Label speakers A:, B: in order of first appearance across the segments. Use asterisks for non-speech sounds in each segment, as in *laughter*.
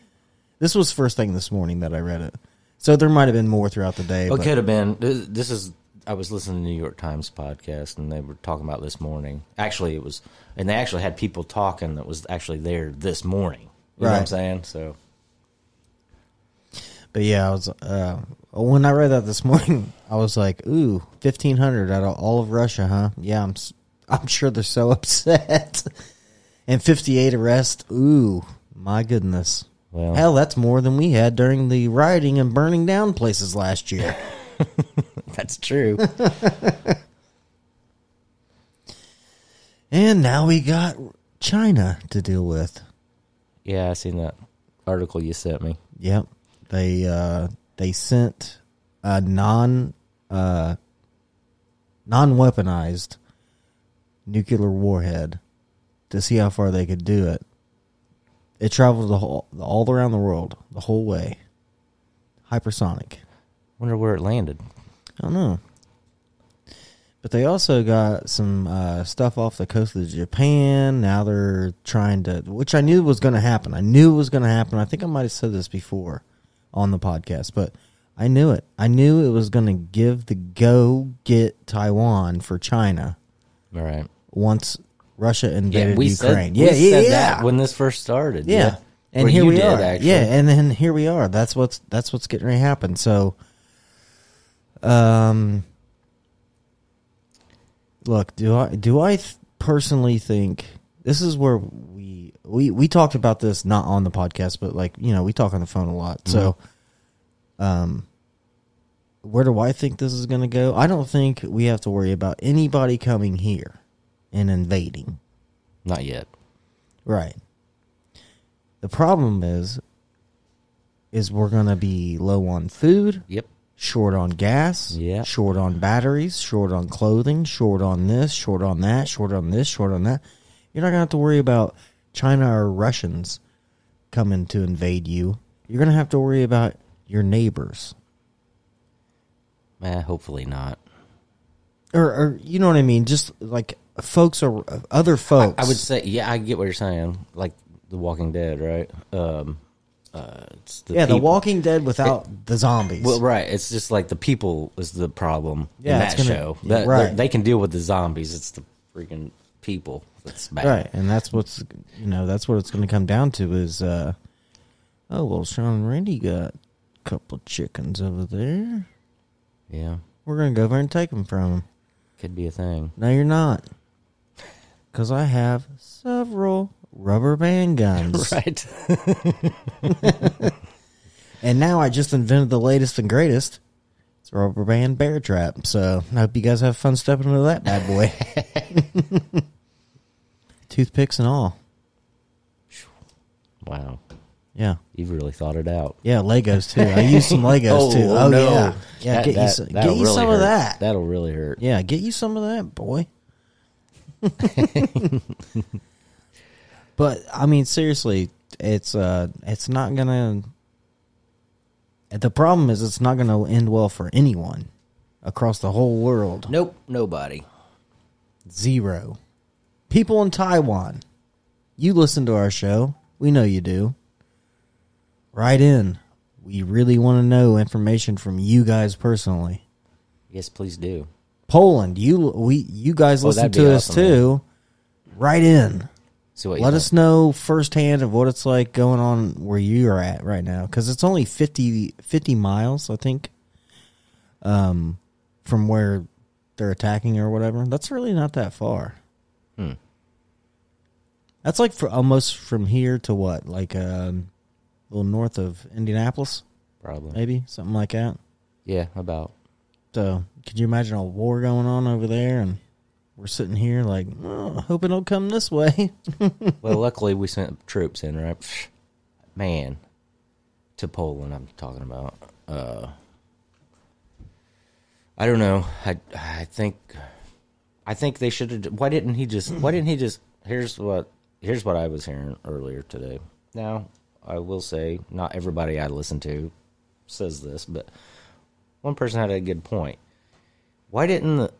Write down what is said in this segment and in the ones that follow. A: this was first thing this morning that I read it. So there might have been more throughout the day.
B: It
A: but-
B: could have Oh, been. This this is. I was listening to the New York Times podcast, and they were talking about this morning. Actually, it was, and they actually had people talking that was actually there this morning. You know what I'm
A: Right.
B: saying? So
A: But yeah, I was uh, when I read that this *laughs* morning, I was like, "Ooh, fifteen hundred out of all of Russia, huh?" Yeah, I'm s- I'm sure they're so *laughs* upset. and fifty eight arrests. Ooh, my goodness.
B: Well- *laughs*
A: Hell, that's more than we had during the rioting and burning down places last year.
B: that's true.
A: and now we got China to deal with.
B: yeah, I seen that article you sent me.
A: Yep. They uh they sent a non uh non weaponized nuclear warhead to see how far they could do it. It traveled the whole all around the world, the whole way. Hypersonic.
B: Wonder where it landed.
A: I don't know. But they also got some uh, stuff off the coast of Japan. Now they're trying to, which I knew was going to happen. I knew it was going to happen. I think I might have said this before on the podcast, but I knew it. I knew it was going to give the go get Taiwan for China
B: All right.
A: once Russia invaded Ukraine.
B: Said,
A: yeah,
B: we
A: yeah,
B: said
A: yeah.
B: that when this first started.
A: Yeah. And
B: Or
A: here
B: you
A: we
B: did,
A: are.
B: actually.
A: Yeah, and then here we are. That's what's that's what's getting ready to happen. So um look, do I do I th- personally think this is where we we we talked about this not on the podcast, but like, you know, we talk on the phone a lot. So
B: Mm-hmm.
A: um where do I think this is going to go? I don't think we have to worry about anybody coming here and invading.
B: Not yet.
A: Right. The problem is is we're going to be low on food,
B: Yep.
A: short on gas,
B: Yeah.
A: short on batteries, short on clothing, short on this, short on that, short on this, short on that. You're not going to have to worry about China or Russians coming to invade you. You're going to have to worry about your neighbors.
B: Eh, hopefully not.
A: Or, or you know what I mean, just like folks or other folks.
B: I would say, yeah, I get what you're saying. Like The Walking Dead, right? Um, uh, it's the
A: yeah, The
B: people-
A: Walking Dead without the zombies.
B: Well, right. It's just like the people is the problem
A: Yeah,
B: in
A: it's
B: that
A: gonna-
B: show.
A: yeah,
B: That-
A: right.
B: They can deal with the zombies. It's the freaking people that's
A: *laughs*
B: bad.
A: Right, and that's what's you know that's what it's going to come down to is uh, oh well, Sean and Randy got a couple chickens over there.
B: Yeah.
A: We're going to go over and take them from them.
B: Could be
A: *laughs*
B: a thing.
A: No, you're not, because I have several rubber band guns,
B: *laughs* Right.
A: and now I just invented the latest and greatest. It's a rubber band bear trap. So I hope you guys have fun stepping into that bad boy, *laughs* toothpicks and all.
B: wow.
A: Yeah.
B: You've really thought it out.
A: Yeah, Legos too. I used
B: *laughs*
A: some Legos too. Oh yeah, yeah.
B: That-
A: get you
B: that-
A: some, get
B: that'll
A: you
B: really
A: some of
B: hurt.
A: that.
B: That'll really hurt.
A: Yeah, get you some of that, boy. *laughs* but I mean, seriously, it's uh, it's not gonna The problem is it's not going to end well for anyone across the whole world.
B: Nope, nobody.
A: Zero. People in Taiwan, you listen to our show. We know you do. Write in. We really want to know information from you guys personally.
B: Yes, please do.
A: Poland, you we you guys
B: Oh,
A: listen
B: that'd be
A: to us
B: awesome,
A: too. Write in.
B: See what you
A: Let
B: think.
A: us know firsthand of what it's like going on where you are at right now because it's only 50, 50 miles, I think, um, from where they're attacking or whatever. That's really not that far.
B: Hmm.
A: That's like for almost from here to what, like um, a little north of Indianapolis,
B: Probably.
A: maybe something like that.
B: Yeah, about.
A: So, could you imagine a war going on over there, and we're sitting here like, "Oh, hoping it'll come this way? *laughs*
B: Well, luckily we sent troops in, right? Psh, Man, to Poland. I'm talking about. Uh, I don't know. I I think, I think they should have. Why didn't he just? Why didn't he just? Here's what. Here's what I was hearing earlier today. Now, I will say, not everybody I listen to says this, but one person had a good point. Why didn't the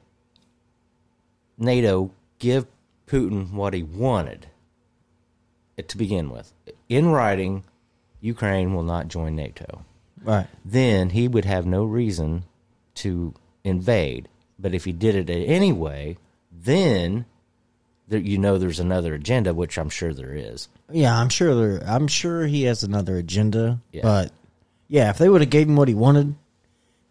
B: NATO give Putin what he wanted to begin with? In writing, Ukraine will not join NATO.
A: right.
B: Then he would have no reason to invade. But if he did it anyway, then there, you know there's another agenda, which I'm sure there is.
A: Yeah, I'm sure there. I'm sure he has another agenda.
B: Yeah.
A: But yeah, if they would have gave him what he wanted,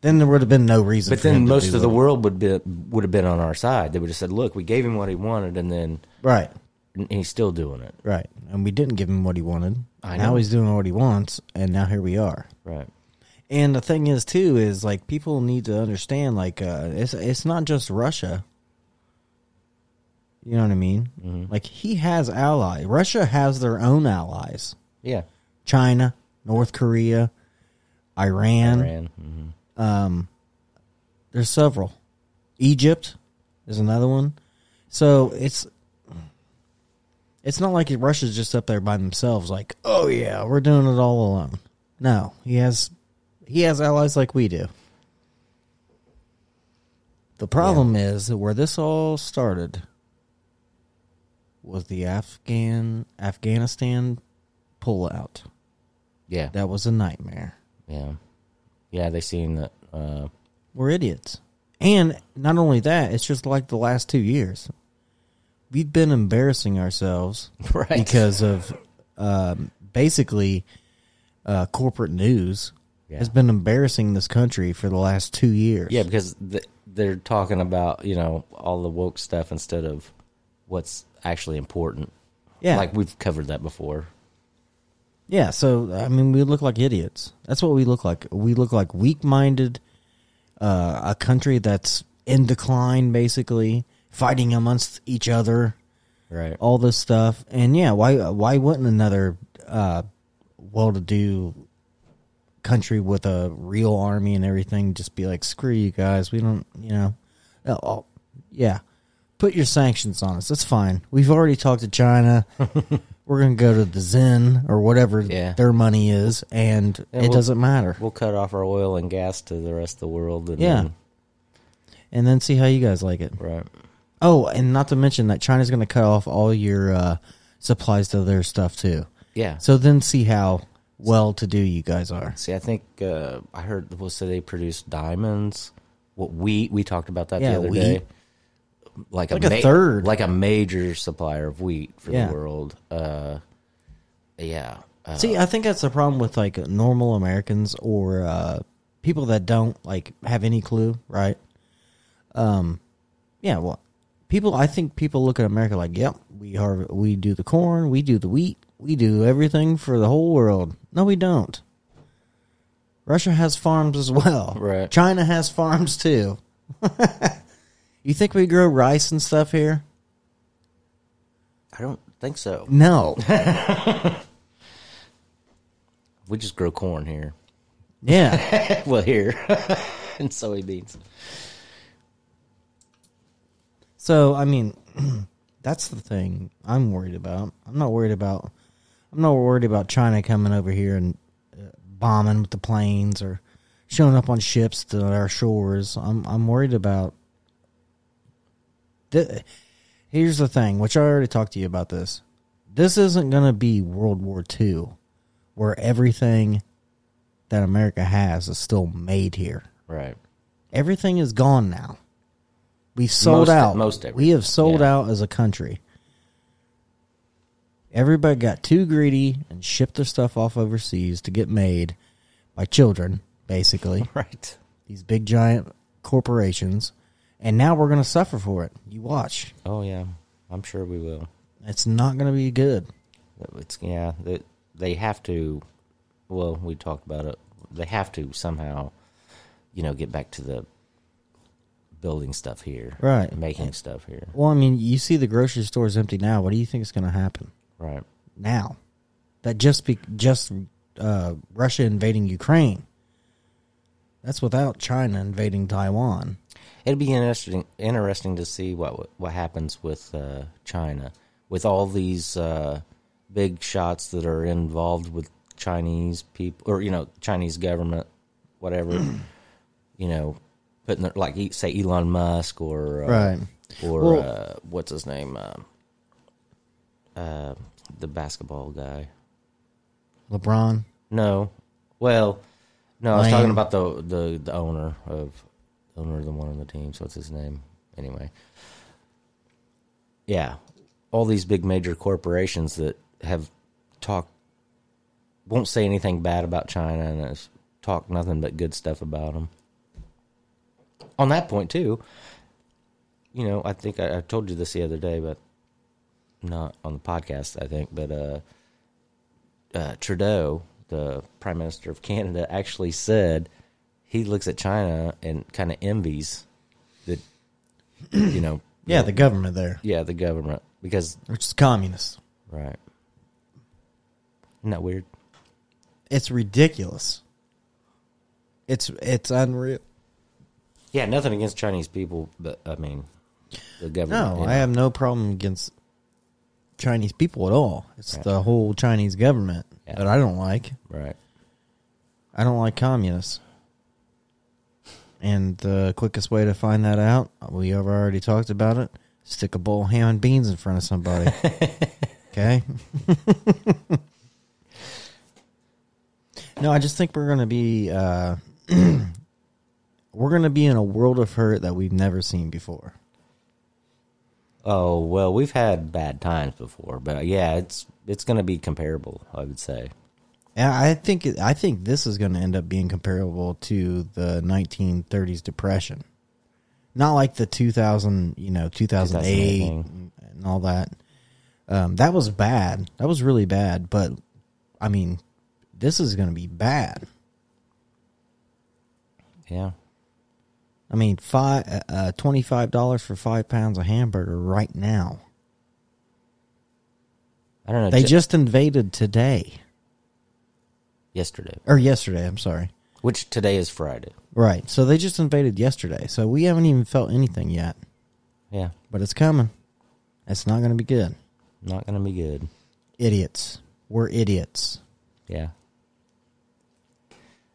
A: then there would have been no reason.
B: But
A: for him
B: then
A: to
B: most
A: do
B: of the
A: it.
B: world would be would have been on our side. They would have said, "Look, we gave him what he wanted, and then
A: right,
B: and he's still doing it."
A: right, and we didn't give him what he wanted.
B: I
A: now
B: know.
A: he's doing what he wants, and now here we are.
B: Right.
A: And the thing is, too, is like people need to understand, like uh, it's it's not just Russia. You know what I mean?
B: Mm-hmm.
A: Like he has allies. Russia has their own allies:
B: Yeah.
A: China, North Korea, Iran.
B: Iran. hmm
A: Um, there's several. Egypt is another one. So it's it's not like Russia's just up there by themselves. Like, oh yeah, we're doing it all alone. No, he has he has allies like we do. The problem is that where this all started was the Afghan Afghanistan pullout.
B: Yeah.
A: That was a nightmare.
B: Yeah. Yeah, they seen that.
A: *laughs*
B: Uh,
A: We're idiots. And not only that, it's just like the last two years. We've been embarrassing ourselves
B: *laughs* right.
A: because of um, basically uh, corporate news
B: Yeah.
A: has been embarrassing this country for the last two years.
B: yeah, because th- they're talking about, you know, all the woke stuff instead of what's actually important.
A: Yeah.
B: Like we've covered that before.
A: yeah. So, I mean, we look like idiots. That's what we look like. We look like weak minded, uh, a country that's in decline, basically, fighting amongst each other.
B: Right.
A: all this stuff. And yeah, why why wouldn't another uh, well-to-do country with a real army and everything just be like, screw you guys, we don't, you know, oh, oh, yeah, put your sanctions on us. That's fine. We've already talked to
B: *laughs*
A: China. We're gonna go to the Zen or whatever
B: Yeah.
A: their money is, and it
B: we'll-
A: doesn't matter.
B: We'll cut off our oil and gas to the rest of the world. And
A: Yeah.
B: then-
A: and then see how you guys like it.
B: right.
A: Oh, and not to mention that China's gonna cut off all your uh, supplies to their stuff too.
B: Yeah.
A: So then see how well to do you guys are.
B: See, I think uh, I heard well, so they produce diamonds. What wheat? We talked about that
A: Yeah,
B: the other
A: wheat.
B: day. Like,
A: Like a third.
B: like a major supplier of wheat for
A: Yeah.
B: the world. Uh, yeah, uh,
A: See, I think that's the problem with like normal Americans or uh, people that don't like have any clue, right? Um, yeah. Well, people, I think people look at America like, "Yep, we harv- we do the corn, we do the wheat, we do everything for the whole world." No, we don't. Russia has farms as well.
B: Right.
A: China has farms too. *laughs* you think we grow rice and stuff here?
B: I don't think so.
A: *laughs* No.
B: We just grow corn here.
A: yeah.
B: well, here *laughs* and soybeans.
A: So I mean, *clears throat* that's the thing I'm worried about. I'm not worried about. I'm not worried about China coming over here and uh, bombing with the planes or showing up on ships to our shores. I'm I'm worried about. Th- Here's the thing, which I already talked to you about this. This isn't going to be World War II, where everything that America has is still made here.
B: Right.
A: Everything is gone now. We've sold
B: Most- e-
A: out.
B: most
A: we have sold
B: yeah.
A: out as a country. Everybody got too greedy and shipped their stuff off overseas to get made by children, basically.
B: Right.
A: These big giant corporations. And now we're going to suffer for it. You watch.
B: Oh yeah, I'm sure we will.
A: It's not going to be good.
B: It's yeah. They, they have to. Well, we talked about it. They have to somehow, you know, get back to the building stuff here,
A: Right.
B: Making stuff here,
A: Well, I mean, you see the grocery stores empty now. What do you think is going to happen
B: right?
A: now? That just be just uh, Russia invading Ukraine. That's without China invading Taiwan.
B: It'd be interesting interesting to see what what happens with uh, China with all these uh, big shots that are involved with Chinese people or you know Chinese government, whatever, *clears throat* you know, putting their, like e- say Elon Musk or uh,
A: Right.
B: or
A: Well-
B: uh, what's his name, uh, uh, the basketball guy.
A: LeBron.
B: No, well, no, I was talking
A: Lame.
B: about the the, the owner of owner of the one on the team. So what's his name? Anyway, yeah, all these big major corporations that have talked won't say anything bad about China and has talked nothing but good stuff about them. On that point too, you know, I think I, I told you this the other day, but not on the podcast, I think, but uh, uh, Trudeau, the Prime Minister of Canada, actually said he looks at China and kind of envies the, you *clears throat* know,
A: Yeah, the government there,
B: yeah, the government because
A: which is communist.
B: right, isn't that weird?
A: It's ridiculous. It's it's unreal.
B: Yeah, nothing against Chinese people, but I mean, the government.
A: No,
B: you
A: I
B: know.
A: have no problem against Chinese people at all. It's the whole Chinese government
B: Yeah.
A: that I don't like.
B: right.
A: I don't like communists. And the quickest way to find that out, we have already talked about it. Stick a bowl of ham and beans in front of somebody. okay. no, I just think we're gonna be uh, *clears throat* we're gonna be in a world of hurt that we've never seen before.
B: Oh well, we've had bad times before, but uh, yeah, it's it's going to be comparable, I would say.
A: And I think it, I think this is going to end up being comparable to the 1930s depression. Not like the 2000, you know, 2008
B: 2008.
A: and all that. Um, that was bad. That was really bad, but I mean, this is going to be bad.
B: Yeah,
A: I mean, five, uh, uh, $25 for 5 pounds of hamburger right now.
B: I don't know.
A: They
B: Ch-
A: just invaded today
B: yesterday,
A: or yesterday, I'm sorry.
B: which today is Friday.
A: Right. So they just invaded yesterday. So we haven't even felt anything yet.
B: Yeah,
A: but it's coming. It's not going to be good.
B: not going to be good.
A: Idiots. We're idiots.
B: Yeah.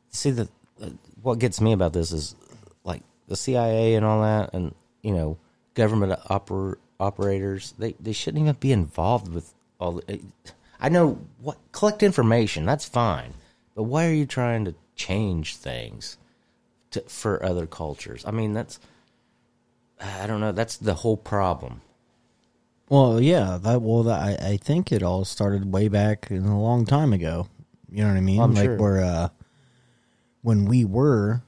B: See the uh, what gets me about this is like the CIA and all that, and you know, government oper- operators. They they shouldn't even be involved with all. The, it- I know what collect information. That's fine, but why are you trying to change things to, for other cultures? I mean, that's I don't know. That's the whole problem.
A: Well, yeah. That well, that, I I think it all started way back in a long time ago. You know what I mean?
B: I'm
A: like
B: sure.
A: we're uh, when we were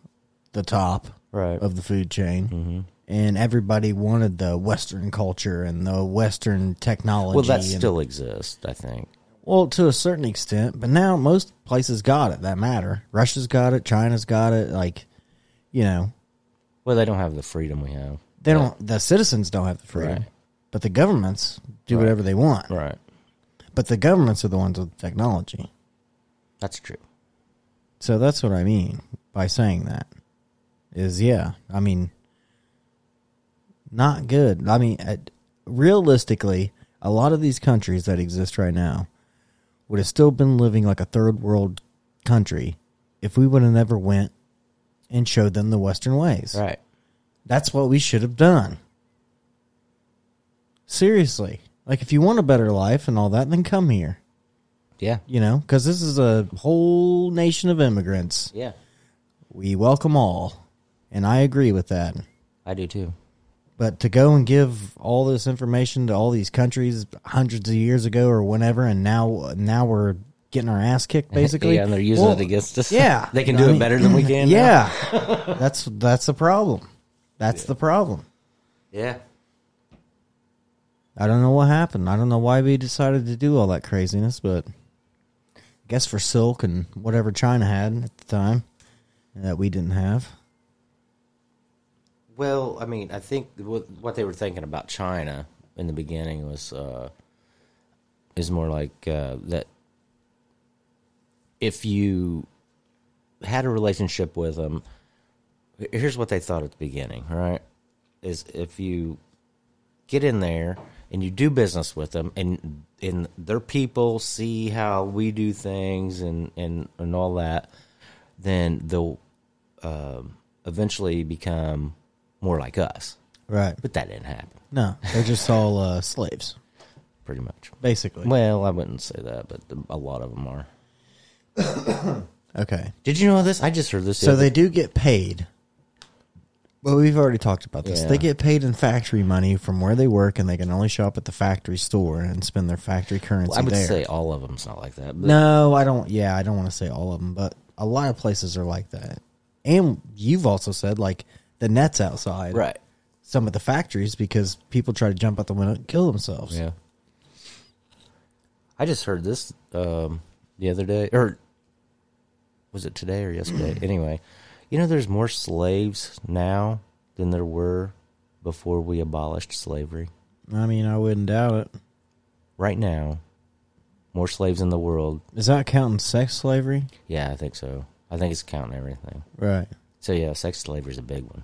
A: the top
B: Right. Mm-hmm.
A: of the food chain, and everybody wanted the Western culture and the Western technology.
B: Well, that
A: and-
B: still exists, I think.
A: Well, to a certain extent, but now most places got it that matter. Russia's got it, China's got it. Like, you know,
B: Well, they don't have the freedom we have.
A: They don't. The citizens don't have the freedom,
B: Right.
A: but the governments do whatever they want.
B: Right.
A: But the governments are the ones with the technology.
B: That's true.
A: So that's what I mean by saying that. Is yeah, I mean, not good. I mean, I- realistically, a lot of these countries that exist right now would have still been living like a third world country if we would have never went and showed them the Western ways.
B: Right.
A: That's what we should have done. Seriously. Like, if you want a better life and all that, then come here.
B: Yeah.
A: You know, because this is a whole nation of immigrants.
B: Yeah.
A: We welcome all. And I agree with that.
B: I do too.
A: But to go and give all this information to all these countries hundreds of years ago or whenever, and now now we're getting our ass kicked, basically.
B: *laughs* yeah, and they're using
A: Well,
B: it against us.
A: yeah.
B: *laughs* they can
A: I
B: do
A: mean,
B: it better than we can. now.
A: *laughs* Yeah, that's that's the problem. That's the problem.
B: Yeah.
A: I don't know what happened. I don't know why we decided to do all that craziness, but I guess for silk and whatever China had at the time that we didn't have.
B: Well, I mean, I think what what they were thinking about China in the beginning was uh, is more like uh, that if you had a relationship with them. Here's what they thought at the beginning, all right? Is if you get in there and you do business with them and and their people see how we do things and and and all that then they'll um, eventually become more like us
A: Right.
B: but that didn't happen
A: No, they're just all uh, slaves,
B: pretty much
A: basically.
B: well i wouldn't say that but a lot of them are
A: Okay.
B: did you know this i just heard this the
A: So
B: other-
A: they do get paid. Well, we've already talked about this.
B: Yeah.
A: They get paid in factory money from where they work, and they can only shop at the factory store and spend their factory currency
B: i would
A: there.
B: say all of them's not like that but
A: No, I don't. Yeah, I don't want to say all of them, but a lot of places are like that. And you've also said like the nets outside,
B: right
A: Some of the factories because people try to jump out the window and kill themselves.
B: Yeah. I just heard this um, the other day, or was it today
A: *clears throat*
B: or yesterday? anyway, you know, there's more slaves now than there were before we abolished slavery.
A: I mean, I wouldn't doubt it.
B: Right now, more slaves in the world.
A: Is that counting sex slavery?
B: Yeah, I think so. I think it's counting everything.
A: Right.
B: So yeah, sex slavery's a big one.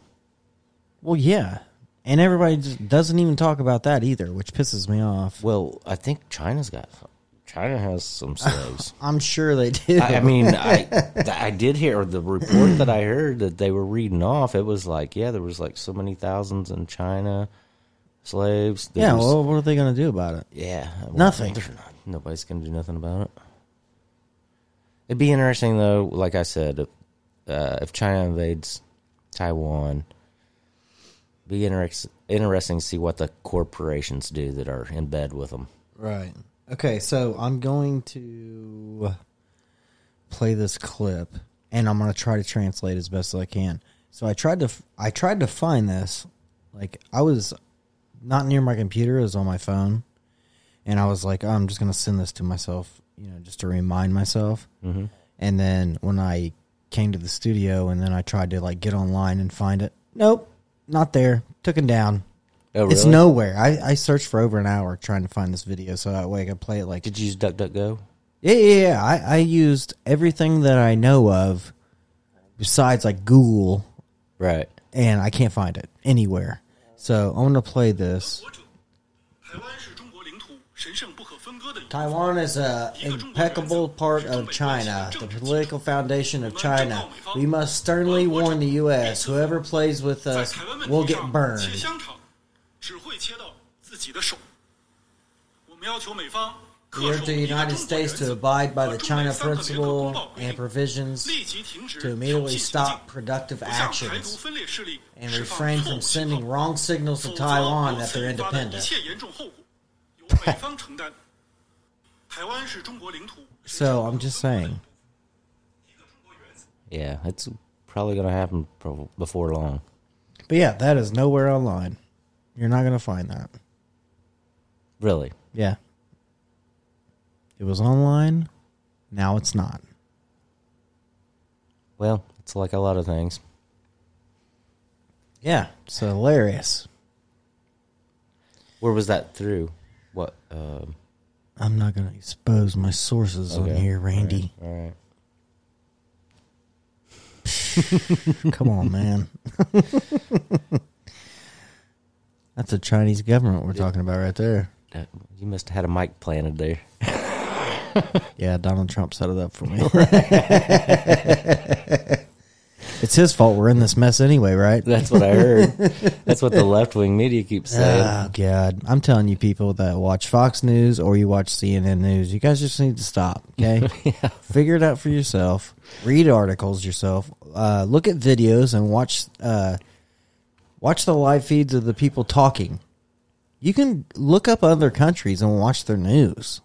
A: Well, yeah. And everybody just doesn't even talk about that either, which pisses me off.
B: Well, I think China's got China
A: *laughs*
B: has some slaves.
A: I'm sure they *laughs* do.
B: I, I mean, I th- I did hear or the report that I heard that they were reading off. It was like, yeah, there was like so many thousands in China, slaves. There
A: yeah.
B: was-
A: Well, what are they going to do about it?
B: yeah, well,
A: Nothing.
B: they're not- nobody's gonna do nothing about it. It'd be interesting though. Like I said, if, uh, if China invades Taiwan, be interest, interesting to see what the corporations do that are in bed with them.
A: Right. Okay, so I'm going to play this clip and I'm going to try to translate as best as I can. So I tried to f- I tried to find this like I was not near my computer, it was on my phone. And I was like, oh, I'm just going to send this to myself, you know, just to remind myself. Mm-hmm. And then when I came to the studio and then I tried to like get online and find it. Nope, not there. Took it down.
B: Oh,
A: It's nowhere. I, I searched for over an hour trying to find this video so that way I could play it like
B: Did you use DuckDuckGo?
A: yeah yeah yeah. I, I used everything that I know of besides like Google
B: Right.
A: and I can't find it anywhere. So I'm gonna play this.
C: 国者，台湾是中国领土神圣不可分割的一部分。
A: Taiwan is an impeccable part of China, the political foundation of China. We must sternly warn the U.S. Whoever plays with
C: 在
A: us
C: 台湾问
A: will
C: 题
A: get
C: 上切
A: burned.
C: 香肠，只会切到自己的手。我们要求美方恪
A: urge
C: 守
A: the
C: 一
A: United
C: 个中国原
A: States to
C: 则
A: abide by the
C: 和中美
A: China
C: 三个联合公报
A: principle
C: 规
A: and
C: 定，
A: provisions
C: 立即停止
A: to
C: 挑
A: immediately
C: 衅
A: stop
C: 行径，
A: productive
C: 不向台独
A: actions
C: 分裂势力
A: and
C: 释放
A: refrain
C: 错
A: from
C: 误信
A: sending
C: 号，
A: wrong signals
C: 否
A: to
C: 则
A: Taiwan
C: 由
A: that
C: 此
A: they're
C: 引发的一
A: independent.
C: 切严重后果由美方承担。台湾是中国领土。
A: So I'm just saying,
B: Yeah, it's probably going to happen pro- before long.
A: but yeah, that is nowhere online. You're not gonna find that.
B: Really?
A: Yeah, it was online. Now it's not.
B: Well, it's like a lot of things.
A: Yeah, it's hilarious.
B: Where was that through? What? Um,
A: I'm not gonna expose my sources on
B: okay.
A: here, Randy.
B: All right.
A: Come on, *laughs* man. That's the Chinese government we're talking about right there.
B: That- you must have had a mic planted there.
A: Yeah, Donald Trump set it up for me. it's his fault we're in this mess anyway, right?
B: *laughs* That's what I heard.
A: *laughs*
B: That's what the left wing media keeps saying.
A: Oh God! I'm telling you, people that watch Fox News or you watch CNN News, you guys just need to stop.
B: *laughs*
A: Okay, figure it out for yourself. Read articles yourself. Uh, look at videos and watch uh, watch the live feeds of the people talking. You can look up other countries and watch their news.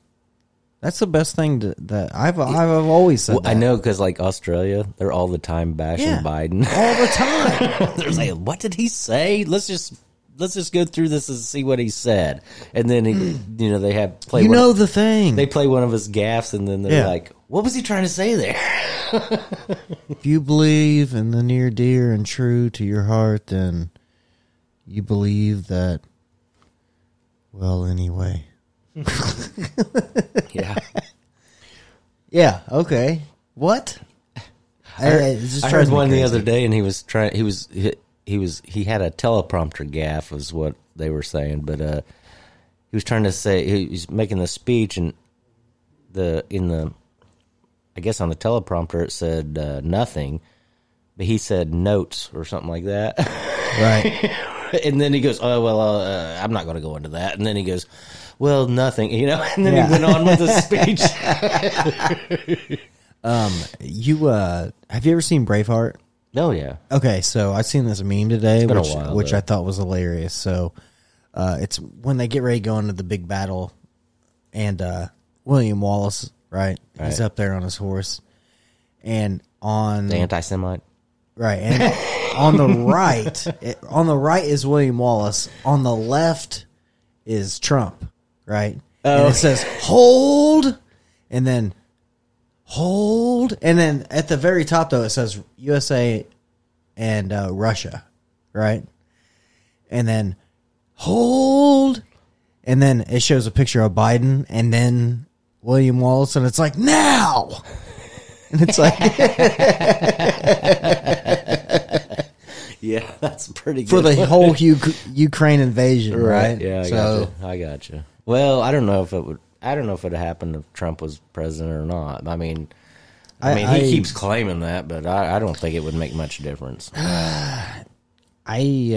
A: That's the best thing to, that I've I've always said.
B: Well, I
A: that.
B: know because like Australia, they're all the time bashing
A: Yeah.
B: Biden. *laughs*
A: all the *laughs* time.
B: they're like, "What did he say?" Let's just let's just go through this and see what he said. And then he, you know, they have play.
A: you
B: one,
A: know the thing.
B: they play one of his gaffes, and then they're
A: Yeah.
B: like, "What was he trying to say there?" *laughs*
A: If you believe in the near dear and true to your heart, then you believe that. Well, anyway. *laughs*
B: Yeah,
A: Yeah. Okay. What? I, I- it just
B: I
A: drives
B: heard
A: me
B: one the
A: crazy.
B: other day, and he was trying. He was he, he was he had a teleprompter gaff, was what they were saying, but uh, he was trying to say he was making the speech, and the in the I guess on the teleprompter it said uh, nothing, but he said notes or something like that. *laughs*
A: right?
B: and then he goes, "Oh well, uh, I'm not going to go into that." And then he goes, "Well, nothing," you know. *laughs* And then
A: Yeah.
B: he went on
A: *laughs*
B: with his speech.
A: You uh, have you ever seen Braveheart?
B: oh yeah,
A: Okay, so I seen this meme today,
B: been a
A: which
B: while,
A: which
B: though.
A: I thought was hilarious. So, uh, it's when they get ready to go into the big battle, and uh, William Wallace, right? He's
B: Right.
A: up there on his horse, and on
B: the anti-Semite.
A: Right. And on the right, it- on the right is William Wallace. On the left is Trump, right? And it says hold and then hold and then at the very top though it says USA and uh, Russia, right? And then hold and then it shows a picture of Biden and then William Wallace and it's like now. *laughs* And it's like
B: *laughs* Yeah, that's pretty good.
A: for
B: *laughs*
A: the whole U- Ukraine invasion, *laughs* right?
B: Yeah, I
A: so
B: got you. I got you. Well, I don't know if it would. I don't know if it happened if Trump was president or not. I mean, I,
A: I-
B: mean,
A: I-
B: he keeps claiming that, but I, I don't think it would make much difference.
A: I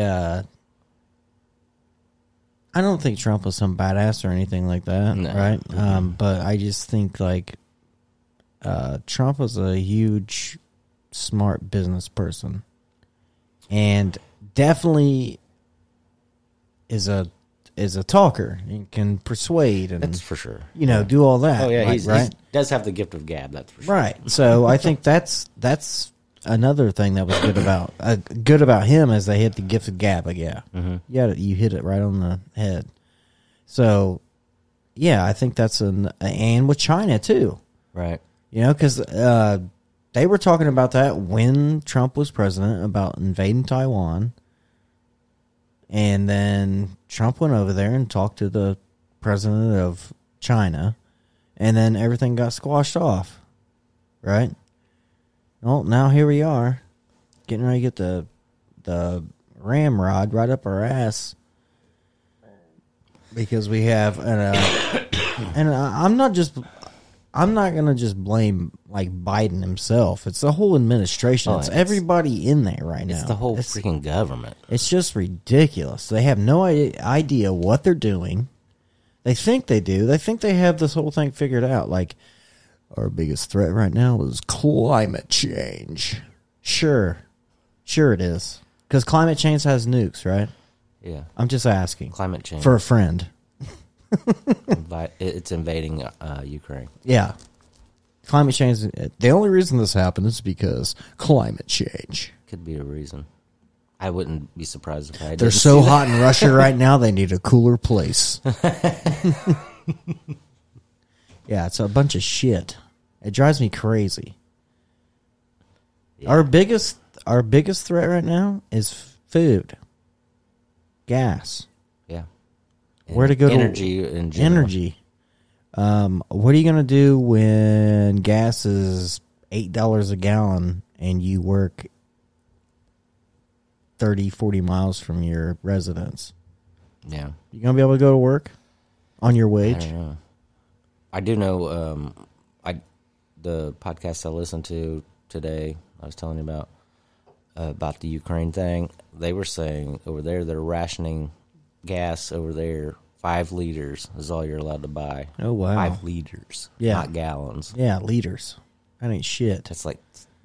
A: uh, I don't think Trump was some badass or anything like that,
B: No.
A: right? Um, but I just think like uh, Trump was a huge, smart business person, and definitely is a is a talker and can persuade and
B: That's for sure.
A: you know do all that.
B: Oh yeah,
A: like,
B: he's,
A: right.
B: he's does have the gift of gab. That's for sure.
A: Right. So I think that's that's another thing that was good about uh, good about him is they hit the gift of gab. Like, yeah, yeah, you hit it right on the head. So, yeah, I think that's an and with China too.
B: Right.
A: You know, because uh, they were talking about that when Trump was president about invading Taiwan, and then Trump went over there and talked to the president of China, and then everything got squashed off, right? Well, now here we are, getting ready to get the the ramrod right up our ass because we have an. Uh, *coughs* and I- I'm not just I'm not gonna just blame like Biden himself. It's the whole administration.
B: Oh,
A: it's,
B: it's-
A: everybody in there right now.
B: It's the whole
A: It's,
B: freaking government.
A: it's just ridiculous. They have no i- idea what they're doing. They think they do. They think they have this whole thing figured out. Like our biggest threat right now is climate change. Sure, sure it is because climate change has nukes, right?
B: Yeah.
A: I'm just asking
B: Climate change.
A: for a friend.
B: invi- it- it's invading uh, Ukraine.
A: Yeah. Climate change. The only reason this happened is because climate change.
B: Could be a reason. I wouldn't be surprised if I.
A: They're
B: didn't
A: so
B: see that.
A: hot in Russia right now, they need a cooler
B: *laughs*
A: place. yeah, it's a bunch of shit. It drives me crazy. Our biggest our biggest threat right now is food. Gas.
B: Yeah.
A: Where to go to-
B: energy to energy in general.
A: Energy. Um, what are you going to do when gas is $8 a gallon and you work 30, 40 miles from your residence?
B: Yeah.
A: You going to be able to go to work on your
B: I
A: wage?
B: don't know. I do know. Um, I the podcast I listened to today. I was telling you about uh, about the Ukraine thing. They were saying over there they're rationing gas over there. Five liters is all you're allowed to buy.
A: Oh, wow.
B: Five liters,
A: Yeah.
B: not gallons.
A: Yeah, liters. That ain't shit.
B: That's like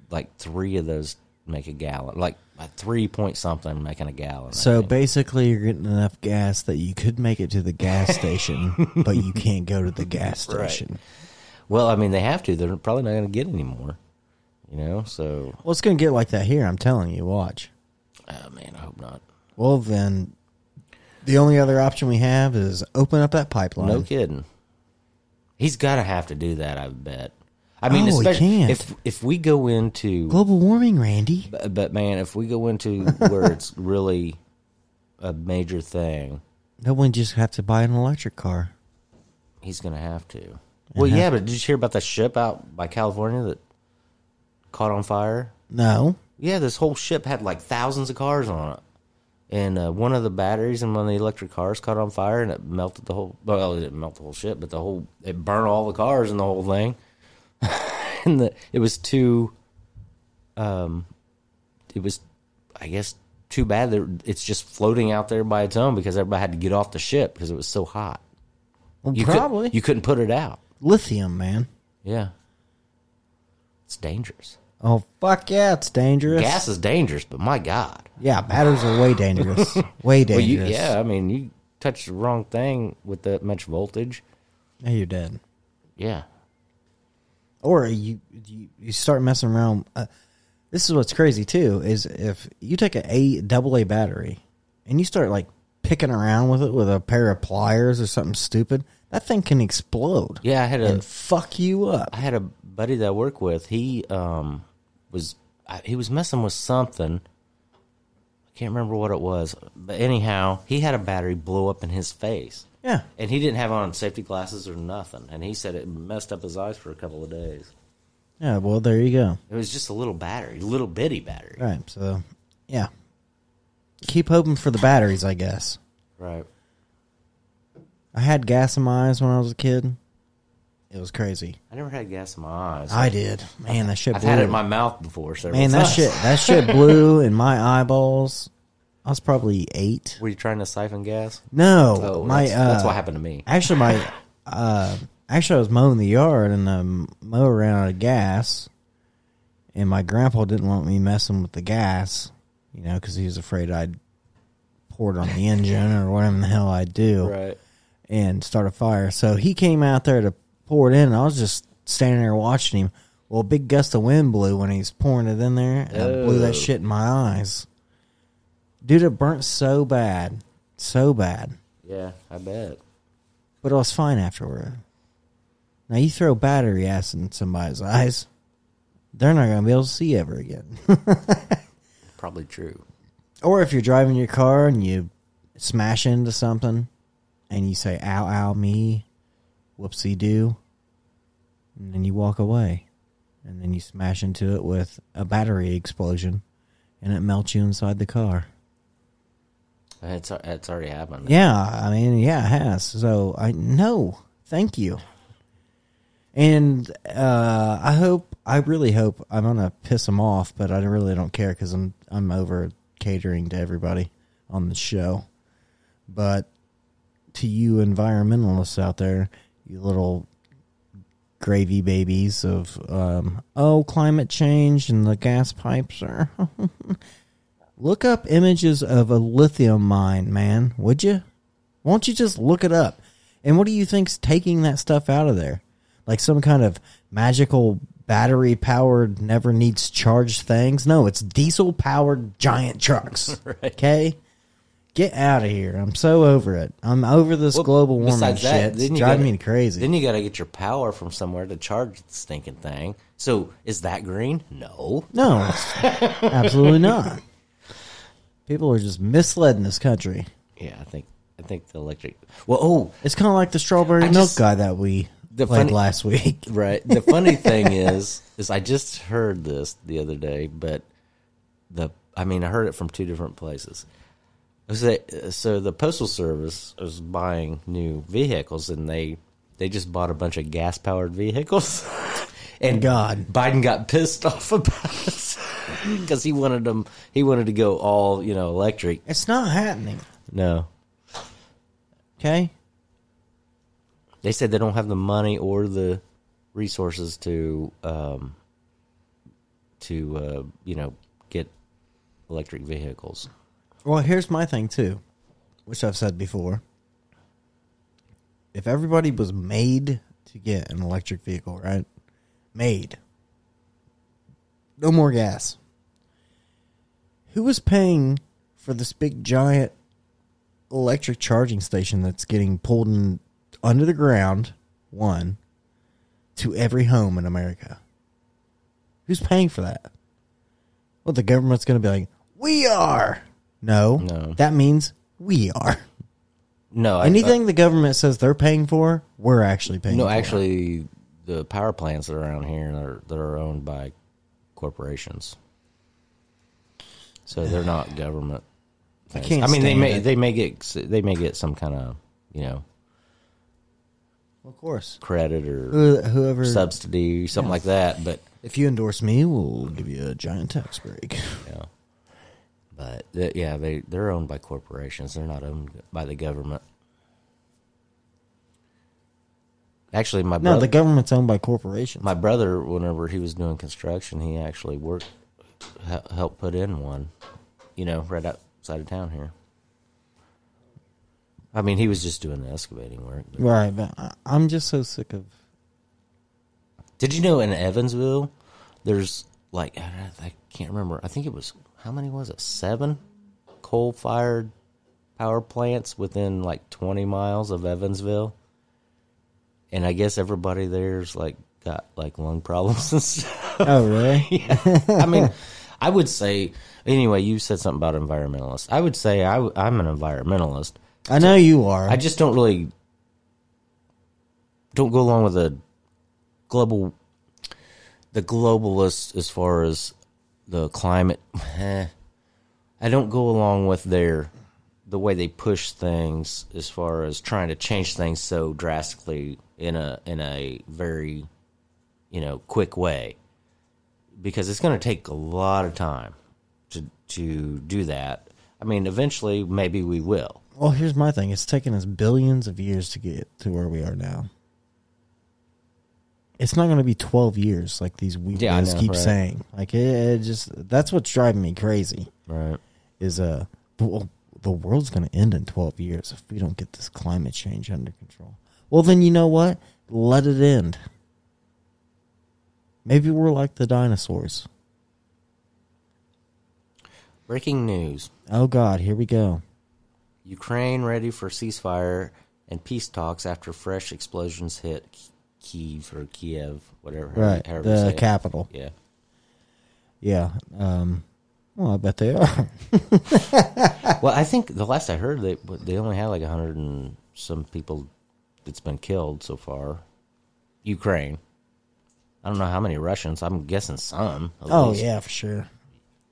B: like three of those make a gallon. Like a three point something making a gallon. I
A: So
B: think.
A: basically, you're getting enough gas that you could make it to the
B: *laughs*
A: gas station, but you can't go to the gas
B: Right.
A: station.
B: well, I mean they have to. They're probably not going to get any more. You know, so
A: Well, it's gonna get like that here. I'm telling you. Watch.
B: oh man, I hope not.
A: Well, then the only other option we have is open up that pipeline.
B: No kidding. He's got to have to do that. I bet. I mean,
A: Oh, he
B: especially
A: can't.
B: if if we go into
A: Global warming, Randy.
B: But, but man, if we go
A: *laughs*
B: into where it's really a major thing,
A: No one just have to buy an electric car.
B: he's going to have to. Well, yeah, but did you hear about that ship out by California that caught on fire?
A: No.
B: Yeah, this whole ship had like thousands of cars on it. And uh, one of the batteries in one of the electric cars caught on fire and it melted the whole, well, it didn't melt the whole ship, but the whole, it burned all the cars and the whole thing. *laughs* and the, it was too, um, it was, I guess, too bad that it's just floating out there by its own because everybody had to get off the ship because it was so hot.
A: Well,
B: You could-
A: probably
B: you couldn't put it out.
A: lithium, man.
B: Yeah. It's dangerous.
A: Oh fuck yeah, it's dangerous.
B: Gas is dangerous, but my God.
A: Yeah, batteries are way
B: *laughs*
A: dangerous. way
B: Well, you,
A: dangerous.
B: yeah, I mean, you touch the wrong thing with that much voltage.
A: Now you're dead.
B: Yeah.
A: Or you you, you start messing around. Uh, this is what's crazy too is if you take a a double A battery and you start like picking around with it with a pair of pliers or something stupid, that thing can explode.
B: Yeah, I had a
A: and fuck you up.
B: I had a buddy that I work with. He um was I- he was messing with something. I can't remember what it was, but anyhow, he had a battery blow up in his face.
A: Yeah.
B: And he didn't have on safety glasses or nothing, and he said it messed up his eyes for a couple of days.
A: Yeah, well, there you go.
B: It was just a little battery, little bitty battery.
A: All right, so yeah. Keep hoping for the batteries, I guess.
B: Right.
A: I had gas in my eyes when I was a kid. It was crazy.
B: I never had gas in my eyes.
A: I did. Man, that shit
B: I've
A: blew.
B: had it in my mouth before. Several
A: Man, that
B: times.
A: shit that
B: *laughs*
A: shit blew in my eyeballs. I was probably eight.
B: Were you trying to siphon gas?
A: No.
B: Oh,
A: my
B: that's,
A: uh,
B: that's what happened to me.
A: Actually my uh actually I was mowing the yard and um, the mower ran out of gas and my grandpa didn't want me messing with the gas, you know, cuz he was afraid I'd pour it on the engine or whatever the hell I'd do.
B: Right.
A: and start a fire. So he came out there to pour it in. And I was just standing there watching him. Well, a big gust of wind blew when he was pouring it in there, and I blew
B: Oh.
A: that shit in my eyes. Dude, it burnt so bad, so bad,
B: Yeah, I bet.
A: but I was fine afterward. Now you throw battery acid in somebody's eyes, they're not gonna be able to see ever again. *laughs*
B: Probably true.
A: or if you're driving your car and you smash into something and you say ow ow me whoopsie doo and then you walk away and then you smash into it with a battery explosion and it melts you inside the car
B: It's it's already happened.
A: yeah i mean yeah it has so i no thank you and uh i hope i really hope i'm gonna piss them off but i really don't care because i'm i'm over catering to everybody on the show but to you environmentalists out there, you little gravy babies of um, oh climate change and the gas pipes are. *laughs* look up images of a lithium mine, man. Would you? Won't you just look it up? And what do you think's taking that stuff out of there? Like some kind of magical battery powered never needs charged things? No, it's diesel powered giant
B: *laughs*
A: trucks. Okay? Get out of here. I'm so over it. I'm over this
B: Well,
A: global warming
B: besides that,
A: shit. It's
B: then you
A: driving
B: gotta-
A: me crazy.
B: Then you got to get your power from somewhere to charge the stinking thing. So is that green? No.
A: No, it's absolutely not. People are just misled in this country.
B: Yeah, I think I think the electric. Well, oh,
A: It's kind of like the strawberry
B: I
A: milk
B: just-
A: guy that we
B: The
A: played
B: funny-
A: last week. *laughs*
B: right. The funny thing is, is I just heard this the other day, but the I mean, I heard it from two different places. It was that- So the postal service is buying new vehicles, and they They just bought a bunch of gas powered vehicles. *laughs* and
A: God.
B: Biden got pissed *laughs* off about us because he wanted them. He wanted to go all you know electric.
A: It's not happening.
B: No,
A: Okay.
B: they said they don't have the money or the resources to um, to uh, you know get electric vehicles.
A: Well, here's my thing too, which I've said before. If everybody was made to get an electric vehicle, right? Made. No more gas. Who was paying for this big giant electric charging station that's getting pulled in under the ground, one, to every home in America? Who's paying for that? Well, the government's going to be like, we are. No,
B: No.
A: That means we are.
B: No, I- uh,
A: Anything the government says they're paying for, we're actually paying
B: No,
A: for.
B: actually, the power plants that are around here are that are owned by corporations, so they're not government.
A: I
B: things.
A: can't
B: I mean, they
A: stand
B: may
A: it.
B: they may get they may get some kind of you know
A: Of course.
B: credit or
A: Who- Whoever,
B: subsidy something like that, but
A: if you endorse me, we'll give you a giant tax
B: *laughs*
A: break.
B: you know, but th- yeah, they they're owned by corporations. They're not owned by the government. Actually, my
A: No,
B: brother,
A: the government's owned by corporations.
B: my brother whenever he was doing construction he actually worked hel- helped put in one you know right outside of town here i mean he was just doing the excavating work but-
A: right, but I, I'm just so sick
B: *laughs*
A: of.
B: did you know in evansville there's like i don't- I can't remember i think it was how many was it seven coal fired power plants within like 20 miles of evansville and i guess everybody there's like got like lung problems and stuff
A: Oh, really?
B: I mean, I would say anyway. You said something about environmentalists. I would say I, am an environmentalist.
A: I know you are.
B: I just don't really don't go along with the global the globalists as far as the climate. *laughs* eh. I don't go along with their the way they push things as far as trying to change things so drastically in a in a very you know quick way because it's going to take a lot of time to to do that. I mean, eventually, maybe we will.
A: well, here's my thing it's taken us billions of years to get to where we are now. It's not going to be 12 years like these weirdos
B: Yeah, I know,
A: keep
B: right.
A: saying. Like, it, it just, that's what's driving me crazy.
B: Right.
A: is uh the, well, the world's going to end in 12 years if we don't get this climate change under control. Well, then you know what? Let it end. Maybe we're like the dinosaurs.
B: Breaking news:
A: Oh God, here we go.
B: Ukraine ready for ceasefire and peace talks after fresh explosions hit Kiev or Kiev, whatever.
A: Right,
B: however you say
A: the
B: it.
A: capital.
B: Yeah.
A: Yeah. Um. Well, I bet they are.
B: Well, I think the last I heard, they they only had like a hundred and some people that's been killed so far. Ukraine. I don't know how many Russians. I'm guessing some. at
A: oh
B: least.
A: yeah, for sure.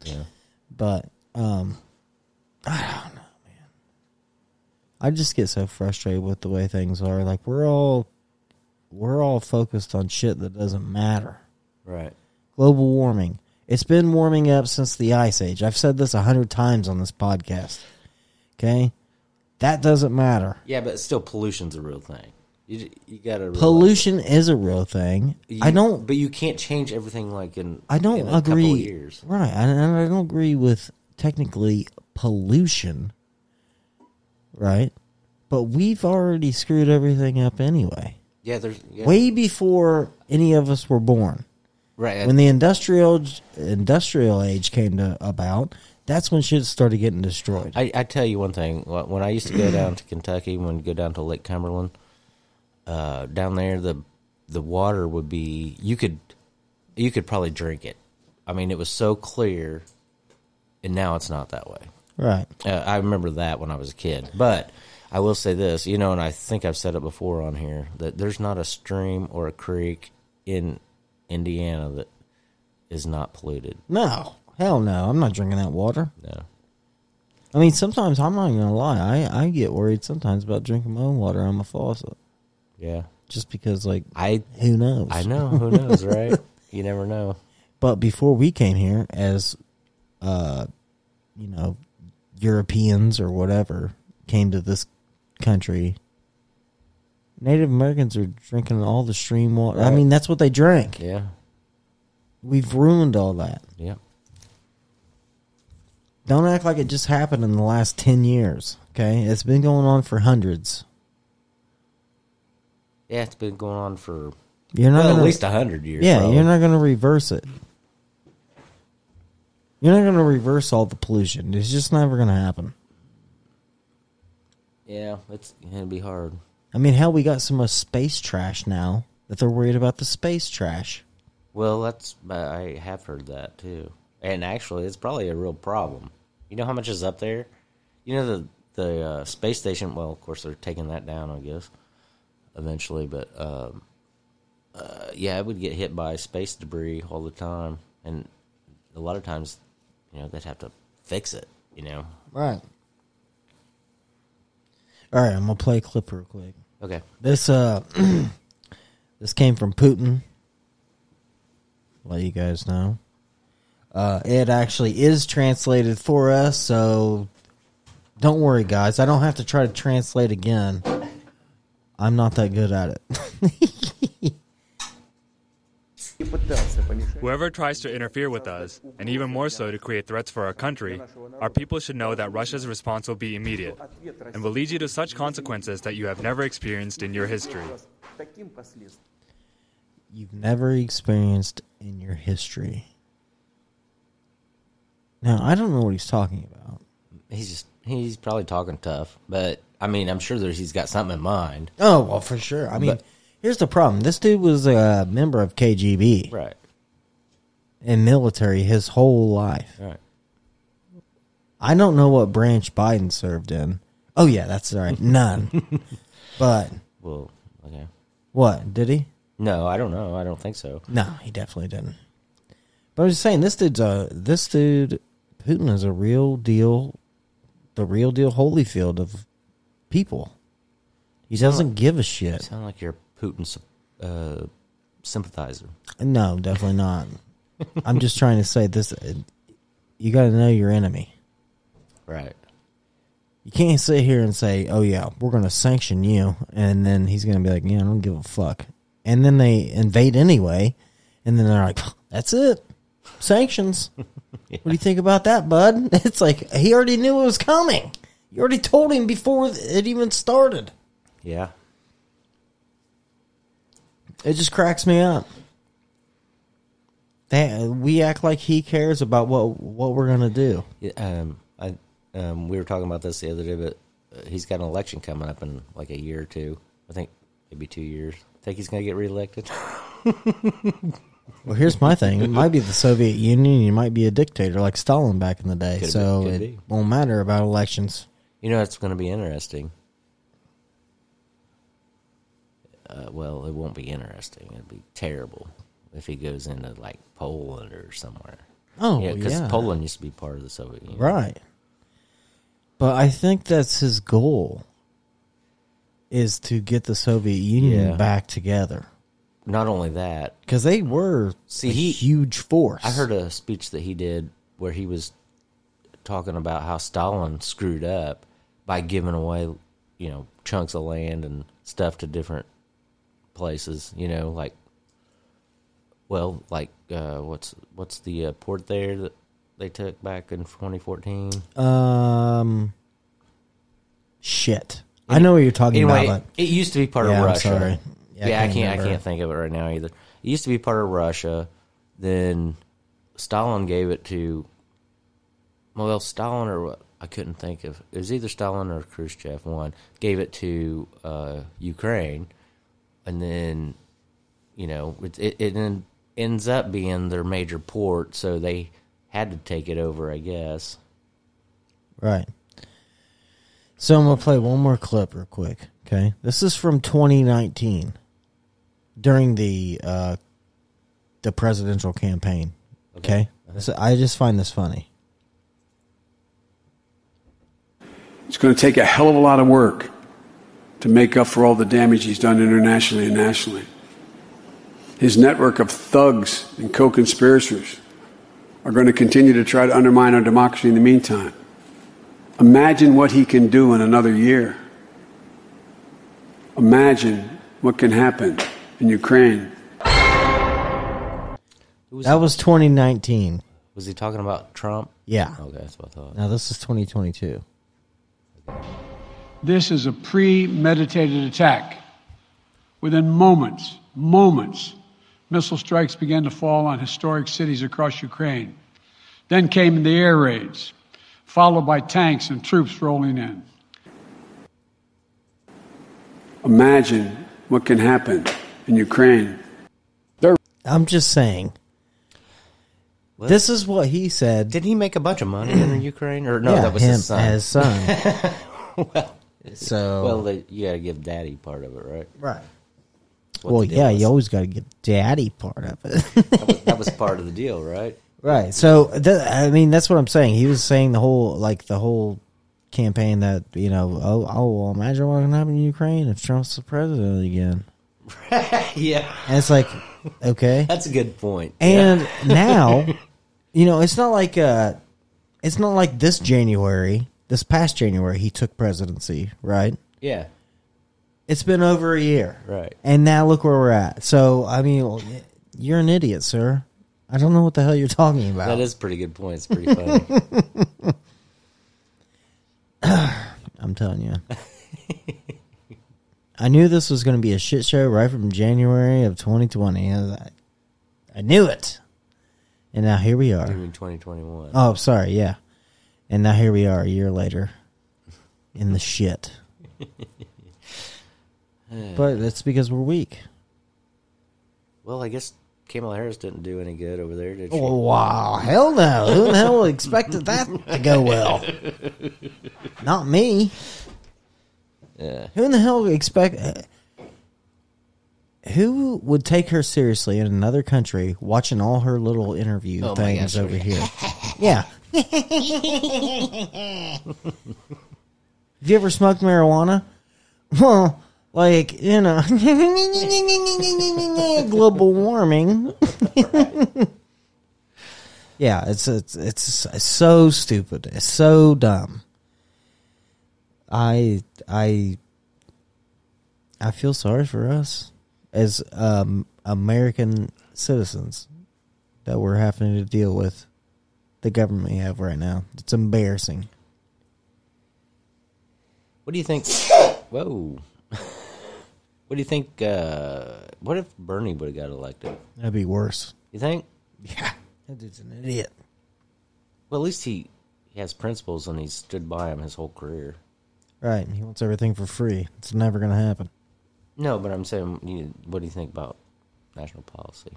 B: Yeah.
A: But um, I don't know, man. I just get so frustrated with the way things are. Like we're all we're all focused on shit that doesn't matter.
B: Right.
A: global warming. It's been warming up since the ice age. I've said this a hundred times on this podcast. Okay, that doesn't matter.
B: Yeah, but still, pollution's a real thing. You you gotta realize-
A: Pollution is a real thing.
B: You-
A: I don't.
B: but you can't change everything like in.
A: I
B: in
A: don't
B: a couple of
A: agree.
B: years.
A: Right, I- and I don't agree with technically pollution. Right, but we've already screwed everything up anyway.
B: Yeah, there's yeah,
A: Way before any of us were born.
B: right.
A: when the industrial industrial age came to about, that's when shit started getting destroyed.
B: I, I tell you one thing. wh- When I used to go down to Kentucky, when go down to Lake Cumberland, uh, down there the the water would be you could you could probably drink it. I mean, it was so clear, and now it's not that way.
A: Right.
B: Uh, I remember that when I was a kid. But I will say this, you know, and I think I've said it before on here that there's not a stream or a creek in Indiana that is not polluted.
A: No. Hell no. I'm not drinking that water.
B: No.
A: I mean, sometimes I'm not even gonna lie. I I get worried sometimes about drinking my own water on my faucet.
B: Yeah.
A: just because like
B: I
A: who knows?
B: I know. Who
A: *laughs*
B: knows, right? you never know.
A: But before we came here, as uh, you know, Europeans or whatever came to this country, Native Americans are drinking all the stream water. I
B: Right.
A: mean, that's what they drank.
B: Yeah.
A: We've ruined all that.
B: Yeah.
A: Don't act like it just happened in the last 10 years, okay? It's been going on for hundreds.
B: Yeah. It's been going on for
A: You're not
B: well,
A: gonna,
B: at least hundred years.
A: Yeah,
B: probably.
A: you're not going to reverse it. You're not going to reverse all the pollution. It's just never going to happen.
B: Yeah. It's gonna be hard.
A: I mean, hell, we got so much space trash now that they're worried about the space trash.
B: Well, that's I have heard that too, and actually, it's probably a real problem. You know how much is up there? You know the the uh, space station. Well, of course, they're taking that down, I guess, eventually. But um, uh, yeah, I would get hit by space debris all the time, and a lot of times, you know, they'd have to fix it. You know?
A: Right. All right, I'm gonna play a clip real quick.
B: Okay.
A: This uh, *clears throat* this came from Putin. Let you guys know. Uh, it actually is translated for us, so don't worry, guys. I don't have to try to translate again. I'm not that good at it. *laughs*
D: Whoever tries to interfere with us, and even more so to create threats for our country, our people should know that Russia's response will be immediate and will lead you to such consequences that you have never experienced in your history.
A: you've never experienced in your history. Now, I don't know what he's talking about.
B: He's just he's probably talking tough, but I mean, I'm sure that he's got something in mind.
A: Oh, well, for sure. I mean,
B: But-
A: here's the problem. This dude was a member of KGB
B: Right.
A: and military his whole life.
B: Right.
A: I don't know what branch Biden served in. Oh, yeah, that's all right.
B: *laughs*
A: None. but
B: Well. Okay.
A: what? Did he?
B: No, I don't know. I don't think so.
A: No, he definitely didn't. But I'm just saying, this dude's a this dude Putin is a real deal, the real deal Holyfield of people. He doesn't give a
B: You
A: shit.
B: sound like you're a Putin sy- uh, sympathizer.
A: No, definitely not. I'm just trying to say this. uh, You got to know your enemy.
B: Right.
A: You can't sit here and say, "Oh yeah, we're going to sanction you," and then he's going to be like, "Yeah, I don't give a fuck," and then they invade anyway, and then they're like, "That's it, sanctions." What do you think about that, bud? *laughs* It's like he already knew it was coming. You already told him before it even started.
B: Yeah.
A: It just cracks me up. That we act like he cares about what what we're gonna do.
B: Yeah, Um, I, um, we were talking about this the other day, but uh, he's got an election coming up in like a year or two. I think maybe two years. Think he's going to get reelected? *laughs*
A: Well, here's my thing. It might be the Soviet Union. You might be a dictator like Stalin back in the day.
B: Could
A: so
B: be- could
A: it
B: be.
A: won't matter about elections.
B: You know, it's going to be interesting. Uh, well, it won't be interesting. It'd be terrible if he goes into like Poland or somewhere.
A: Oh,
B: yeah,
A: yeah.
B: because Poland used to be part of the Soviet Union.
A: Right. But I think that's his goal is to get the Soviet Union
B: Yeah.
A: back together.
B: Not only that,
A: Because they were
B: See,
A: a
B: he-
A: huge force.
B: I heard a speech that he did where he was talking about how Stalin screwed up by giving away, you know, chunks of land and stuff to different places. You know, like, well, like uh, what's what's the uh, port there that they took back in 2014?
A: Um, shit. I know what you're talking
B: Anyway,
A: about.
B: it used to be part
A: Yeah,
B: of
A: I'm
B: Russia.
A: sorry. Yeah,
B: Yeah,
A: I
B: I
A: can't
B: can't. I can't,
A: remember.
B: think of it right now either. It used to be part of Russia. Then Stalin gave it to. Well, Stalin or what? I couldn't think of. It was either Stalin or Khrushchev. One gave it to uh, Ukraine, and then you know it, it, it en- ends up being their major port, so they had to take it over, I guess.
A: But, right. So I'm going to play one more clip real quick. Okay. This is from 2019 during the uh, the presidential campaign. Okay. So I just find this funny.
E: It's going to take a hell of a lot of work to make up for all the damage he's done internationally and nationally. His network of thugs and co conspirators are going to continue to try to undermine our democracy in the meantime. Imagine what he can do in another year. Imagine what can happen in Ukraine.
B: Was,
A: That was 2019.
B: was he talking about Trump?
A: Yeah.
B: Okay, that's what I thought.
A: Now this is 2022.
F: This is a premeditated attack. Within moments, moments, missile strikes began to fall on historic cities across Ukraine. Then came the air raids, followed by tanks and troops rolling in.
E: Imagine what can happen in Ukraine.
A: I'm just saying.
B: Well-
A: this is what he said.
B: Did he make a bunch of
A: *clears throat*
B: money in Ukraine? Or no,
A: Yeah,
B: that was
A: him
B: his son.
A: as son.
B: *laughs*
A: so
B: well, they, you got to give daddy part of it, right?
A: right.
B: That's what
A: Well,
B: the deal
A: yeah,
B: was.
A: you always got to get daddy part of it.
B: *laughs* that was part of the deal, right?
A: Right. So th- I mean, that's what I'm saying. He was saying the whole like the whole campaign that you know, oh, oh, well, imagine what can happen in Ukraine if Trump's the president again.
B: *laughs* yeah,
A: And it's like, okay.
B: that's a good point. *laughs*
A: And now, you know, it's not like uh, it's not like this January, this past January, he took presidency, right?
B: yeah,
A: It's been over a year,
B: Right.
A: And now look where we're at. So I mean, you're an idiot, sir. I don't know what the hell you're talking about.
B: that is a pretty good point. It's pretty funny.
A: *laughs* I'm telling you. *laughs* I knew this was going to be a shit show right from January of 2020. I, I knew it. And now here we are.
B: During 2021.
A: Oh, sorry. Yeah. And now here we are a year later in the shit. but that's because we're weak.
B: Well, I guess Kamala Harris didn't do any good over there, did she?
A: Oh, wow. Hell no. Who the hell expected that to go well? Not me. Who in the hell would expect. uh, Who would take her seriously in another country watching all her little interview
B: Oh my
A: things
B: gosh.
A: over here? yeah. Have you ever smoked marijuana? Well, like, you know, *laughs* global warming. Yeah, it's it's it's so stupid. It's so dumb. I I I feel sorry for us as um, American citizens that we're having to deal with the government we have right now. It's embarrassing.
B: What do you think? *coughs* Whoa. *laughs* what do you think? Uh, what if Bernie would have got elected?
A: That'd be worse.
B: You think?
A: Yeah, that dude's an idiot.
B: Well, at least he, he has principles and he's stood by him his whole career.
A: Right? He wants everything for free. It's never gonna happen.
B: No, but I'm saying, you, what do you think about national policy?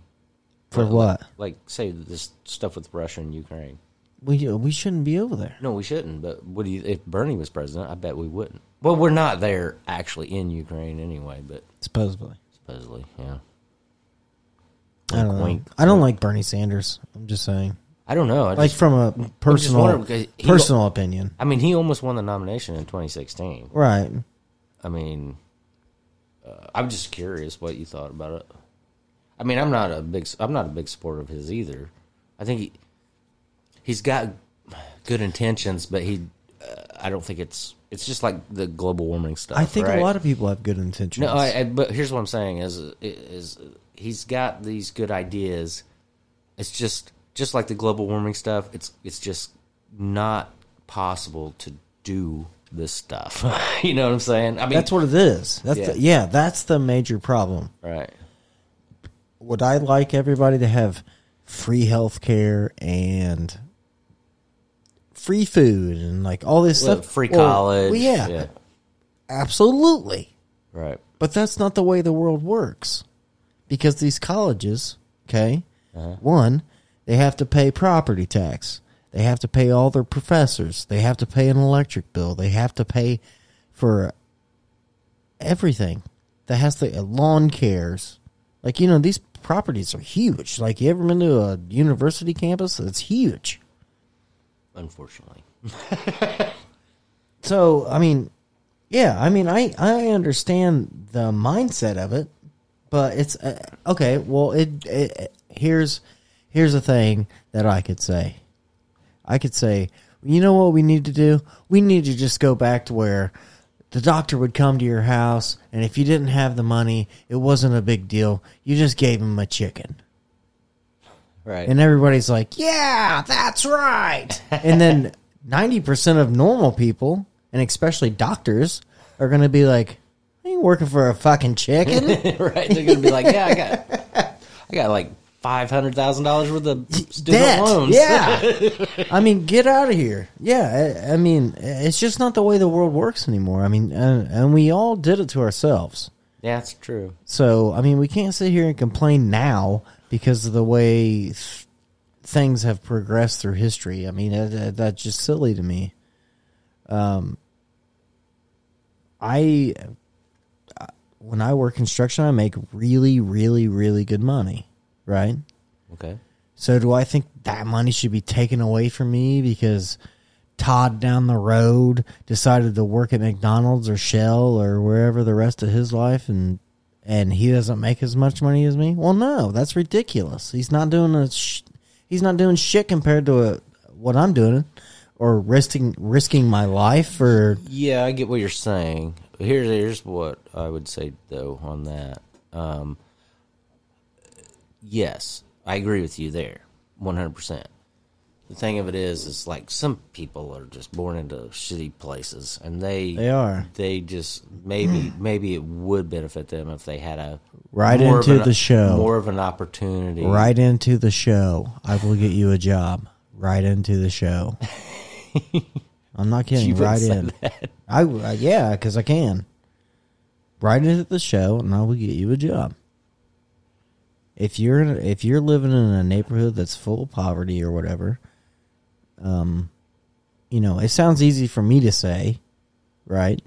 A: For what?
B: Like, say this stuff with Russia and Ukraine.
A: We we shouldn't be over there.
B: No, we shouldn't. But what do you? If Bernie was president, I bet we wouldn't. Well, we're not there actually in Ukraine anyway. But
A: Supposedly.
B: supposedly, yeah.
A: I don't
B: Wink,
A: know.
B: wink.
A: I don't like Bernie Sanders. I'm just saying.
B: I don't know. I
A: like
B: just-
A: from a
B: wonder
A: personal
B: because he-
A: personal opinion,
B: I mean, he almost won the nomination in 2016.
A: right?
B: I mean, uh, I'm just curious what you thought about it. I mean, I'm not a big I'm not a big supporter of his either. I think he he's got good intentions, but he uh, I don't think it's it's just like the global warming stuff.
A: I think
B: right?
A: a lot of people have good intentions.
B: No, I, I, but here's what I'm saying is is he's got these good ideas. It's just just like the global warming stuff. It's it's just not possible to do this stuff. *laughs* you know what I'm saying? I mean,
A: that's what it is. That's yeah.
B: Yeah.
A: The, yeah, that's the major problem.
B: right.
A: Would I like everybody to have free health care and free food and like all this
B: Well,
A: stuff?
B: free
A: Well,
B: college.
A: well, yeah,
B: yeah,
A: absolutely.
B: right.
A: But that's not the way the world works. Because these colleges, okay, one, they have to pay property tax. They have to pay all their professors. They have to pay an electric bill. They have to pay for everything that has to uh, lawn cares. Like, you know, these properties are huge. Like, you ever been to a university campus? It's huge.
B: Unfortunately,
A: So, I mean, Yeah, I mean, I I understand the mindset of it, but it's uh, okay. Well, it, it it- here's here's a thing that I could say. I could say, you know what we need to do? We need to just go back to where the doctor would come to your house, and if you didn't have the money, it wasn't a big deal. You just gave him a chicken.
B: Right.
A: And everybody's like, yeah, that's right. and then 90% of normal people, and especially doctors, are going to be like, I ain't working for a fucking chicken.
B: *laughs* right. They're gonna be like, yeah, I got, I got like five hundred thousand dollars worth of student
A: Debt.
B: loans.
A: Yeah. I mean, get out of here. Yeah. I, I mean, it's just not the way the world works anymore. I mean, and, and we all did it to ourselves.
B: yeah, it's true.
A: So, I mean, we can't sit here and complain now because of the way th- things have progressed through history. I mean, that, that, that's just silly to me. Um, I, I- when I work construction, I make really, really, really good money, right?
B: Okay.
A: So, do I think that money should be taken away from me because Todd down the road decided to work at McDonald's or Shell or wherever the rest of his life and and he doesn't make as much money as me? Well, no, that's ridiculous. He's not doing a sh- he's not doing shit compared to uh what I'm doing or risking risking my life or
B: Yeah, I get what you're saying. Here's here's what I would say though on that. Um, yes, I agree with you there, one hundred percent. The thing of it is, is like some people are just born into shitty places, and they
A: They are.
B: they just maybe *clears throat* maybe it would benefit them if they had a
A: Right
B: more of
A: into
B: an-
A: the show.
B: more of an opportunity,
A: right into the show. I will get you a job. Right into the
B: *laughs*
A: show. I'm not kidding.
B: You wouldn't
A: right
B: say
A: in. I uh, yeah, because I can. Right into the show, and I will get you a job. If you're in, if you're living in a neighborhood that's full of poverty or whatever, um, you know it sounds easy for me to say, right?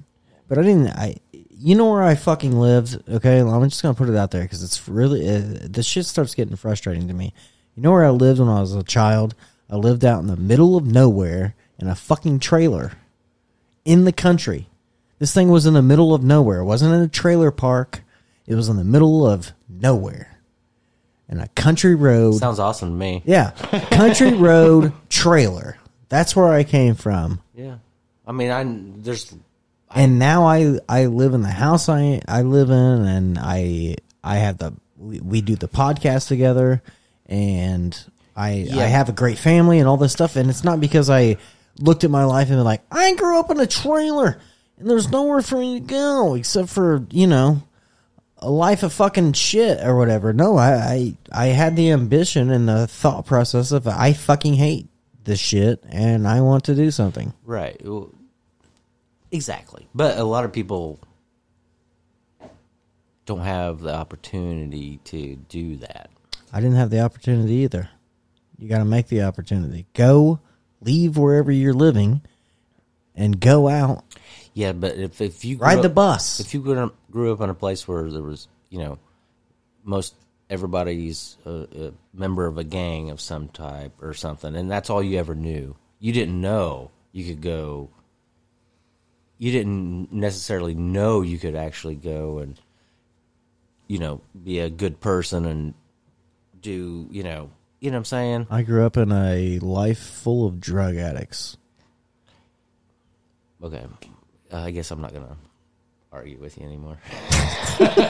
A: But I didn't. I you know where I fucking lived. Okay, Well, I'm just gonna put it out there because it's really uh, the shit starts getting frustrating to me. You know where I lived when I was a child? I lived out in the middle of nowhere in a fucking trailer in the country. This thing was in the middle of nowhere. It wasn't in a trailer park. It was in the middle of nowhere. And a country road.
B: Sounds awesome to me.
A: yeah. Country road trailer. That's where I came from.
B: Yeah. I mean, I there's
A: and now I I live in the house I I live in, and I I have the we, we do the podcast together, and I I have a great family and all this stuff, and it's not because I looked at my life and been like I grew up in a trailer and there's nowhere for me to go except for you know a life of fucking shit or whatever. No, I I, I had the ambition and the thought process of I fucking hate this shit and I want to do something.
B: Right. Well, Exactly. But a lot of people don't have the opportunity to do that.
A: I didn't have the opportunity either. You got to make the opportunity. Go, leave wherever you're living, and go out.
B: Yeah, but if if you grew
A: Ride the
B: up-
A: bus.
B: if you grew up, grew up in a place where there was, you know, most everybody's a, a member of a gang of some type or something, and that's all you ever knew. You didn't know you could go. You didn't necessarily know you could actually go and, you know, be a good person and do you know you know what I'm saying?
A: I grew up in a life full of drug addicts.
B: Okay, uh, I guess I'm not gonna argue with you
A: *laughs*
B: anymore.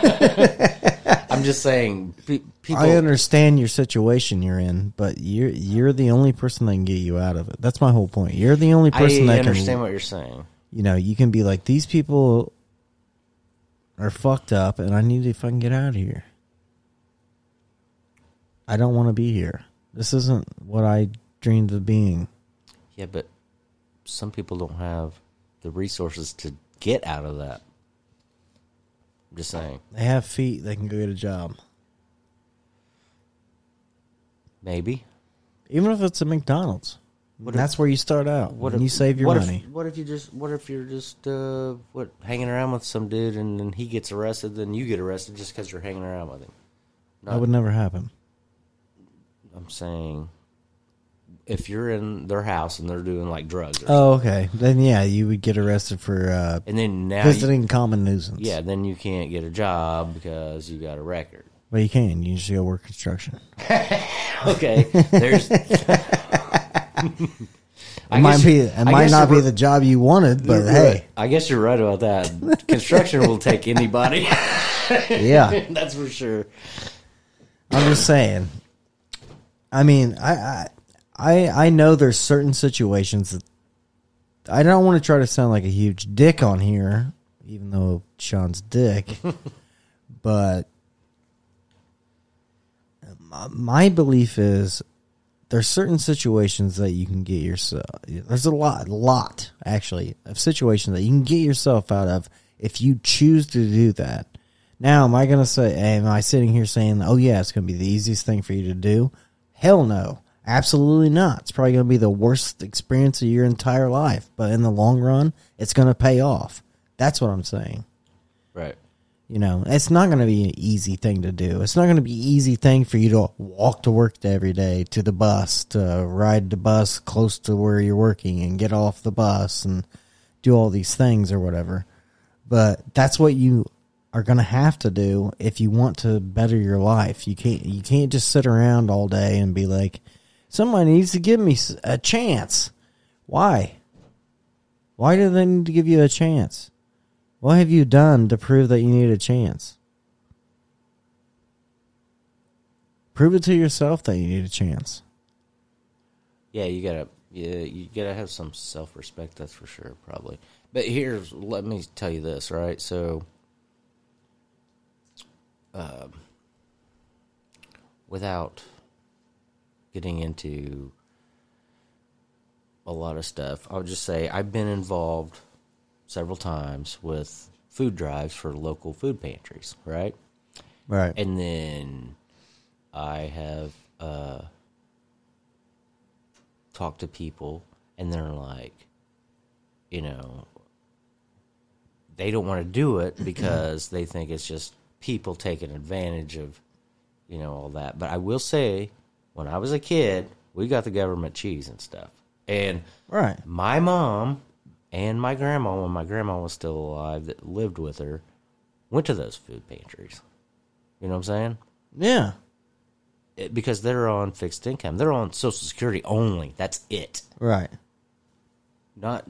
B: I'm just saying, pe- people.
A: I understand your situation you're in, but you're you're the only person that can get you out of it. That's my whole point. You're the only person
B: I
A: that
B: understand
A: can
B: what you're saying.
A: you know, you can be like these people are fucked up and I need to fucking get out of here. I don't want to be here. This isn't what I dreamed of being.
B: Yeah, but some people don't have the resources to get out of that. I'm just saying,
A: They have feet, they can go get a job.
B: maybe.
A: Even if it's a McDonald's. And that's where you start out. What and you save your
B: what
A: money.
B: If, what if you just? What if you're just uh, what hanging around with some dude and then he gets arrested, then you get arrested just because you're hanging around with him?
A: that would never happen.
B: I'm saying if you're in their house and they're doing like drugs, or,
A: Oh, okay. Then yeah, you would get arrested for uh,
B: and then now, you,
A: visiting common nuisance.
B: yeah, then you can't get a job because you got
A: *laughs*
B: a record.
A: but you can. You just go work construction.
B: Okay, there's. I
A: It might
B: guess-
A: be. It
B: I
A: might
B: guess
A: not be
B: you're-
A: the job you wanted, but
B: *laughs* you're
A: hey,
B: right. I guess you're right about that. Construction will take anybody. *laughs*
A: yeah.
B: That's for sure.
A: I'm just saying. I mean, I, I, I, I know there's certain situations that I don't want to try to sound like a huge dick on here, even though Sean's dick, but uh, my, my belief is there's certain situations that you can get yourself. There's a lot, lot actually, of situations that you can get yourself out of if you choose to do that. Now, am I going to say, am I sitting here saying, oh, yeah, it's going to be the easiest thing for you to do? Hell no. Absolutely not. It's probably going to be the worst experience of your entire life. But in the long run, it's going to pay off. That's what I'm saying.
B: Right.
A: You know, it's not going to be an easy thing to do. It's not going to be an easy thing for you to walk to work every day, to the bus, to ride the bus close to where you're working and get off the bus and do all these things or whatever. But that's what you are going to have to do if you want to better your life. You can't you can't just sit around all day and be like somebody needs to give me s- a chance. Why? Why do they need to give you a chance? What have you done to prove that you need a chance? Prove it to yourself that you need a chance.
B: Yeah, you gotta yeah, you gotta have some self respect, that's for sure, probably. But here's let me tell you this, right? So um without getting into a lot of stuff, I'll just say I've been involved several times with food drives for local food pantries, right?
A: Right.
B: And then I have uh, talked to people, and they're like, you know, they don't want to do it because they think it's just people taking advantage of, you know, all that. But I will say, when I was a kid, we got the government cheese and stuff. And
A: right.
B: my mom and my grandma, when my grandma was still alive, that lived with her, went to those food pantries. You know what I'm saying?
A: Yeah.
B: It- because they're on fixed income, they're on Social Security only. That's it.
A: Right.
B: Not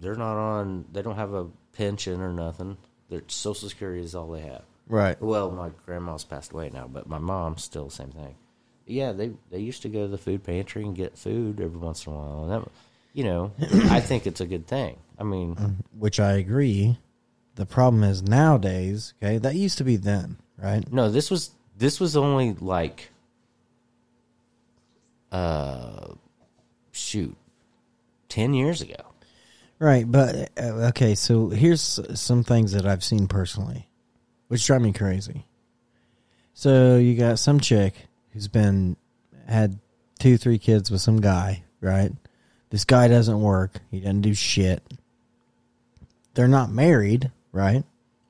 B: they're not on. They don't have a pension or nothing. Their Social Security is all they have.
A: Right.
B: Well, my grandma's passed away now, but my mom's still the same thing. Yeah, they they used to go to the food pantry and get food every once in a while, and that, you know, I think it's a good thing. I mean,
A: Which I agree. The problem is nowadays, okay, that used to be then, right?
B: No, this was this was only like uh shoot 10 years ago.
A: Right. But, uh, okay, so here's some things that I've seen personally, which drive me crazy. So you got some chick who's been had two, three kids with some guy, right? This guy doesn't work. He doesn't do shit. They're not married, right?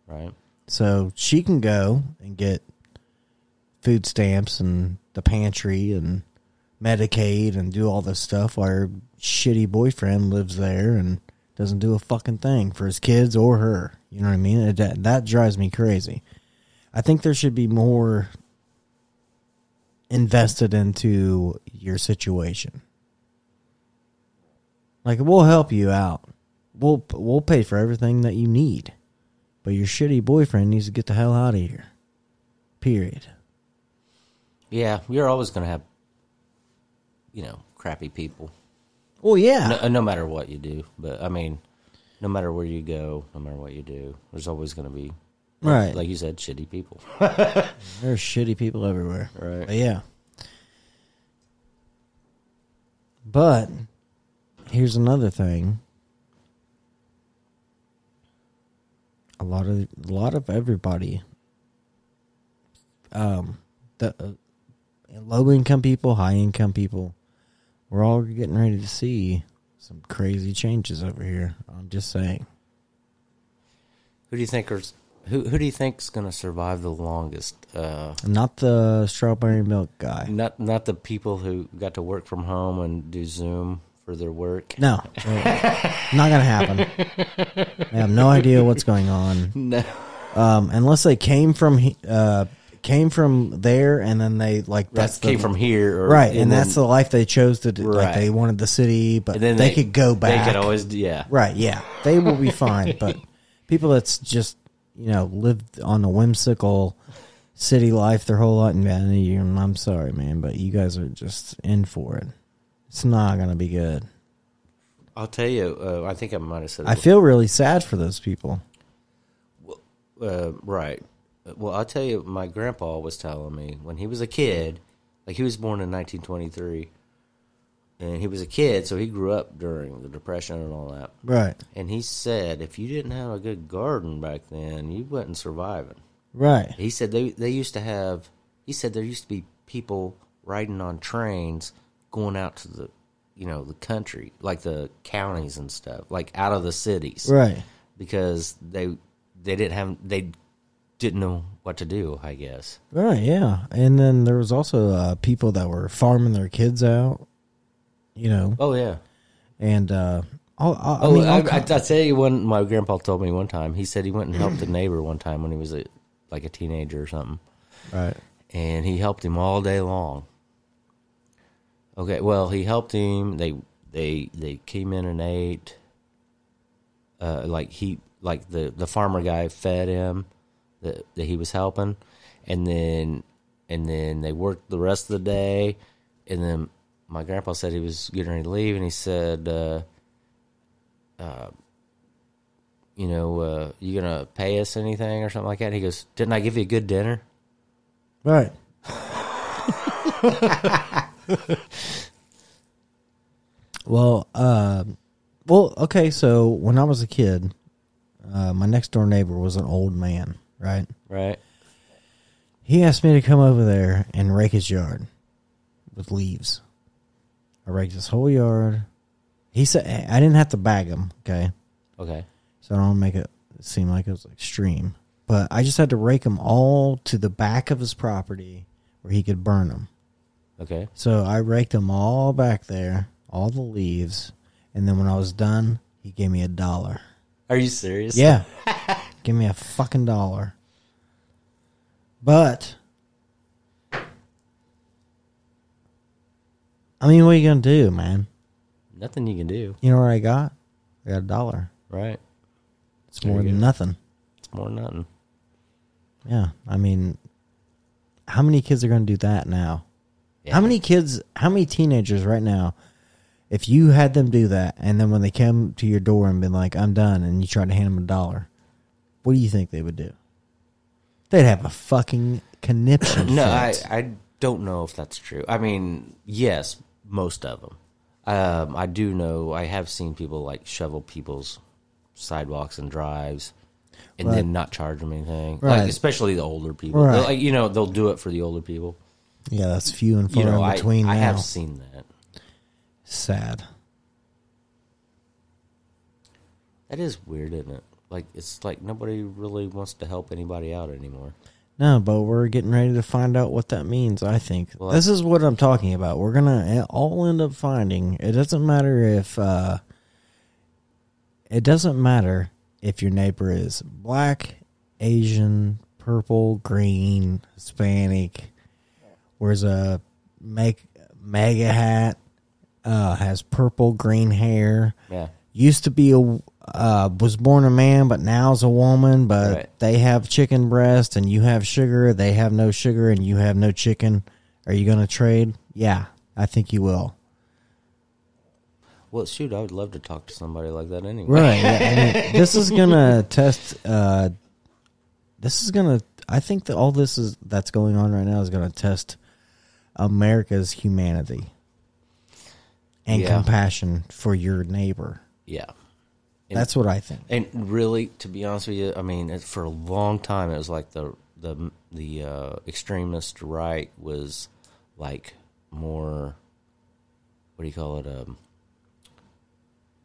B: Right?
A: So she can go and get food stamps and the pantry and Medicaid and do all this stuff while her shitty boyfriend lives there and doesn't do a fucking thing for his kids or her. You know what I mean? It- That, that drives me crazy. I think there should be more invested into your situation. Like we'll help you out. We'll we'll pay for everything that you need. But your shitty boyfriend needs to get the hell out of here. Period.
B: Yeah, you're always going to have you know, crappy people
A: Well, yeah.
B: no, no matter what you do. But I mean, no matter where you go, no matter what you do, there's always going to be like-
A: Right.
B: like you said shitty people.
A: There's shitty people everywhere.
B: Right.
A: But yeah. But here's another thing. A lot of a lot of everybody um the uh, low income people, high income people, we're all getting ready to see some crazy changes over here. I'm just saying.
B: Who do you think are Who who do you think's going to survive the longest? Uh,
A: Not the strawberry milk guy.
B: not not the people who got to work from home and do Zoom for their work.
A: No, not gonna happen. I have no idea what's going on.
B: No.
A: um, unless they came from he- uh, came from there and then they like
B: That
A: that's
B: came
A: the,
B: from here, or,
A: right, and, that's
B: then-
A: the life they chose to do.
B: Right.
A: Like they wanted the city, but
B: and
A: then they, could go back.
B: They could always, yeah.
A: right, yeah, they will be fine. But people that's just you know lived on a whimsical city life their whole life, man, you, I'm sorry, man, but you guys are just in for it. It's not gonna be good.
B: I'll tell you. Uh, I think I might have said.
A: I
B: it
A: feel really sad for those people.
B: uh, right. Well, I'll tell you, my grandpa was telling me when he was a kid, like he was born in 1923, and he was a kid, so he grew up during the Depression and all that.
A: Right,
B: And he said, if you didn't have a good garden back then, you wasn't surviving.
A: right.
B: He said they they used to have. He said there used to be people riding on trains going out to the, you know, the country, like the counties and stuff, like out of the cities,
A: Right.
B: because they they didn't have they didn't know what to do. I guess
A: Right, yeah. And then there was also uh, people that were farming their kids out, you know,
B: Oh yeah.
A: and uh, all, all,
B: Oh, I
A: I mean, all
B: I,
A: kin-
B: I tell you, one my grandpa told me one time. He said he went and helped a neighbor one time when he was a, like a teenager or something,
A: right,
B: and he helped him all day long. Okay, well, he helped him. They they they came in and ate. Uh, like he like the the farmer guy fed him that that he was helping, and then and then they worked the rest of the day, and then my grandpa said he was getting ready to leave, and he said. Uh, you know, uh, you gonna pay us anything or something like that? And he goes, "Didn't I give you a good dinner?"
A: right. well, uh, well, okay. So when I was a kid, uh, my next door neighbor was an old man, right?
B: Right?
A: He asked me to come over there and rake his yard with leaves. I raked his whole yard. He said I didn't have to bag him, okay?
B: Okay.
A: So I don't make it seem like it was extreme. But I just had to rake them all to the back of his property where he could burn them.
B: Okay.
A: So I raked them all back there, all the leaves, and then when I was done, he gave me a dollar.
B: Are you serious? *laughs*
A: Yeah. Give me a fucking dollar. But I mean, what are you gonna do, man?
B: Nothing you can do.
A: You know what I got? I got a dollar.
B: Right.
A: It's
B: There
A: more
B: you
A: than
B: go.
A: nothing.
B: It's more than nothing.
A: Yeah. I mean, how many kids are gonna do that now? How many kids? How many teenagers right now? If you had them do that, and then when they come to your door and been like, "I'm done," and you tried to hand them a dollar, what do you think they would do? They'd have a fucking conniption.
B: *laughs* No, I,
A: fit.
B: I don't know if that's true. I mean, yes, most of them. Um, I do know. I have seen people like shovel people's sidewalks and drives, and then not charge them anything. Like
A: Right.
B: especially the older people.
A: Right.
B: Like you know, they'll do it for the older people.
A: yeah, that's few and far
B: You know,
A: in
B: I
A: between
B: I
A: now.
B: have seen that.
A: Sad.
B: That is weird, isn't it? Like it's like nobody really wants to help anybody out anymore.
A: No, but we're getting ready to find out what that means, I think. this is what I'm talking about. We're going to all end up finding. It doesn't matter if uh it doesn't matter if your neighbor is black, Asian, purple, green, Hispanic, wears a make mega hat, uh has purple green hair
B: Yeah.
A: used to be a uh, was born a man but now's a woman but
B: Right.
A: they have chicken breast and you have sugar they have no sugar and you have no chicken are you going to trade yeah i think you will
B: Well, shoot, I would love to talk to somebody like that anyway.
A: right yeah, I mean, this is going to test uh, this is going to i think that all this is that's going on right now is going to test america's humanity and
B: Yeah.
A: compassion for your neighbor
B: Yeah.
A: that's what i think
B: And really, to be honest with you, I mean, it, for a long time, it was like the the the uh, extremist right was like more. What do you call it? Um,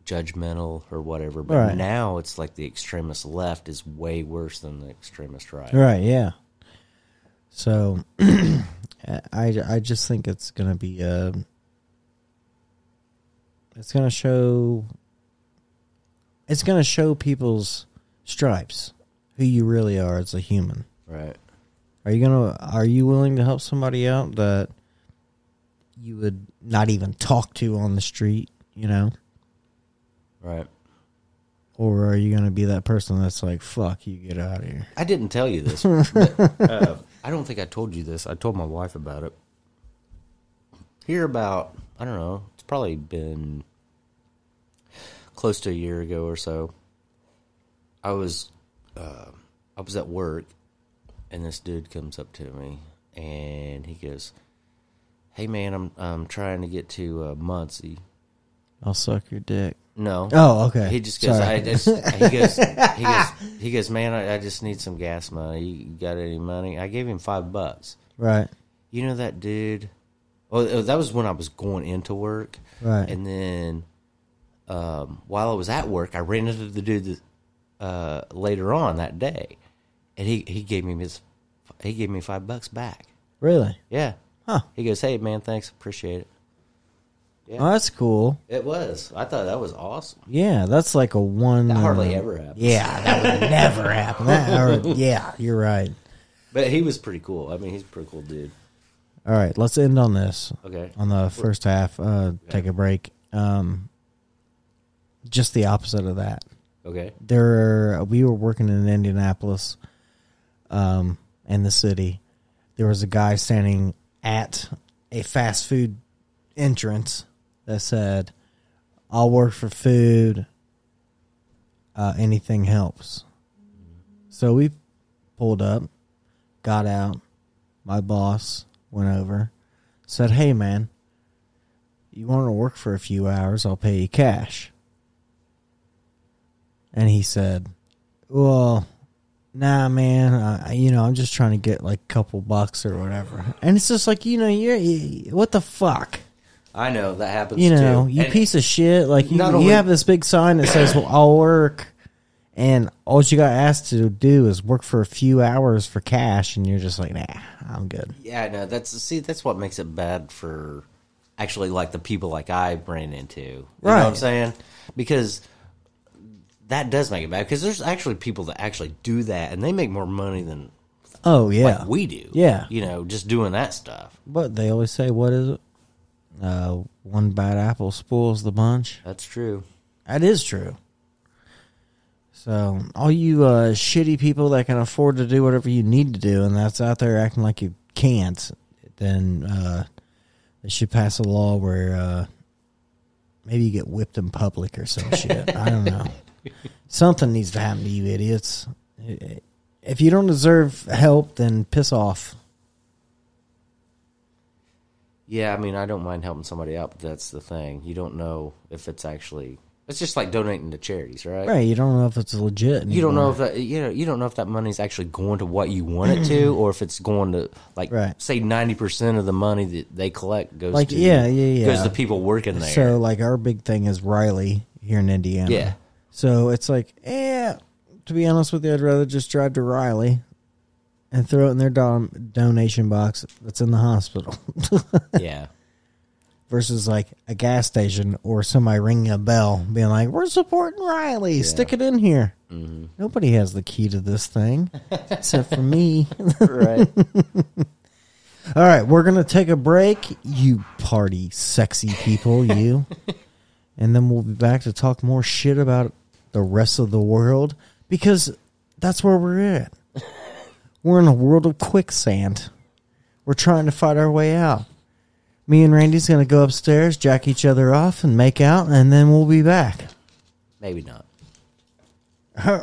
B: judgmental or whatever. But
A: Right.
B: now it's like the extremist left is way worse than the extremist right.
A: Right. Yeah. So, *clears throat* I I just think it's gonna be uh It's gonna show. It's gonna show people's stripes, who you really are as a human.
B: Right.
A: Are you gonna? Are you willing to help somebody out that you would not even talk to on the street? You know,
B: Right.
A: or are you gonna be that person that's like, "Fuck you, get out of here"?
B: I didn't tell you this. but, uh, I don't think I told you this. I told my wife about it. Here about I don't know. It's probably been close to a year ago or so. I was uh, I was at work, and this dude comes up to me and he goes, "Hey man, I'm I'm trying to get to uh, Muncie."
A: I'll suck your dick.
B: No.
A: Oh, okay.
B: He just goes.
A: Sorry.
B: I just. He goes.
A: *laughs*
B: He goes. He goes. Man, I, I just need some gas money. You got any money? I gave him five bucks.
A: Right.
B: You know that dude. Oh, that was when I was going into work.
A: Right.
B: And then, um, while I was at work, I ran into the dude that, uh, later on that day, and he he gave me his he gave me five bucks back.
A: Really?
B: Yeah.
A: Huh.
B: He goes, hey man, thanks, appreciate it.
A: Oh, that's cool.
B: It was. I thought that was awesome.
A: Yeah, that's like a one.
B: That hardly
A: uh,
B: ever happens.
A: Yeah, that would never happen.
B: *laughs*
A: That, or, yeah, you're right.
B: But he was pretty cool. I mean, he's a pretty cool dude.
A: All right, let's end on this.
B: Okay.
A: On the first half, uh, take a break. Um, just the opposite of that.
B: Okay.
A: there we were working in Indianapolis, um, in the city. There was a guy standing at a fast food entrance that said, "I'll work for food. Uh, anything helps." So we pulled up, got out. My boss went over, said, "Hey, man." You want to work for a few hours? I'll pay you cash. And he said, "Well, nah, man. I, I- you know, I'm just trying to get like a couple bucks or whatever." And it's just like, you know, you're you, what the fuck,
B: I know that happens.
A: you know,
B: too.
A: you
B: And-
A: piece of shit. Like you,
B: Not
A: you
B: only-
A: have this big sign that says, "Well, I'll work," and all you got asked to do is work for a few hours for cash, and you're just like, "Nah, I'm good."
B: Yeah, I know. That's see, that's what makes it bad for actually like the people like I ran into. You know what I'm
A: Right.
B: saying? Because that does make it bad because there's actually people that actually do that and they make more money than
A: Oh yeah,
B: like we do.
A: Yeah.
B: You know, just doing that stuff.
A: But they always say, "What is it? Uh, one bad apple spoils the bunch."
B: That's true.
A: That is true. So, all you uh, shitty people that can afford to do whatever you need to do, and that's out there acting like you can't, then uh, they should pass a law where uh, maybe you get whipped in public or some shit. I don't
B: *laughs*
A: know. Something needs to happen to you idiots. If you don't deserve help, then piss off.
B: Yeah, I mean, I don't mind helping somebody out, but that's the thing. You don't know if it's actually. It's just like donating to charities, right?
A: Right? You don't know if it's legit.
B: you don't
A: anymore.
B: know if that you know you don't know if that money's actually going to what you want
A: *clears throat*
B: it to or if it's going to like
A: Right.
B: say 90% of the money that they collect goes
A: Like,
B: to
A: yeah, yeah,
B: goes
A: yeah.
B: to people working there
A: So like our big thing is Riley here in Indiana.
B: Yeah.
A: So it's like, eh, to be honest with you, I'd rather just drive to Riley and throw it in their don- donation box that's in the hospital
B: *laughs* yeah
A: versus like a gas station or somebody ringing a bell being like, we're supporting Riley. Stick it in here. Nobody has the key to this thing except for me.
B: right
A: *laughs* All right, we're gonna take a break, you party sexy people, you, and then we'll be back to talk more shit about the rest of the world because that's where we're at. We're in a world of quicksand. We're trying to fight our way out. Me and Randy's gonna go upstairs, jack each other off, and make out, and then we'll be back.
B: maybe not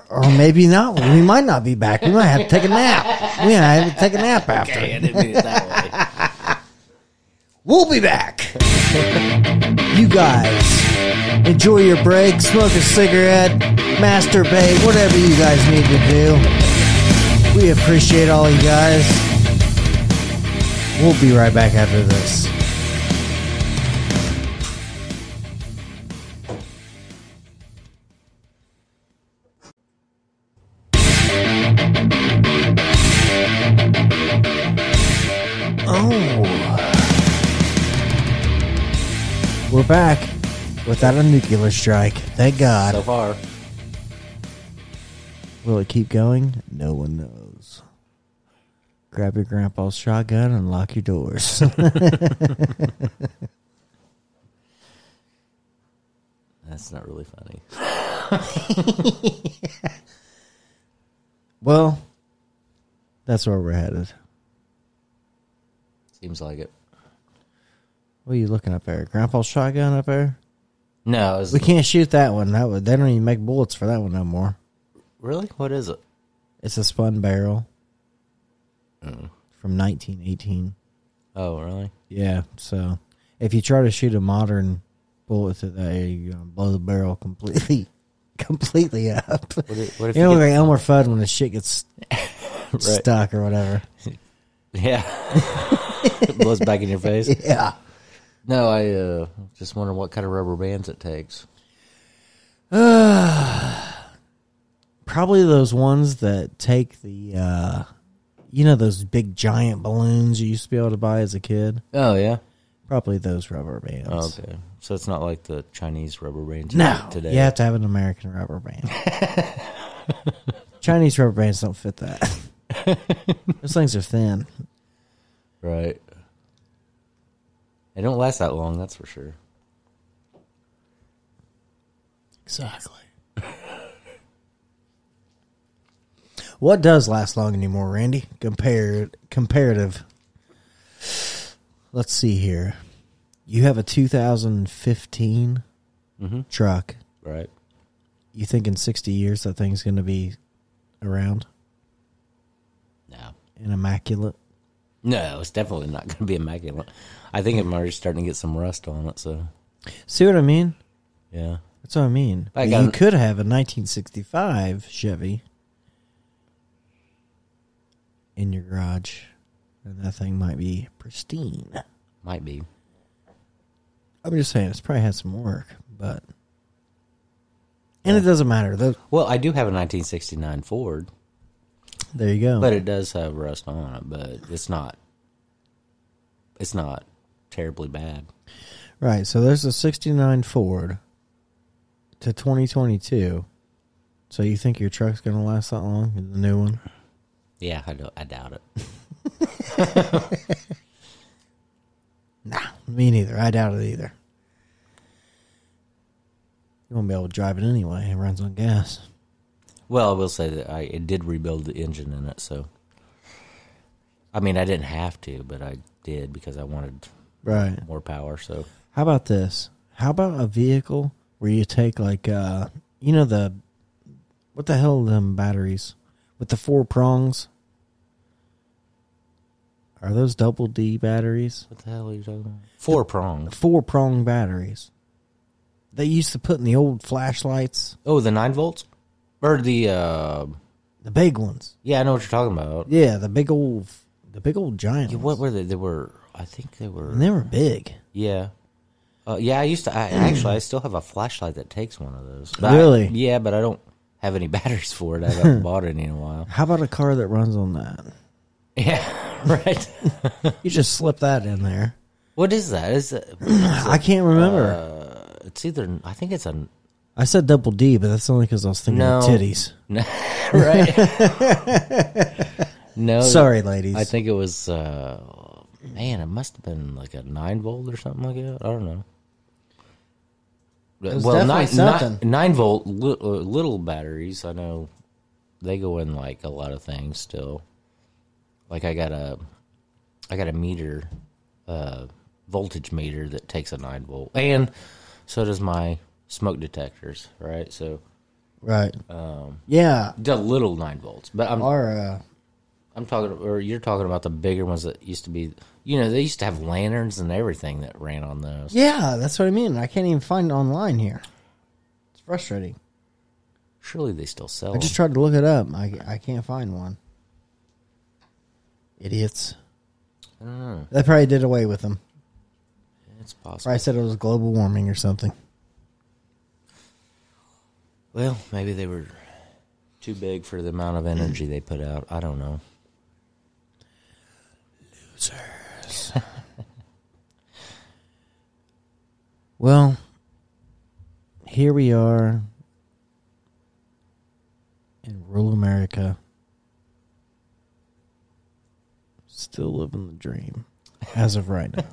A: Or maybe not. We might not be back. We might have to take a nap. We might have to take a nap after.
B: okay I didn't mean it that way
A: *laughs* We'll be back. you guys, enjoy your break, smoke a cigarette, masturbate, whatever you guys need to do. We appreciate all you guys. We'll be right back after this. Oh. back without a nuclear strike. Thank God.
B: So far,
A: Will it keep going? No one knows. Grab your grandpa's shotgun and lock your doors. *laughs*
B: that's not really funny.
A: well, that's where we're headed.
B: Seems like it.
A: What are you looking up there? Grandpa's shotgun up there?
B: No, it's,
A: We can't shoot that one. That one, they don't even make bullets for that one no more.
B: really. What is it?
A: It's a spun barrel from 1918.
B: Oh, really?
A: Yeah, so if you try to shoot a modern bullet through that, you're gonna blow the barrel completely, *laughs* completely up.
B: What if, what if
A: You know,
B: you
A: like
B: get-
A: Elmer Fudd when the shit
B: *laughs*
A: gets stuck or whatever.
B: yeah, it blows back in your face.
A: *laughs* Yeah.
B: No, I uh, just wonder what kind of rubber bands it takes.
A: Probably those ones that take the, uh, you know, those big giant balloons you used to be able to buy as a kid.
B: Oh yeah.
A: Probably those rubber bands.
B: Oh, okay. So it's not like the Chinese rubber bands you
A: No,
B: get today.
A: you have to have an American rubber
B: *laughs*
A: band. Chinese rubber bands don't fit
B: *laughs*
A: that. those things are thin.
B: Right. They don't last that long, that's for sure.
A: Exactly. *laughs* what does last long anymore, Randy? Compared comparative. Let's see here. You have a 2015 truck.
B: Right.
A: You think in 60 years that thing's going to be around
B: No.
A: and immaculate?
B: No, it's definitely not going to be immaculate. I think I'm already starting to get some rust on it, so
A: See what I mean?
B: yeah.
A: That's what I mean.
B: I
A: But
B: got
A: you
B: it.
A: could have a 1965 Chevy in your garage, and that thing might be pristine.
B: Might be.
A: I'm just saying, it's probably had some work, but. And it doesn't matter. Tho-
B: Well, I do have a 1969 Ford,
A: There you go.
B: but it does have rust on it, but it's not it's not terribly bad.
A: right, so there's a 69 Ford to 2022. So you think your truck's going to last that long? The new one?
B: Yeah, I don't, I doubt it.
A: Me neither. I doubt it either. You won't be able to drive it anyway. It runs on gas.
B: Well, I will say that I it did rebuild the engine in it, so I mean, I didn't have to, but I did because I wanted
A: Right.
B: more power, so
A: How about this? How about a vehicle where you take like uh you know the what the hell are them batteries with the four prongs? Are those double D batteries?
B: What the hell are you talking about? Four prongs.
A: Four prong batteries. They used to put in the old flashlights,
B: Oh, the nine volts? Or the uh
A: the big ones.
B: yeah, I know what you're talking about.
A: Yeah, the big old the big old giant.
B: Yeah,
A: ones.
B: What were they? They were I think they were
A: And they were big.
B: Yeah. Uh, yeah, I used to I actually I still have a flashlight that takes one of those. But I-
A: Really?
B: yeah, but I don't have any *laughs* batteries for it.
A: *laughs*
B: I haven't bought any in a while.
A: How about a car that runs on that?
B: Yeah. *laughs* Right.
A: You just slip that in there. Uh,
B: what is that? Is it, uh,
A: I can't remember.
B: it's either I think it's a
A: I said double D, but that's only because I was thinking of
B: No.
A: titties.
B: right. no.
A: Sorry, ladies.
B: I think it was uh man, it must have been like a nine volt or something like that. I don't know.
A: was definitely
B: nine,
A: something.
B: Nine, nine volt li- uh, little batteries. I know they go in like a lot of things still. Like I got a, I got a meter, uh, voltage meter that takes a nine volt, and so does my smoke detectors. Right, so
A: right. yeah.
B: the little nine volts, but
A: um,
B: I'm
A: Our uh,
B: I'm talking, or you're talking about the bigger ones that used to be. You know, they used to have lanterns and everything that ran on those.
A: yeah, that's what I mean. I can't even find it online here. It's frustrating.
B: Surely they still sell.
A: I just tried to look it up. I I can't find one. Idiots. They probably did away with them.
B: them. It's possible.
A: Probably said it was global warming or something.
B: Well, maybe they were too big for the amount of energy they put out. I don't know.
A: Well, here we are in rural America, still living the dream as of right now.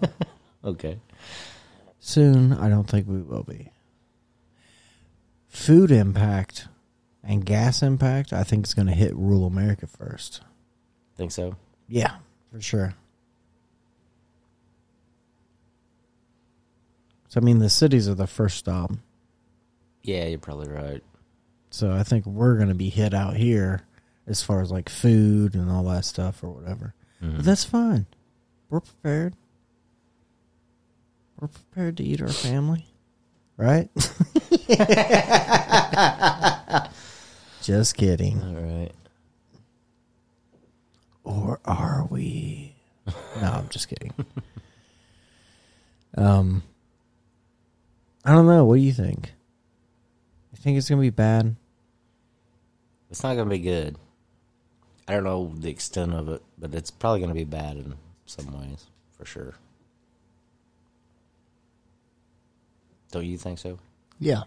B: Okay.
A: *laughs* Soon, I don't think we will be. Food impact and gas impact, I think, is going to hit rural America first.
B: Think so?
A: Yeah, for sure. So, I mean, the cities are the first stop.
B: Yeah, you're probably right.
A: So, I think we're going to be hit out here as far as like food and all that stuff or whatever. But that's fine. We're prepared. We're prepared to eat our family, right? *laughs* Just kidding.
B: All right.
A: or are we? No, I'm just kidding. um, I don't know. What do you think? You think it's gonna be bad?
B: It's not going to be good. I don't know the extent of it, but it's probably going to be bad in some ways, for sure. Don't you think so?
A: Yeah.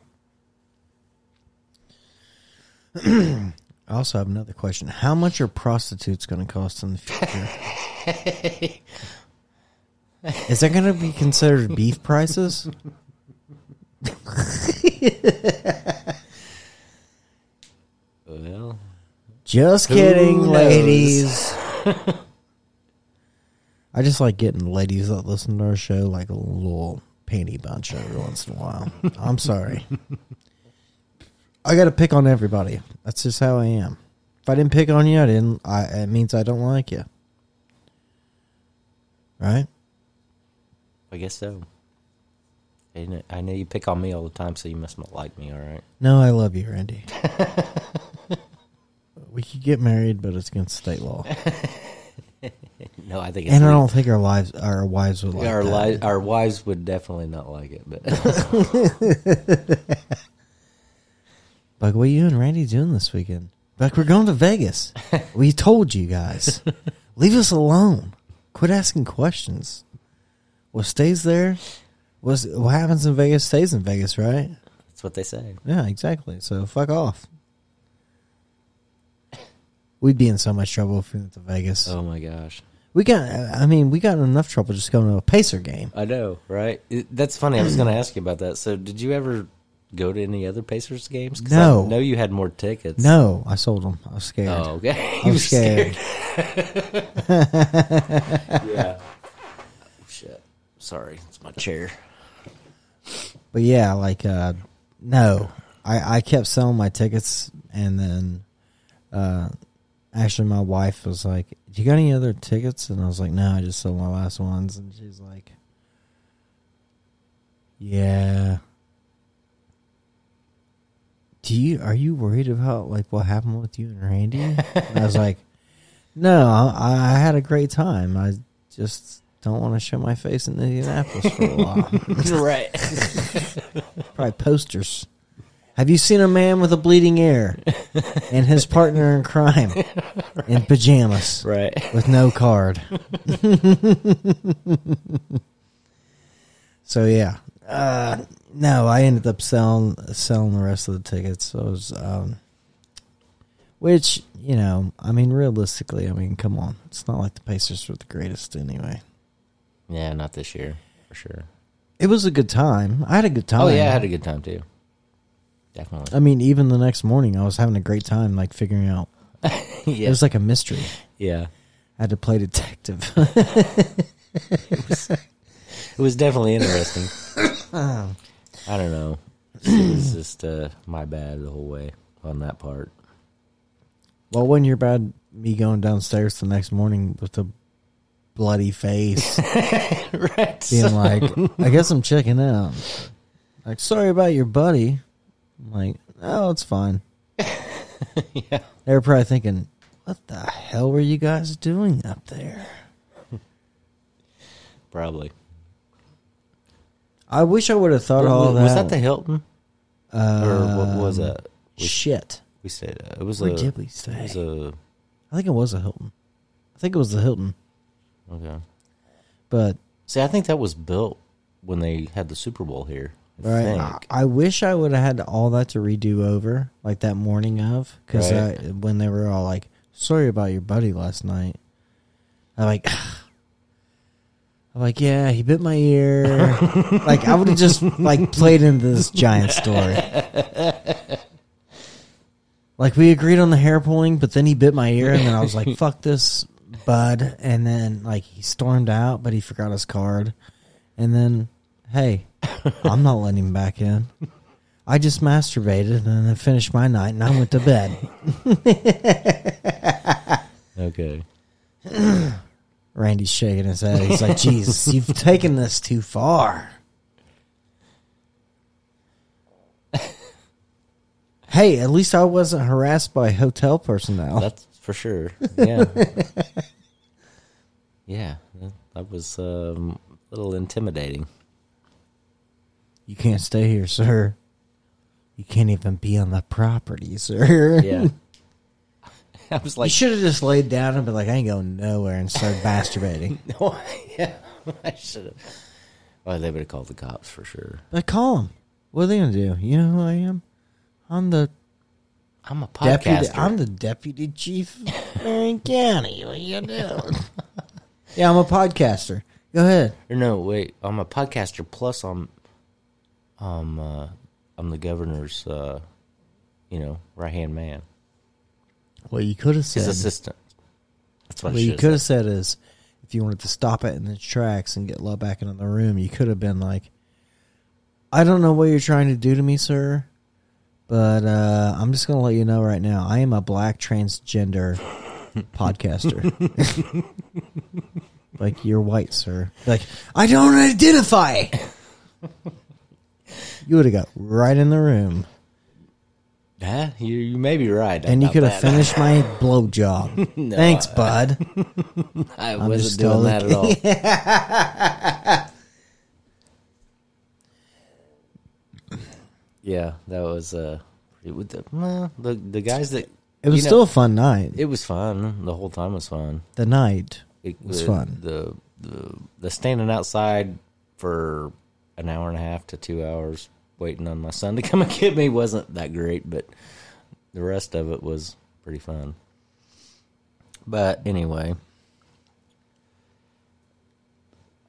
A: *clears throat* I also have another question. How much are prostitutes going to cost in the future? Is that going to be considered beef prices?
B: Well,
A: Just
B: Who
A: kidding,
B: knows? *laughs*
A: ladies. I just like getting ladies that listen to our show like a little panty bunch every once in a while. I'm sorry. I got to pick on everybody. That's just how I am. If I didn't pick on you, I didn't. I it means I don't like you, right?
B: I guess so. I kn- I know you pick on me all the time, so you must not like me, all right?
A: No, I love you,
B: *laughs*
A: Randy. we could get married, but it's against state law,
B: No, I think it's
A: and I
B: legal.
A: don't think our lives, our wives would like
B: our,
A: that.
B: li- our wives would definitely not like it, but *laughs*
A: Buck, what you and Randy doing this weekend? Buck, we're going to
B: *laughs*
A: Vegas. we told you guys. Leave us alone. Quit asking questions. What stays there? What's, what happens in Vegas stays in Vegas, right?
B: that's what they say.
A: Yeah, exactly. So fuck off. We'd be in so much trouble if we went to Vegas.
B: Oh my gosh.
A: We got, I mean, we got in enough trouble just going to a Pacer game.
B: I know, right? It, that's funny. I was going to ask you about that. So, did you ever go to any other Pacers games? 'Cause
A: No.
B: I know you had more tickets.
A: No, I sold them. I was scared.
B: Oh, okay. *laughs*
A: I
B: You
A: was
B: were scared.
A: scared.
B: yeah. Oh, shit. Sorry, it's my *laughs* chair.
A: But yeah, like uh no. I, I kept selling my tickets and then uh actually my wife was like, Do you got any other tickets? And I was like, No, I just sold my last ones and she's like Yeah. Do you are you worried about like what happened with you and Randy? and I was like, *laughs* No, I, I had a great time. I just don't want to show my face in Indianapolis for a while.
B: *laughs* right.
A: Probably posters. Have you seen a man with a bleeding ear and his partner in crime in pajamas
B: Right.
A: with no card? *laughs* so yeah, uh, no, I ended up selling selling the rest of the tickets. So it was, um, which you know, I mean, realistically, I mean, come on, it's not like the Pacers were the greatest anyway.
B: Yeah, not this year, for sure.
A: It was a good time. I had a good time.
B: Oh, yeah, I had a good time, too. Definitely. *laughs*
A: I mean, even the next morning, I was having a great time, like figuring out.
B: yeah.
A: It was like a mystery.
B: yeah.
A: I had to play detective. *laughs*
B: It was
A: *coughs*
B: definitely interesting.
A: Oh.
B: I don't know. It was just uh, my bad the whole way on that part.
A: well, wasn't your bad me going downstairs the next morning with a bloody
B: *laughs*
A: face,
B: right.
A: being like, "I guess I'm checking out." Like, sorry about your buddy. I'm like, oh, it's
B: *laughs*
A: fine. They were probably thinking, "What the hell were you guys doing up there?"
B: Probably.
A: I wish I would have thought all
B: was,
A: that.
B: was that the Hilton? or what was
A: Um,
B: that? We,
A: shit?
B: we said uh, it was
A: Where
B: a.
A: did we
B: It was
A: stay?
B: a.
A: I think it was a Hilton. I think it was the Hilton,
B: Okay.
A: but
B: See, I think that was built when they had the Super Bowl here. I
A: Right. Ah.
B: think.
A: I, I wish I would have had all that to redo over, like that morning of, because
B: Right.
A: when they were all like, "Sorry about your buddy last night," I'm like, *sighs* I'm like, yeah, he bit my ear.
B: *laughs*
A: like I would have just like played into this giant story. like we agreed on the hair pulling, but then he bit my ear, and then I was like, "Fuck this, bud!" And then like he stormed out, but he forgot his card, and then hey, I'm not letting him back in. I just masturbated and then finished my night, and I went to bed.
B: Okay.
A: Randy's shaking his head. He's
B: *laughs*
A: like, Jesus, you've taken this too far. hey, at least I wasn't harassed by hotel personnel.
B: That's
A: *laughs*
B: for sure. Yeah. yeah. That was um, a little intimidating.
A: you can't stay here, sir. You can't even be on the property, sir. *laughs*
B: Yeah. *laughs* I was
A: You
B: like,
A: should have just laid down and been like, I ain't going nowhere and started
B: *laughs*
A: masturbating.
B: no, Oh, yeah, I should have. Well, they would have called the cops for sure.
A: But call him. What are they going to do? You know who I am? I'm the
B: I'm a
A: deputy.
B: podcaster.
A: I'm the deputy chief of
B: *laughs*
A: Marion County. What you doing? yeah, I'm a podcaster. Go ahead.
B: Or *laughs* no, wait. I'm a podcaster. Plus, I'm, I'm, uh, I'm the governor's, uh, you know, right hand man.
A: What you could have
B: His
A: said.
B: assistant. That's what
A: What
B: I
A: you
B: should
A: could
B: have
A: have said is, if you wanted to stop it in its tracks and get love back into the room, you could have been like, "I don't know what you're trying to do to me, sir." But uh, I'm just gonna let you know right now, I am a black transgender podcaster. like you're white, sir. Like I don't identify. you would have got right in the room,
B: said. Huh? You, you may be right.
A: and you
B: about
A: could have
B: that.
A: finished my blow job. Thanks, bud.
B: I
A: just
B: wasn't doing
A: totally
B: that at all. *laughs* yeah, that was uh, it was, well, the the guys that
A: It was
B: you know,
A: still a fun night.
B: it was fun. The whole time was fun.
A: the night
B: It
A: was
B: the,
A: fun.
B: The, the the standing outside for an hour and a half to two hours waiting on my son to *laughs* come and get me wasn't that great, but the rest of it was pretty fun. But anyway,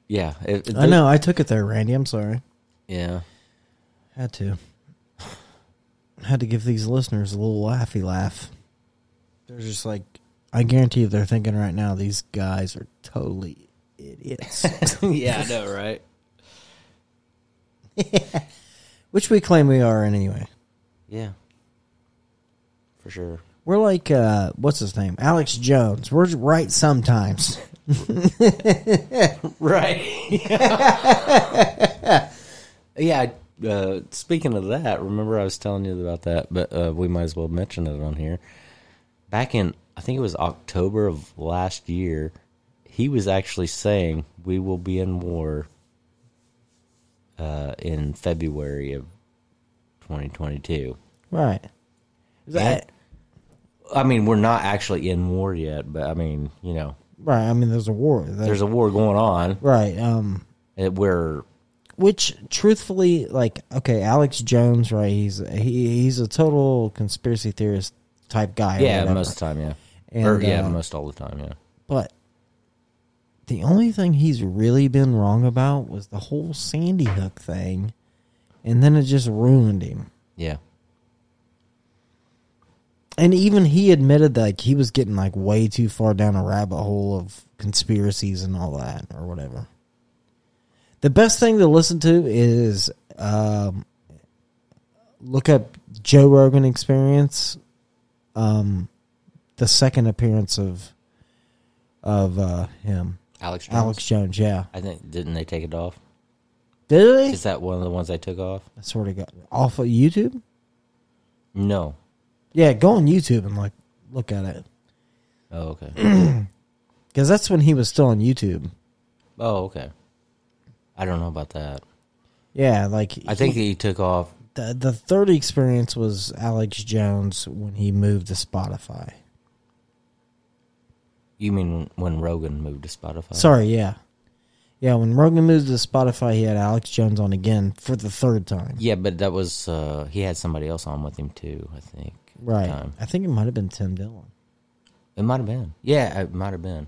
B: yeah, it, it-
A: I know. I took it there, Randy. I'm sorry.
B: Yeah,
A: Had to. Had to give these listeners a little laughy laugh. They're just like, I guarantee if they're thinking right now, these guys are totally idiots.
B: *laughs*
A: *laughs*
B: yeah, I know, right?
A: Which we claim we are in anyway.
B: Yeah, for sure.
A: We're like, uh, what's his name? Alex Jones. We're right sometimes.
B: Right. *laughs* yeah. Uh, speaking of that, remember I was telling you about that, but uh, we might as well mention it on here. Back in, I think it was October of last year, he was actually saying we will be in war uh, in February of 2022.
A: Right. That,
B: I mean, we're not actually in war yet, but I mean, you know,
A: right. I mean, there's a war.
B: there's a war going on. uh,
A: right. Um,
B: and We're
A: which truthfully like okay alex jones right he's he, he's a total conspiracy theorist type guy or
B: Yeah,
A: whatever.
B: most of the time, yeah.
A: And,
B: or yeah,
A: uh,
B: most all the time, yeah.
A: but the only thing he's really been wrong about was the whole sandy hook thing and then it just ruined him
B: Yeah.
A: and even he admitted that like, he was getting like way too far down a rabbit hole of conspiracies and all that or whatever the best thing to listen to is um, look up joe rogan experience um, the second appearance of of uh, him
B: Alex Jones.
A: alex jones yeah
B: I think didn't they take it off?
A: did
B: Is
A: they
B: that one of the ones they took off?
A: i sort of got off of youtube
B: No.
A: yeah go on youtube and like look at it
B: Oh,
A: *clears throat*
B: okay.
A: because that's when he was still on youtube
B: oh, okay. I don't know about that.
A: yeah like
B: I think he took off.
A: the the third experience was Alex Jones when he moved to Spotify.
B: You mean when Rogan moved to Spotify?
A: Sorry, yeah, Yeah, when Rogan moved to Spotify, he had Alex Jones on again for the third time.
B: Yeah, but that was uh, he had somebody else on with him too. I think. at the
A: Right.
B: time.
A: I think it might have been Tim Dillon.
B: It might have been. Yeah, it might have been.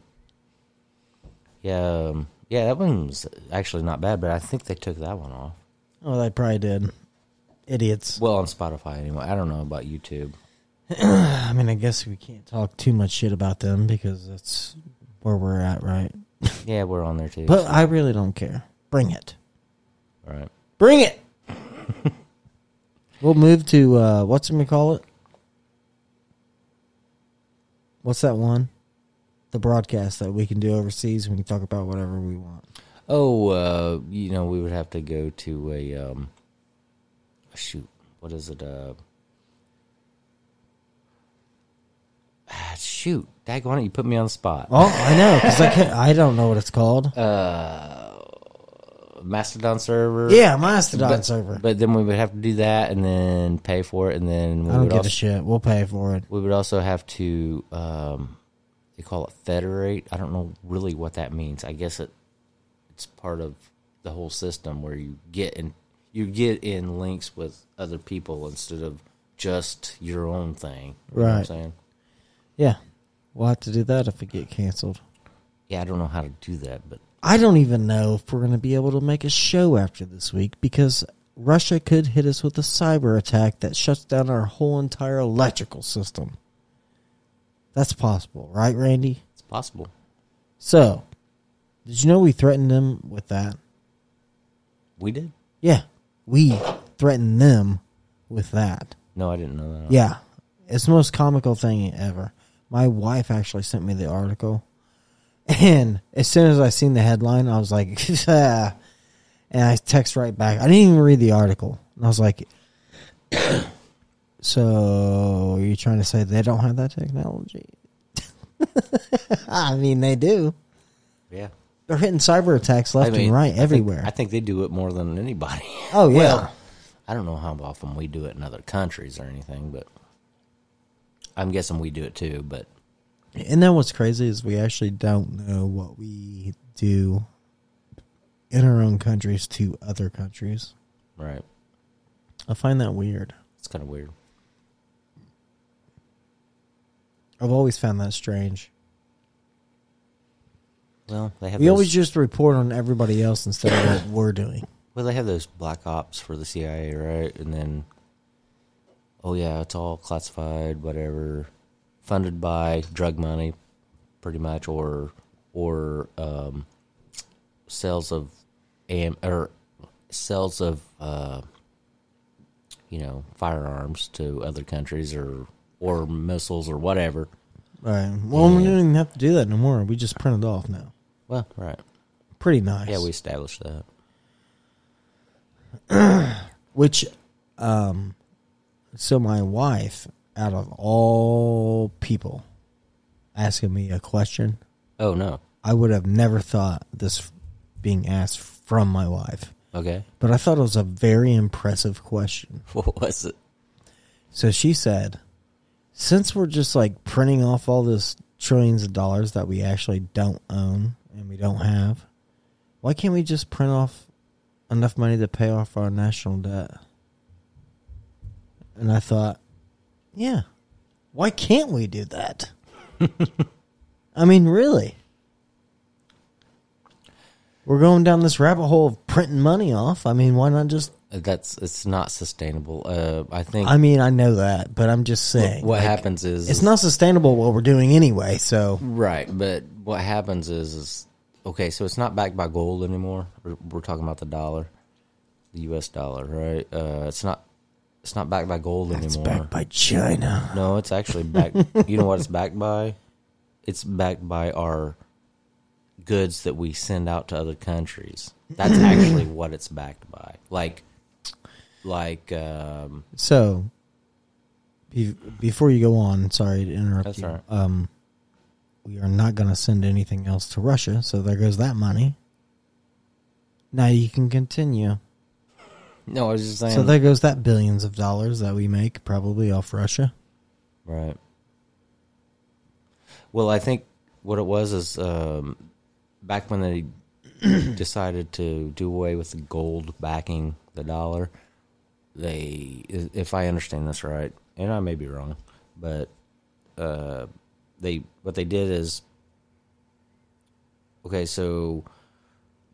B: Yeah, um, yeah, that one was actually not bad, but I think they took that one off.
A: Oh, they probably did. Idiots.
B: Well, on Spotify anyway. I don't know about YouTube.
A: I mean, I guess we can't talk too much shit about them because that's where we're at, right?
B: Yeah, we're on there too.
A: But I really don't care. Bring it.
B: All right.
A: Bring it. we'll move to uh, what's we call it? What's that one? The broadcast that we can do overseas. We can talk about whatever we want.
B: Oh, uh, you know, we would have to go to a um, shoot. What is it? Uh, *sighs* ah, shoot, Dag, why don't you put me on the spot?
A: Oh, I know because I can't. I don't know what it's called.
B: Uh, Mastodon server.
A: Oh. yeah, Mastodon
B: but,
A: server.
B: But then we would have to do that and then pay for it, and then we
A: I don't
B: would
A: give
B: also,
A: a shit. We'll pay for it.
B: We would also have to. Um, they call it federate. I don't know really what that means. I guess it it's part of the whole system where you get in you get in links with other people instead of just your own thing. You know what I'm
A: Right.
B: saying?
A: Yeah, we'll have to do that if we get canceled.
B: Yeah, I don't know how to do that, but
A: I don't even know if we're going to be able to make a show after this week because Russia could hit us with a cyber attack that shuts down our whole entire electrical system. That's possible, right, Randy?
B: it's possible.
A: So, did you know we threatened them with that?
B: We did?
A: Yeah, we threatened them with that.
B: No, I didn't know that.
A: Yeah, it's the most comical thing ever. My wife actually sent me the article, and as soon as I seen the headline, I was like, *laughs* ah. and I text right back. I didn't even read the article, and I was like, *coughs* so you're trying to say they don't have that technology? *laughs* I mean, they do.
B: Yeah.
A: They're hitting cyber attacks left
B: I mean,
A: and
B: I
A: right
B: think-
A: everywhere.
B: I think they do it more than anybody. *laughs*
A: oh yeah.
B: I don't know how often we do it in other countries or anything, but I'm guessing we do it too. But
A: And then what's crazy is we actually don't know what we do in our own countries to other countries.
B: right,
A: I find that weird.
B: it's kind of weird.
A: I've always found that strange.
B: Well, they have
A: We
B: those,
A: always just report on everybody else instead of what we're doing.
B: well they have those black ops for the CIA, right? And then oh yeah, it's all classified, whatever, funded by drug money, pretty much, or or um, sales of am or sales of uh, you know firearms to other countries or or missiles or whatever.
A: Right. Well, we don't even have to do that no more. We just print it off now.
B: Well, right.
A: Pretty nice.
B: Yeah, we established that.
A: Which, um, so my wife, out of all people, asking me a question,
B: Oh no.
A: I would have never thought this being asked from my wife.
B: Okay. *laughs*
A: but I thought it was a very impressive question.
B: What was it?
A: So she said, since we're just like printing off all this trillions of dollars that we actually don't own and we don't have, why can't we just print off enough money to pay off our national debt? And I thought, yeah, why can't we do that? I mean, really? We're going down this rabbit hole of printing money off. I mean, why not just
B: Uh, That's it's not sustainable. Uh, I think
A: I mean, I know that, but I'm just saying.
B: what happens is
A: It's not sustainable what we're doing anyway, so.
B: right, but what happens is is okay. So it's not backed by gold anymore. We're, we're talking about the dollar, the U.S. dollar, right? Uh, it's not it's not backed by gold
A: It's
B: anymore.
A: backed by China.
B: no, it's
A: *laughs*
B: actually backed. you know what it's backed by? It's backed by our goods that we send out to other countries.
A: *coughs*
B: That's actually what it's backed by. Like, like um,
A: So, be- before you go on, sorry to interrupt
B: That's
A: you.
B: all right.
A: Um, we are not going to send anything else to Russia, so there goes that money. Now you can continue.
B: no, I was just saying.
A: So there goes that billions of dollars that we make probably off Russia.
B: Right. Well, I think what it was is um, back when they *clears throat* decided to do away with the gold backing the dollar, they, if I understand this right, and I may be wrong, but uh, they what they did is okay. So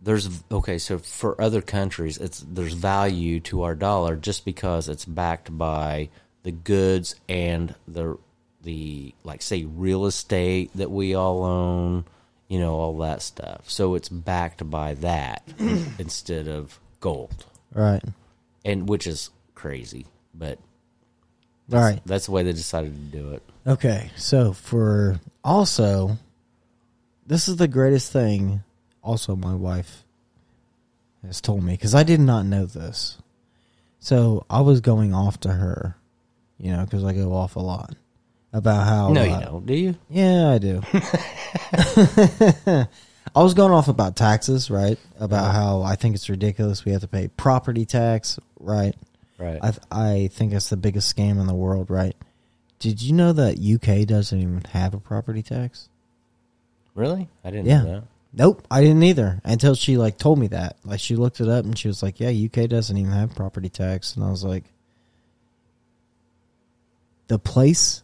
B: there's okay. So for other countries, it's there's value to our dollar just because it's backed by the goods and the the like say real estate that we all own, you know, all that stuff. So it's backed by that instead of gold.
A: Right.
B: And which is crazy, but
A: All right.
B: that's the way they decided to do it.
A: Okay, so for also, this is the greatest thing. Also, my wife has told me because I did not know this. So I was going off to her, you know, because I go off a lot about how.
B: no,
A: uh,
B: you don't, do you?
A: Yeah, I
B: *laughs*
A: do. *laughs* I was going off about taxes, right? About how I think it's ridiculous we have to pay property tax, right?
B: Right.
A: I I think it's the biggest scam in the world, right? Did you know that UK doesn't even have a property tax?
B: really? I didn't know
A: Yeah.
B: that.
A: Nope, I didn't either until she like told me that. Like she looked it up and she was like, "Yeah, UK doesn't even have property tax." And I was like, "The place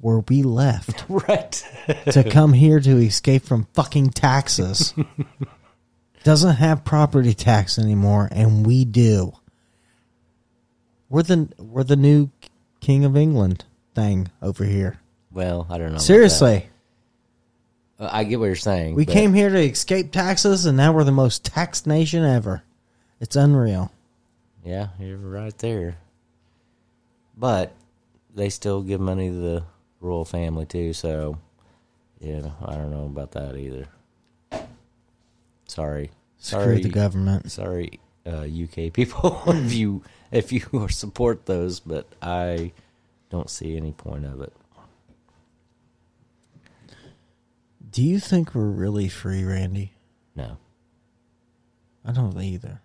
A: where we left
B: *laughs* Right.
A: to come here to escape from fucking
B: *laughs*
A: taxes doesn't have property tax anymore, and we do. We're the we're the new king of England thing over here.
B: well, I don't know. about
A: Seriously,
B: that. Uh, I get what you're saying.
A: we
B: but-
A: came here to escape taxes, and now we're the most taxed nation ever. It's unreal.
B: Yeah, you're right there. But they still give money to the royal family too, so yeah, I don't know about that either. Sorry.
A: Screw
B: Sorry.
A: the government.
B: Sorry, uh, UK people *laughs* if you if you *laughs* support those, but I don't see any point of it.
A: Do you think we're really free, Randy?
B: No.
A: I don't either.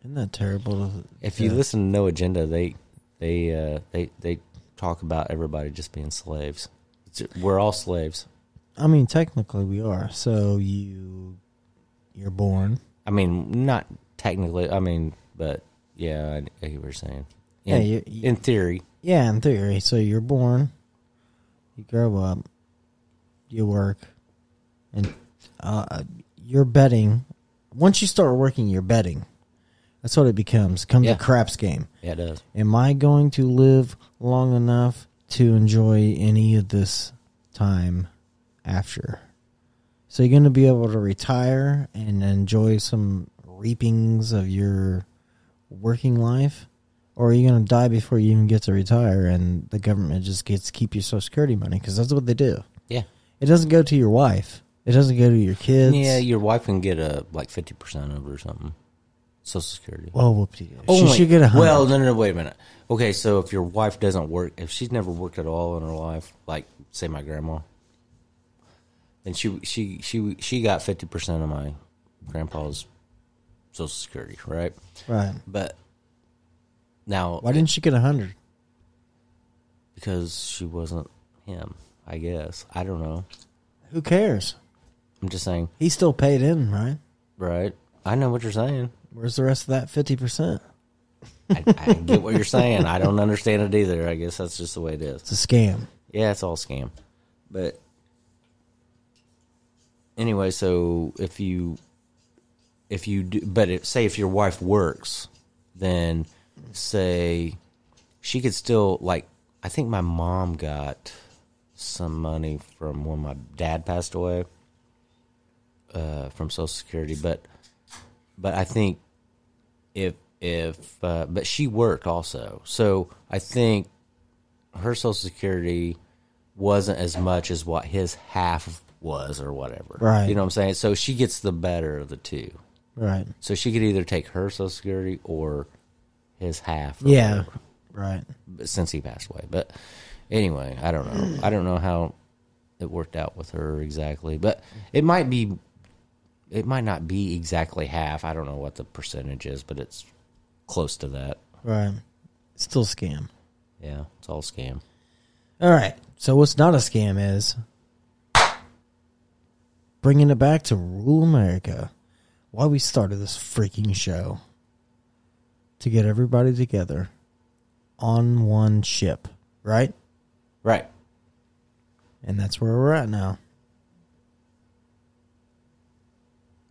A: Isn't that terrible? to-
B: If you
A: to-
B: listen to No Agenda, they they uh, they they talk about everybody just being slaves. It's- We're all slaves.
A: I mean, technically we are. So you, you're born.
B: I mean, not technically. I mean, but yeah, I, I get what you're saying. In,
A: Yeah, you- you-
B: in theory,
A: Yeah, in theory. So you're born. You grow up. You work, and uh, you're betting. Once you start working, you're betting. That's what it becomes. Comes
B: Yeah.
A: a craps game.
B: yeah, it does.
A: Am I going to live long enough to enjoy any of this time after? So you're going to be able to retire and enjoy some reapings of your working life, or are you going to die before you even get to retire, and the government just gets to keep your Social Security money because that's what they do.
B: Yeah,
A: It doesn't go to your wife. It doesn't go to your kids.
B: yeah. Your wife can get a like fifty percent of it or something. Social Security.
A: Well, Oh, whoopsie.
B: Only-
A: she should get a hundred.
B: Well, no, no, no. Wait a minute. Okay, so if your wife doesn't work, if she's never worked at all in her life, like say my grandma, then she she she she got fifty percent of my grandpa's social security, right?
A: right?
B: But now,
A: Why didn't she get a hundred?
B: because she wasn't him, I guess. I don't know.
A: Who cares?
B: I'm just saying,
A: He still paid in, right?
B: right? I know what you're saying.
A: Where's the rest of that fifty percent?
B: I, I get what you're saying. I don't understand it either. I guess that's just the way it is.
A: It's a scam.
B: Yeah, it's all scam. But anyway, so if you if you do, but if, say if your wife works, then say she could still like I think my mom got some money from when my dad passed away uh, from Social Security, but but I think if if uh, but she worked also, so I think her Social Security wasn't as much as what his half was or whatever.
A: Right.
B: You know what I'm saying? So she gets the better of the two.
A: Right.
B: So she could either take her Social Security or his half. or
A: Yeah.
B: whatever,
A: Right.
B: but- since he passed away. But anyway, I don't know. I don't know how it worked out with her exactly, but it might be. It might not be exactly half. I don't know what the percentage is, but it's close to that.
A: Right. Still scam.
B: Yeah, it's all scam.
A: All right. So what's not a scam is bringing it back to rural America. Why we started this freaking show to get everybody together on one ship, right?
B: Right.
A: And that's where we're at now.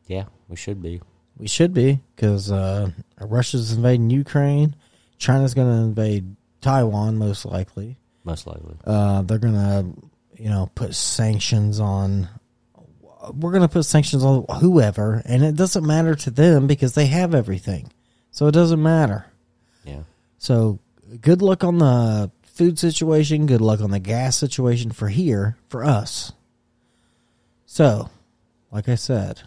B: Yeah, we should be.
A: We should be because uh, Russia's invading Ukraine. China's going to invade Taiwan, most likely.
B: Most likely.
A: Uh, they're going to, you know, put sanctions on. We're going to put sanctions on whoever, and it doesn't matter to them because they have everything. So it doesn't matter.
B: Yeah.
A: So good luck on the food situation. Good luck on the gas situation for here, for us. So, like I said,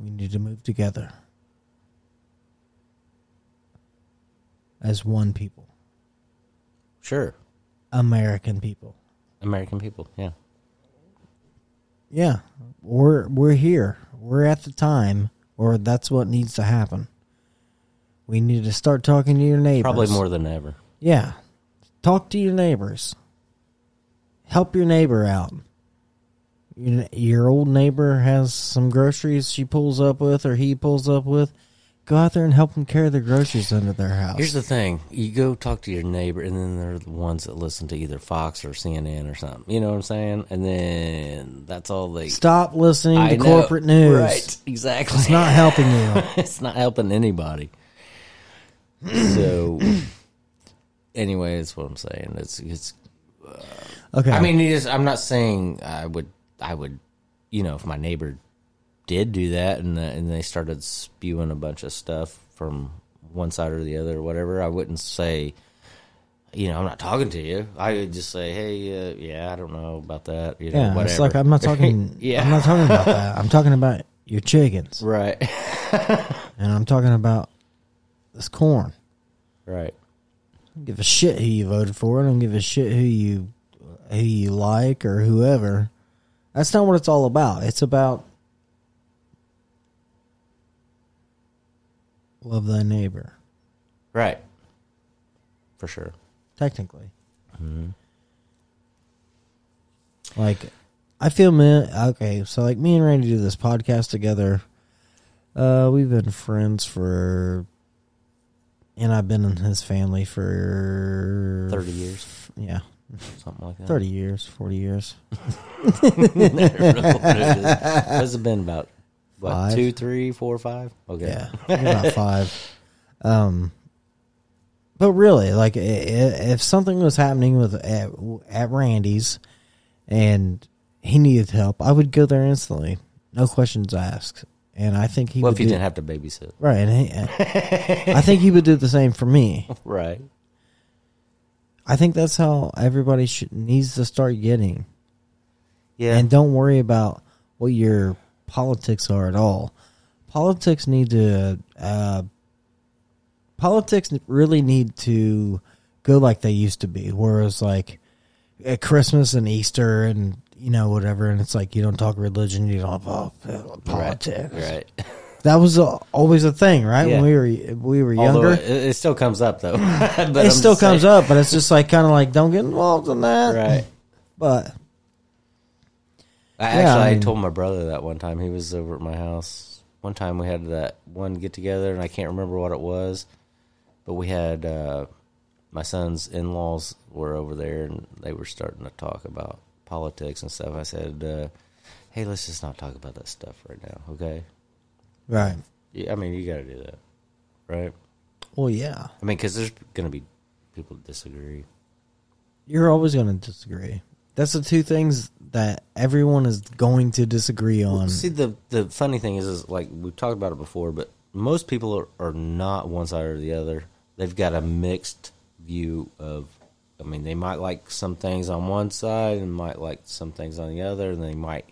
A: we need to move together as one people,
B: Sure.
A: American people.
B: American people. Yeah.
A: Yeah, we're we're here. We're at the time, or that's what needs to happen. We need to start talking to your neighbors.
B: Probably more than ever.
A: Yeah. Talk to your neighbors. Help your neighbor out. Your, your old neighbor has some groceries she pulls up with or he pulls up with. Go out there and help them carry their groceries under their house.
B: Here's the thing: you go talk to your neighbor, and then they're the ones that listen to either Fox or CNN or something. You know what I'm saying? And then that's all they
A: Stop listening
B: I
A: to
B: know.
A: corporate news.
B: Right? Exactly.
A: It's not helping
B: *laughs*
A: you.
B: it's not helping anybody. So, *clears throat* anyway, that's what I'm saying. It's it's.
A: Okay.
B: I mean, it is, I'm not saying I would. I would, you know, if my neighbor did do that and uh, and they started spewing a bunch of stuff from one side or the other or whatever, I wouldn't say. You know, I'm not talking to you. I would just say, "Hey, uh, yeah, I don't know about that." You know,
A: yeah,
B: whatever.
A: it's like I'm not
B: *laughs*
A: talking.
B: Yeah.
A: I'm not talking about that. I'm talking about your chickens,
B: right, *laughs*
A: and I'm talking about this corn.
B: right.
A: don't give a shit who you voted for. I don't give a shit who you who you like or whoever. That's not what it's all about. It's about love thy neighbor.
B: Right. For sure.
A: Technically, like I feel me. Okay, so like me and Randy do this podcast together. Uh, we've been friends for, and I've been in his family for
B: 30 years,
A: Yeah,
B: something like that.
A: 30 years, 40 years.
B: I don't know what it is. Has it been about what,
A: Five.
B: two, three, four, five? Okay.
A: Yeah, about five. Um, but really, like i- i- if something was happening with at, at Randy's and he needed help, I would go there instantly, no questions asked. And I think he
B: Well,
A: would
B: if you
A: do-
B: didn't have to babysit.
A: right. And he, uh, I think he would do the same for me.
B: Right.
A: I think that's how everybody should needs to start getting.
B: Yeah.
A: and don't worry about what your politics are at all. Politics need to uh, politics really need to go like they used to be, whereas like at Christmas and Easter and you know whatever, and it's like you don't talk religion, you don't talk uh, politics.
B: right. *laughs*
A: That was uh, always a thing, right?
B: Yeah.
A: When we were we were
B: Although
A: younger,
B: it, it still comes up, though. *laughs* But I'm
A: it
B: just
A: still comes
B: saying-
A: up, but it's just like kind of like don't get involved in that,
B: Right.
A: But
B: I actually,
A: I
B: I,
A: mean-
B: told my brother that one time. He was over at my house. One time we had that one get together, and I can't remember what it was, but we had uh, my son's in laws were over there, and they were starting to talk about politics and stuff. I said, uh, "Hey, let's just not talk about that stuff right now, okay?"
A: right,
B: Yeah, I mean, you got to do that, right?
A: well, yeah,
B: I mean, because there's going to be people that disagree.
A: You're always going to disagree. That's the two things that everyone is going to disagree on.
B: See, the the funny thing is, is like we've talked about it before, but most people are, are not one side or the other. They've got a mixed view of. I mean, they might like some things on one side and might like some things on the other, and they might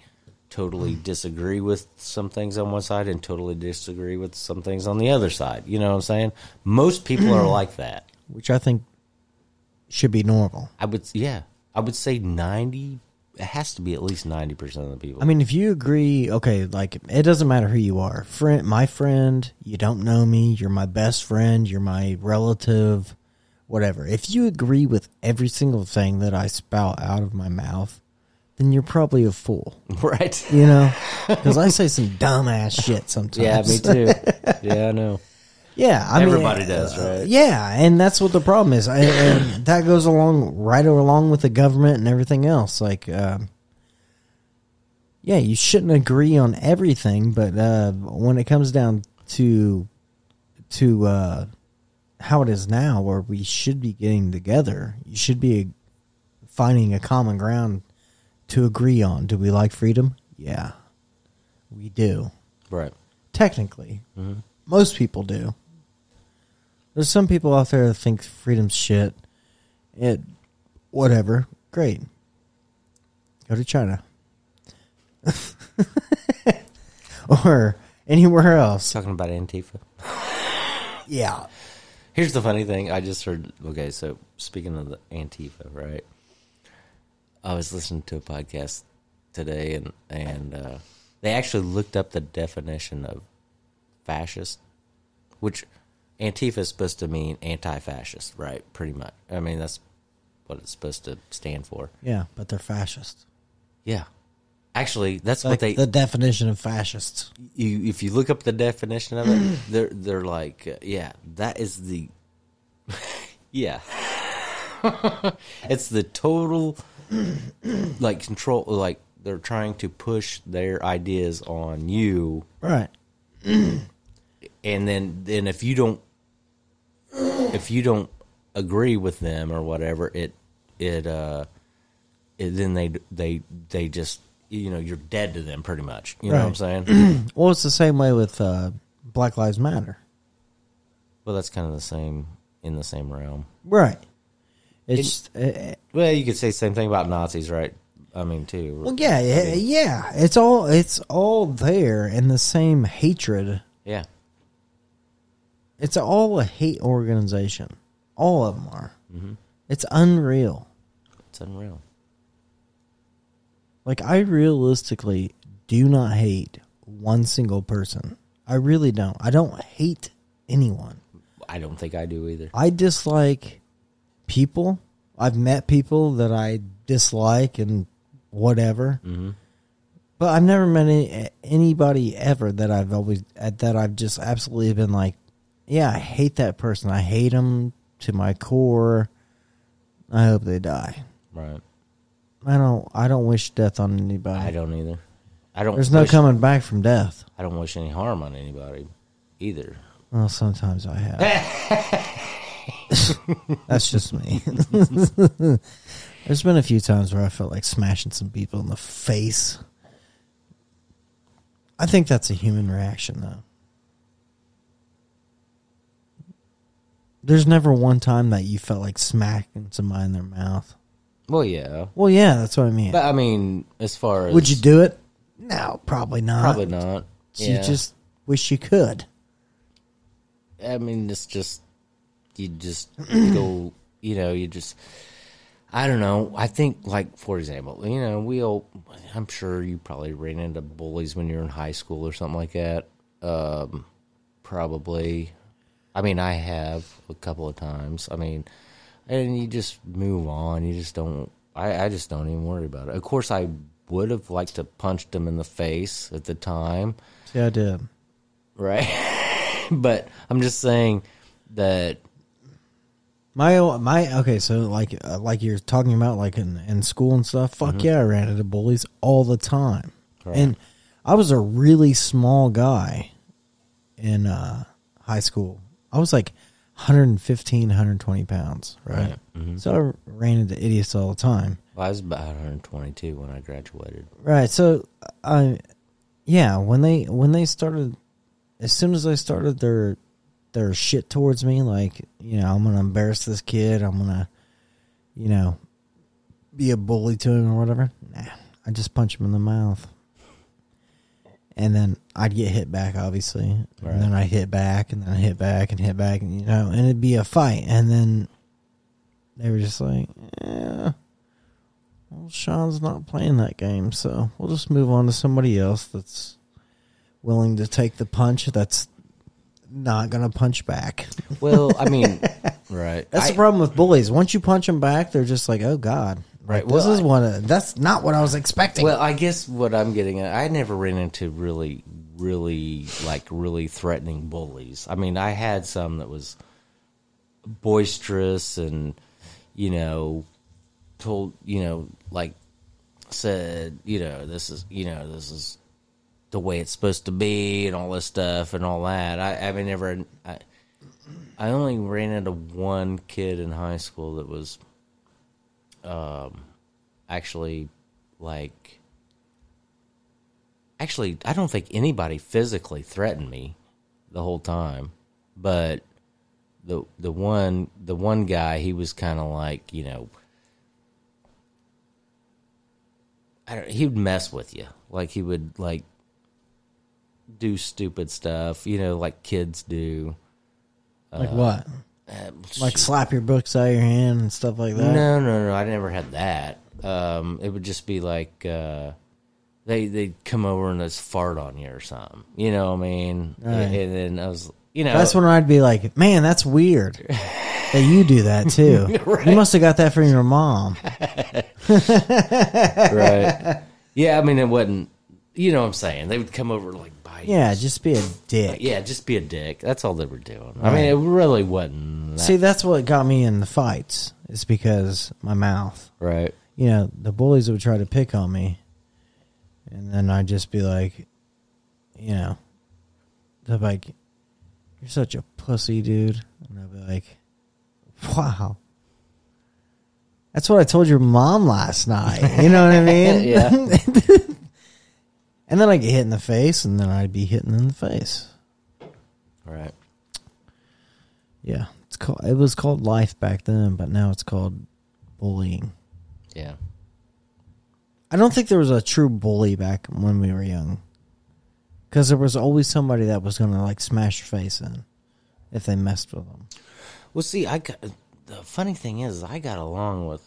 B: totally disagree with some things on one side and totally disagree with some things on the other side. You know what I'm saying? Most people are like that.
A: which I think should be normal.
B: I would, yeah, I would say ninety. It has to be at least ninety percent of the people.
A: I mean, if you agree, okay, like it doesn't matter who you are. Friend, my friend, you don't know me, you're my best friend, you're my relative, whatever. If you agree with every single thing that I spout out of my mouth, then you're probably a fool.
B: *laughs* Right.
A: You know, because I say some dumbass shit sometimes.
B: Yeah, me too. yeah, I know.
A: Yeah, I
B: Everybody
A: mean, uh,
B: does, right?
A: Yeah, and that's what the problem is, I, and that goes along right along with the government and everything else. Like, um, yeah, you shouldn't agree on everything, but uh, when it comes down to to uh, how it is now, where we should be getting together, you should be finding a common ground to agree on. Do we like freedom? Yeah, we do
B: Right.
A: technically. Most people do. There's some people out there that think freedom's shit. It, whatever. Great. Go to China. *laughs* or anywhere else.
B: Talking about Antifa.
A: Yeah.
B: Here's the funny thing. I just heard. Okay, so speaking of the Antifa, right? I was listening to a podcast today, and and uh, they actually looked up the definition of fascist, which Antifa is supposed to mean anti-fascist, right? Pretty much. I mean, that's what it's supposed to stand for.
A: Yeah, but they're fascist.
B: Yeah. Actually, that's
A: Like
B: what they
A: the definition of fascists.
B: you if you look up the definition of it, they're they're like, uh, yeah, that is the, *laughs* yeah, *laughs* it's the total, *clears throat* like control, like they're trying to push their ideas on you,
A: Right.
B: and then then if you don't, if you don't agree with them or whatever, it it uh, it, then they they they just you know you're dead to them pretty much. You know what I'm saying?
A: Well, it's the same way with uh, Black Lives Matter.
B: Well, that's kind of the same in the same realm.
A: Right. It's uh,
B: Well, you could say the same thing about Nazis, right? I mean, too.
A: Well, yeah, yeah, yeah. It's all it's all there, and the same hatred.
B: yeah,
A: It's all a hate organization. All of them are. It's unreal.
B: it's unreal.
A: Like I realistically do not hate one single person. I really don't. I don't hate anyone.
B: I don't think I do either.
A: I dislike people. I've met people that I dislike and whatever.
B: Mm-hmm.
A: But I've never met any, anybody ever that I've always uh, that I've just absolutely been like, yeah, I hate that person. I hate them to my core. I hope they die.
B: Right?
A: I don't. I don't wish death on
B: I
A: anybody.
B: don't either. I don't.
A: There's no
B: wish-
A: coming back from death.
B: I don't wish any harm on anybody either.
A: Well, sometimes I have. That's just me. There's been a few times where I felt like smashing some people in the face. I think that's a human reaction, though. There's never one time that you felt like smacking somebody in their mouth.
B: Well, yeah.
A: Well, yeah, that's what I mean.
B: But I mean, as far as
A: Would you do it? No, probably not.
B: Probably not.
A: You
B: yeah.
A: just wish you could.
B: I mean, it's just you just *clears throat* go, you know, you just. I don't know. I think, like for example, you know, we all. I'm sure you probably ran into bullies when you were in high school or something like that. Um, probably. I mean, I have a couple of times. I mean, and you just move on. You just don't. I, I just don't even worry about it. Of course, I would have liked to punched them in the face at the time
A: See, I did.
B: right? *laughs* but I'm just saying that
A: My my okay, so like uh, like you're talking about like in in school and stuff. Fuck yeah, I ran into bullies all the time, and I was a really small guy in uh, high school. I was like 115, 120 pounds, right? So I ran into idiots all the time.
B: well, I was about 122 when I graduated.
A: Right. So I yeah, when they when they started as soon as they started their their shit towards me like, you know, I'm going to embarrass this kid, I'm going to you know, be a bully to him or whatever. Nah, I just punch him in the mouth. And then I'd get hit back, obviously.
B: Right.
A: And then I'd hit back, and then I'd hit back, and hit back, and you know, and it'd be a fight. And then they were just like, "Yeah, well, Sean's not playing that game, so we'll just move on to somebody else that's willing to take the punch. That's not gonna punch back.
B: Well, I mean, right?
A: That's
B: I,
A: the problem with bullies. Once you punch them back, they're just like, "Oh God,
B: Right.
A: This
B: Well,
A: is one. Of, that's not what I was expecting.
B: Well, I guess what I'm getting at, I never ran into really, really, like, really threatening bullies. I mean, I had some that was boisterous and, you know, told, you know, like, said, you know, this is, you know, this is the way it's supposed to be and all this stuff and all that. I, I mean, never, I, I only ran into one kid in high school that was actually like actually I don't think anybody physically threatened me the whole time but the the one the one guy he was kind of like you know I don't, he would mess with you like he would like do stupid stuff you know like kids do
A: like what? Like slap your books out of your hand and stuff like that.
B: No, no, no. I never had that. Um, it would just be like uh, they they'd come over and just fart on you or something. You know what I mean? And, then I was, you know,
A: That's when I'd be like, man, that's weird that you do that too.
B: *laughs*
A: You must have got that from your mom.
B: right? yeah, I mean, it wasn't. You know what I'm saying? They would come over like bite. you.
A: Yeah, just be a dick.
B: yeah. Just be a dick. That's all they were doing. I mean, it really wasn't. That,
A: See, that's what got me in the fights. It's because my mouth.
B: right.
A: You know, the bullies would try to pick on me, and then I'd just be like, you know, they're like, "You're such a pussy, dude," and I'd be like, "Wow." That's what I told your mom last night. You know what I mean?
B: Yeah.
A: *laughs* And then I get hit in the face, and then I'd be hitting in the face.
B: Right.
A: Yeah, it's called. It was called life back then, but now it's called bullying.
B: Yeah.
A: I don't think there was a true bully back when we were young, because there was always somebody that was gonna like smash your face in if they messed with them.
B: Well, see, I got, the funny thing is, I got along with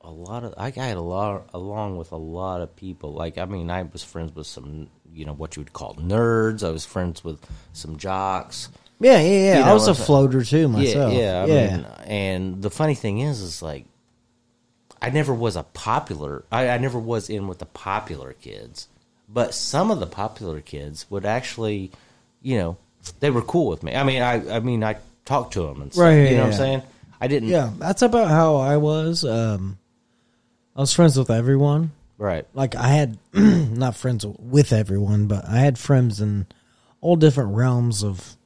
B: a lot of I got a lot along with a lot of people. Like, I mean, I was friends with some, you know, what you would call nerds. I was friends with some jocks.
A: Yeah, yeah, yeah.
B: You
A: I
B: know,
A: was a
B: if I-
A: floater too myself. Yeah,
B: Yeah, yeah. I Mean, and the funny thing is, is like, I never was a popular. I, I never was in with the popular kids, but some of the popular kids would actually, you know, they were cool with me. I mean, I, I mean, I talked to them and stuff.
A: Right, yeah,
B: you know
A: yeah.
B: what I'm saying? I didn't.
A: yeah. That's about how I was. Um, I was friends with everyone.
B: Right.
A: like I had *clears throat* not friends with everyone, but I had friends in all different realms of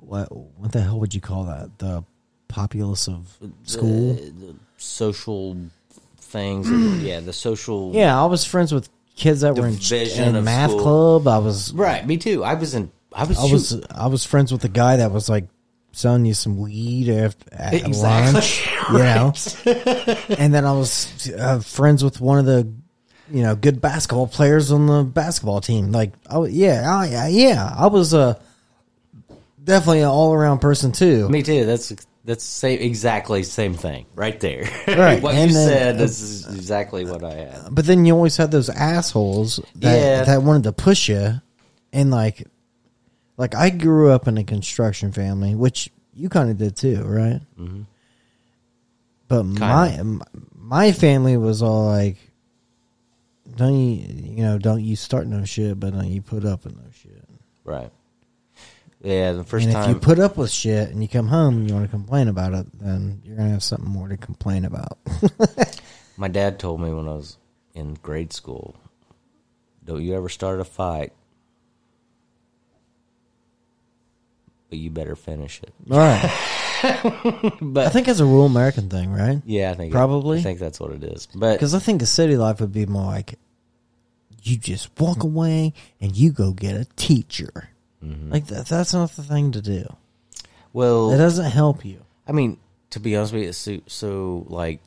A: what what the hell would you call that? The populace of school.
B: social things. *clears throat* and- yeah, the social.
A: yeah, I was friends with kids that were in,
B: Division
A: in
B: of
A: math
B: school.
A: club. I was
B: Right. Me too. I was in. I was.
A: I was I was friends with the guy that was like selling you some weed after at
B: Exactly. *laughs*
A: lunch, you know. and then I was uh, friends with one of the you know good basketball players on the basketball team. Like oh yeah, I, I, yeah, I was a definitely an all around person too.
B: me too. That's that's same exactly same thing right there. *laughs*
A: Right,
B: what
A: and
B: you
A: then-
B: said is exactly what I had.
A: But then you always had those assholes that
B: Yeah.
A: that wanted to push you, and like like I grew up in a construction family, which you kind of did too, right? Mm-hmm. But my my family was all like, "Don't you you know don't you start no shit, but don't you put up with no shit."
B: Right. Yeah. The first
A: And if
B: time.
A: you put up with shit and you come home and you want to complain about it, then you're gonna have something more to complain about. *laughs*
B: My dad told me when I was in grade school, don't you ever start a fight, but you better finish it.
A: All right,
B: But
A: I think it's a rural American thing, right?
B: yeah, I think
A: Probably.
B: I think that's what it is. But
A: Because I think a city life would be more like you just walk
B: Mm-hmm.
A: away and you go get a teacher. Like that, that's not the thing to do.
B: Mm-hmm. well,
A: It doesn't help you.
B: I mean, to be honest with you, so, so like,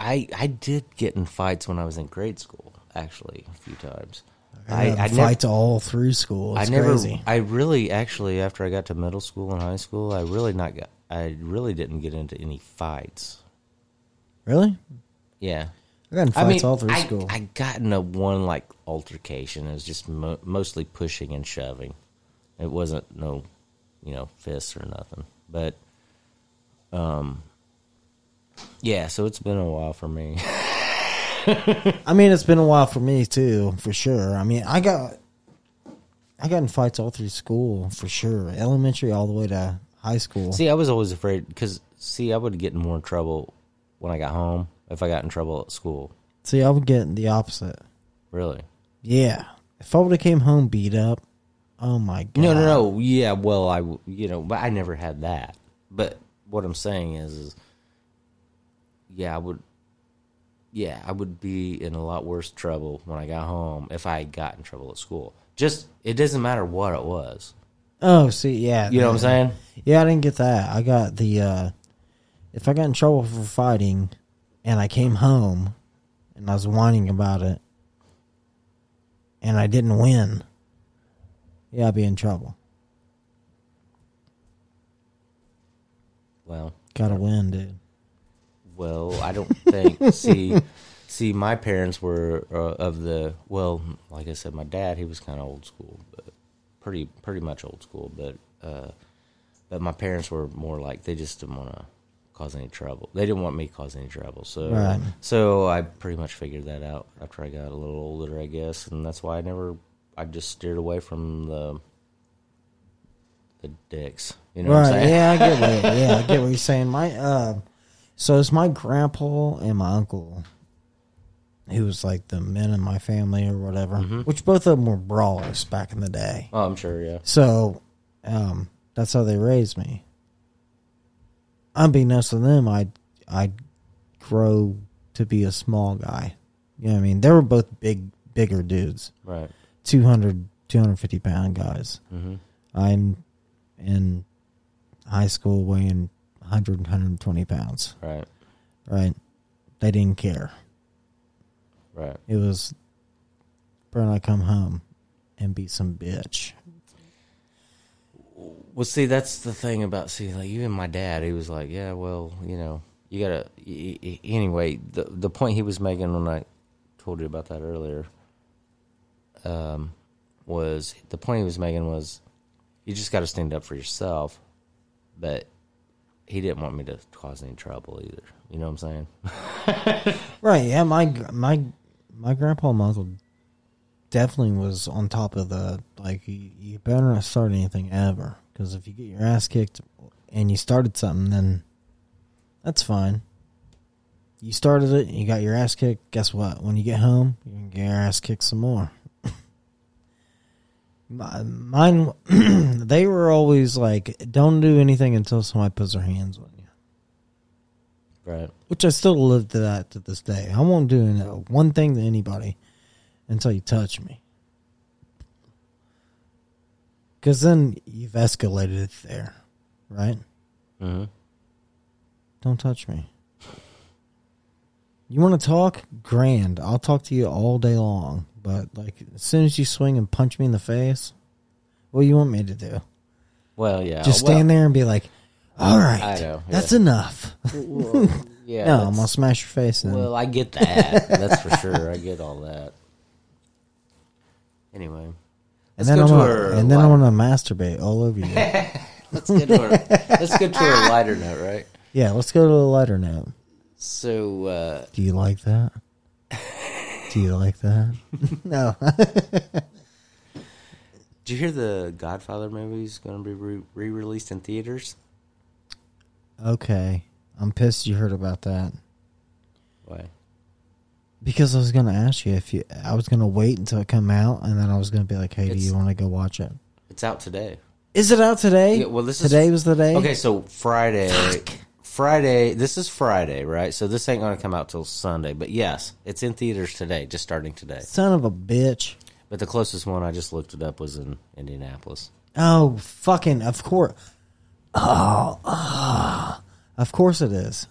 B: I I did get in fights when I was in grade school, actually, a few times. I, I never,
A: fight all through school.
B: I
A: It's
B: never,
A: crazy.
B: I really, actually, after I got to middle school and high school, I really not got, I really didn't get into any fights.
A: Really?
B: Yeah,
A: I got in
B: I
A: fights
B: mean,
A: all through
B: I,
A: school.
B: I got in a one like altercation. It was just mo- mostly pushing and shoving. It wasn't no, you know, fists or nothing. But, um, yeah. So it's been a while for me. *laughs*
A: I mean, it's been a while for me too, for sure. I mean, I got I got in fights all through school, for sure, elementary all the way to high school.
B: See, I was always afraid because see, I would get in more trouble when I got home if I got in trouble at school.
A: See, I would get the opposite.
B: Really?
A: Yeah, if I would have came home beat up, oh my god,
B: No, no, no. Yeah, well, I w- you know, but I never had that. But what I'm saying is, is yeah, I would. Yeah, I would be in a lot worse trouble when I got home if I got in trouble at school. Just it doesn't matter what it was.
A: Oh, see, yeah,
B: You know what I'm saying?
A: Yeah, I didn't get that. I got the uh if I got in trouble for fighting and I came home and I was whining about it and I didn't win, yeah, I'd be in trouble.
B: Well,
A: Gotta win, dude.
B: Well, I don't think. *laughs* see, see, my parents were uh, of the well. Like I said, my dad he was kind of old school, but pretty pretty much old school. But uh, but my parents were more like they just didn't want to cause any trouble. They didn't want me to cause any trouble. So
A: Right.
B: so I pretty much figured that out after I got a little older, I guess, and that's why I never I just steered away from the the dicks. You know what I'm
A: Right,
B: saying?
A: yeah, I get what
B: *laughs*
A: yeah, I get what you're saying. My uh so it's my grandpa and my uncle who was like the men in my family or whatever.
B: Mm-hmm.
A: Which both of them were brawlers back in the day.
B: Oh, I'm sure. Yeah.
A: So um, that's how they raised me. Unbeknownst to them, I I grow to be a small guy. You know what I mean? They were both big, bigger dudes,
B: Right.
A: 200, 250 pound guys. I'm in high school weighing 100, 120 pounds,
B: Right.
A: right? They didn't care.
B: Right.
A: It was, burn, I come home and be some bitch.
B: Well, see, that's the thing about see, like even my dad, he was like, yeah, well, you know, you gotta. y- y- Anyway, the the point he was making when I told you about that earlier, um, was the point he was making was, you just got to stand up for yourself, but he didn't want me to cause any trouble either. You know what I'm saying? *laughs*
A: Right. Yeah. My gr- my my grandpa and my uncle definitely was on top of the like. You, you better not start anything ever because if you get your ass kicked and you started something, then that's fine. You started it. You got your ass kicked. Guess what? When you get home, you're gonna get your ass kicked some more. *laughs* My- Mine, *clears throat* they were always like, "Don't do anything until somebody puts their hands on you."
B: Right.
A: which I still live to that to this day. I won't do any- one thing to anybody until you touch me. Because then you've escalated it there, right?
B: Mm-hmm.
A: Don't touch me. You want to talk? Grand. I'll talk to you all day long. But, like, as soon as you swing and punch me in the face, what do you want me to do?
B: Well, yeah.
A: Just
B: Oh, well,
A: stand there and be like, all right,
B: I know,
A: that's enough.
B: Yeah.
A: no, *laughs* I'm
B: that's-
A: going to smash your face in.
B: Well,
A: *laughs*
B: I get that. That's for sure. I get all that. Anyway,
A: And
B: Let's
A: then, I'm
B: go to
A: gonna,
B: our
A: and then I'm
B: line.
A: gonna masturbate all over
B: *laughs*
A: you.
B: let's get to *laughs* our, let's get to our lighter note, right?
A: yeah, let's go to the lighter note.
B: So, uh,
A: Do you like that? Do you like
B: *laughs*
A: that? no.
B: did you hear the Godfather movie is going to be re released in theaters?
A: *laughs* okay. I'm pissed you heard about that
B: Why?
A: because I was gonna ask you if you. I was gonna wait until it come out, and then I was gonna be like, "Hey, do
B: It's-
A: you want to go watch it?"
B: It's out today.
A: Is it out today?
B: Yeah, well, this is-
A: today was the day.
B: Okay, so Friday. Friday. This is Friday, right? So this ain't going to come out till Sunday. But yes, it's in theaters today, just starting today.
A: Son of a bitch.
B: But the closest one I just looked it up was in Indianapolis.
A: Oh, fucking, of course. Oh, ah. of course it is.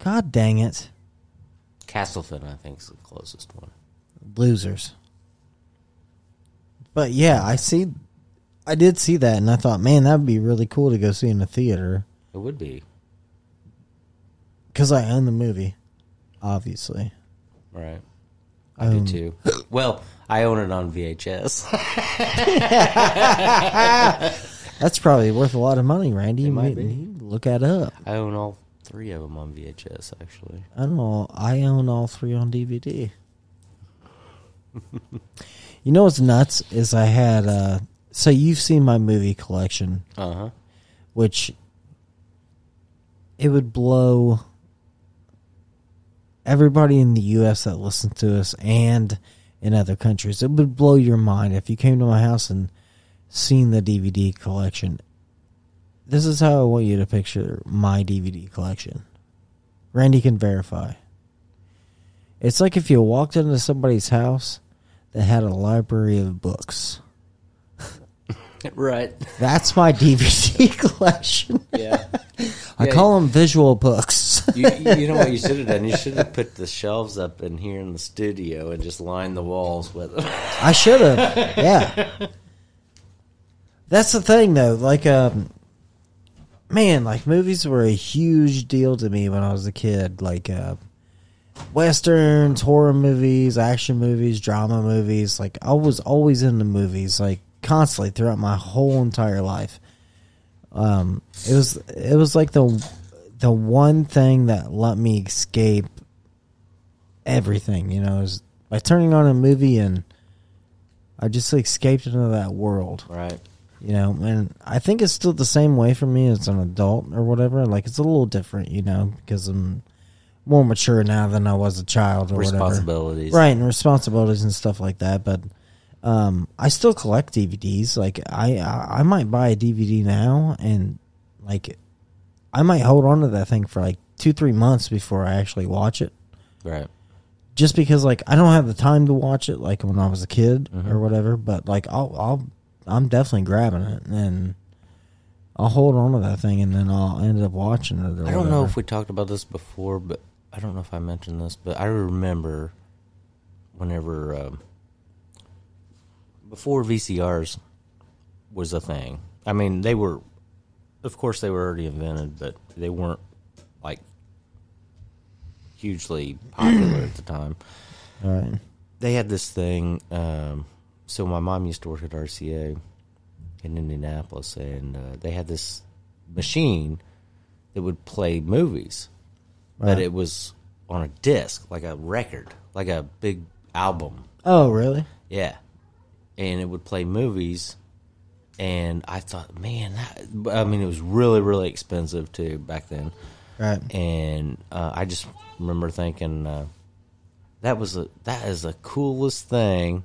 A: God dang it.
B: Castleton, I think, is the closest one.
A: Losers. But yeah, I see. I did see that and I thought, man, that would be really cool to go see in the theater
B: It would be
A: because I own the movie, obviously.
B: right. I do too. Well, I own it on *laughs* VHS.
A: That's probably worth a lot of money, Randy. You
B: might
A: may-
B: be.
A: you look that up.
B: I own all three of them on VHS, actually.
A: I don't know. I own all three on
B: *laughs*
A: DVD. you know what's nuts is I had. Uh, so you've seen my movie collection,
B: Uh huh.
A: which it would blow everybody in the U.S. that listens to us and in other countries. It would blow your mind if you came to my house and seen the DVD collection. This is how I want you to picture my DVD collection. Randy can verify. It's like if you walked into somebody's house that had a library of books.
B: Right.
A: That's my *laughs* DVD collection.
B: *laughs* Yeah.
A: I
B: Yeah,
A: call them visual books. *laughs*
B: you, you know what you should have done? You should have put the shelves up in here in the studio and just lined the walls with them.
A: I should have. Yeah. That's the thing, though. Like, um, man, like movies were a huge deal to me when I was a kid. Like, uh, westerns, horror movies, action movies, drama movies. Like, I was always into movies, like constantly throughout my whole entire life. Um, it was it was like the the one thing that let me escape everything. You know, is by turning on a movie and I just escaped into that world,
B: Right.
A: you know. And I think it's still the same way for me as an adult or whatever. Like it's a little different, you know, because I'm more mature now than I was a child or whatever.
B: Responsibilities.
A: Right, and responsibilities and stuff like that. But um, I still collect DVDs. Like I, I, I might buy a DVD now, and like I might hold on to that thing for like two, three months before I actually watch it
B: Right.
A: just because like I don't have the time to watch it like when I was a kid
B: Mm-hmm.
A: or whatever, but like I'll I'll I'm definitely grabbing it and I'll hold on to that thing and then I'll end up watching it. Or
B: I don't know
A: whatever.
B: if we talked about this before, but I don't know if I mentioned this, but I remember whenever um, before VCRs was a thing. I mean, they were, of course, they were already invented, but they weren't like hugely popular at the time.
A: All right.
B: They had this thing. Um, so my mom used to work at RCA in Indianapolis, and uh, they had this machine that would play movies but
A: Right.
B: it was on a disc, like a record, like a big album.
A: Oh really?
B: Yeah. And it would play movies. And I thought, man, that, I mean, it was really, really expensive too back then.
A: Right.
B: And uh, I just remember thinking, uh, that was a, that is the coolest thing.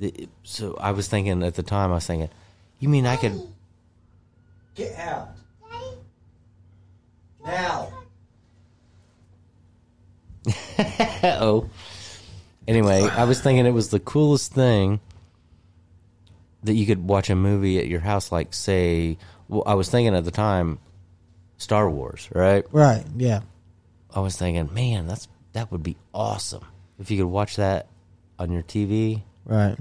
B: that- So I was thinking at the time, I was thinking, you mean I could
A: Get out. Now.
B: *laughs* oh. Anyway, I was thinking it was the coolest thing that you could watch a movie at your house, like say, well, I was thinking at the time, Star Wars, right?
A: Right. Yeah.
B: I was thinking, man, that's that would be awesome if you could watch that on your TV.
A: Right.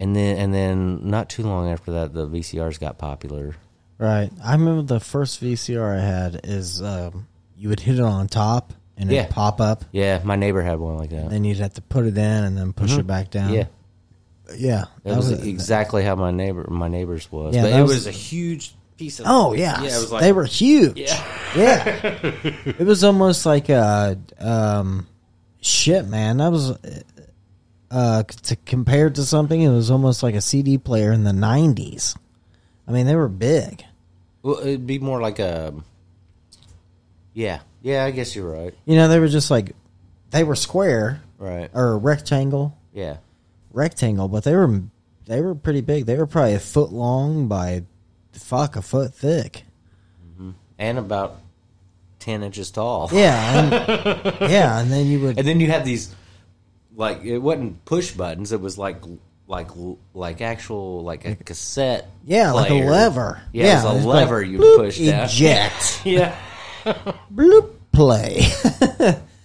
B: And then, and then, not too long after that, the VCRs got popular.
A: Right. I remember the first VCR I had is um, you would hit it on top and
B: Yeah.
A: it'd pop up.
B: Yeah, my neighbor had one like that.
A: Then you'd have to put it in and then push it back down.
B: Mm-hmm. Yeah,
A: Yeah.
B: that was
A: a-
B: exactly how my neighbor, my neighbor's was.
A: Yeah,
B: but
A: that
B: it
A: was-
B: was a huge piece of.
A: Oh yeah,
B: yeah, it was like
A: they were huge. Yeah, it was almost like a um, shit, man. That was uh, to compared to something, it was almost like a CD player in the '90s. I mean, they were big.
B: Well, it'd be more like a. Yeah, yeah, I guess you're right.
A: You know, they were just like they were square
B: Right.
A: or rectangle,
B: Yeah.
A: rectangle, but they were they were pretty big. They were probably a foot long by fuck a foot thick.
B: And about 10 inches tall.
A: Yeah, and, yeah, and then you would
B: And then you had these, like, it wasn't push buttons, it was like. Like like actual like a cassette
A: Yeah, like a
B: player.
A: lever.
B: yeah,
A: Yeah,
B: it was
A: it's
B: a
A: like,
B: lever you
A: bloop,
B: push down
A: eject.
B: *laughs* yeah
A: bloop play.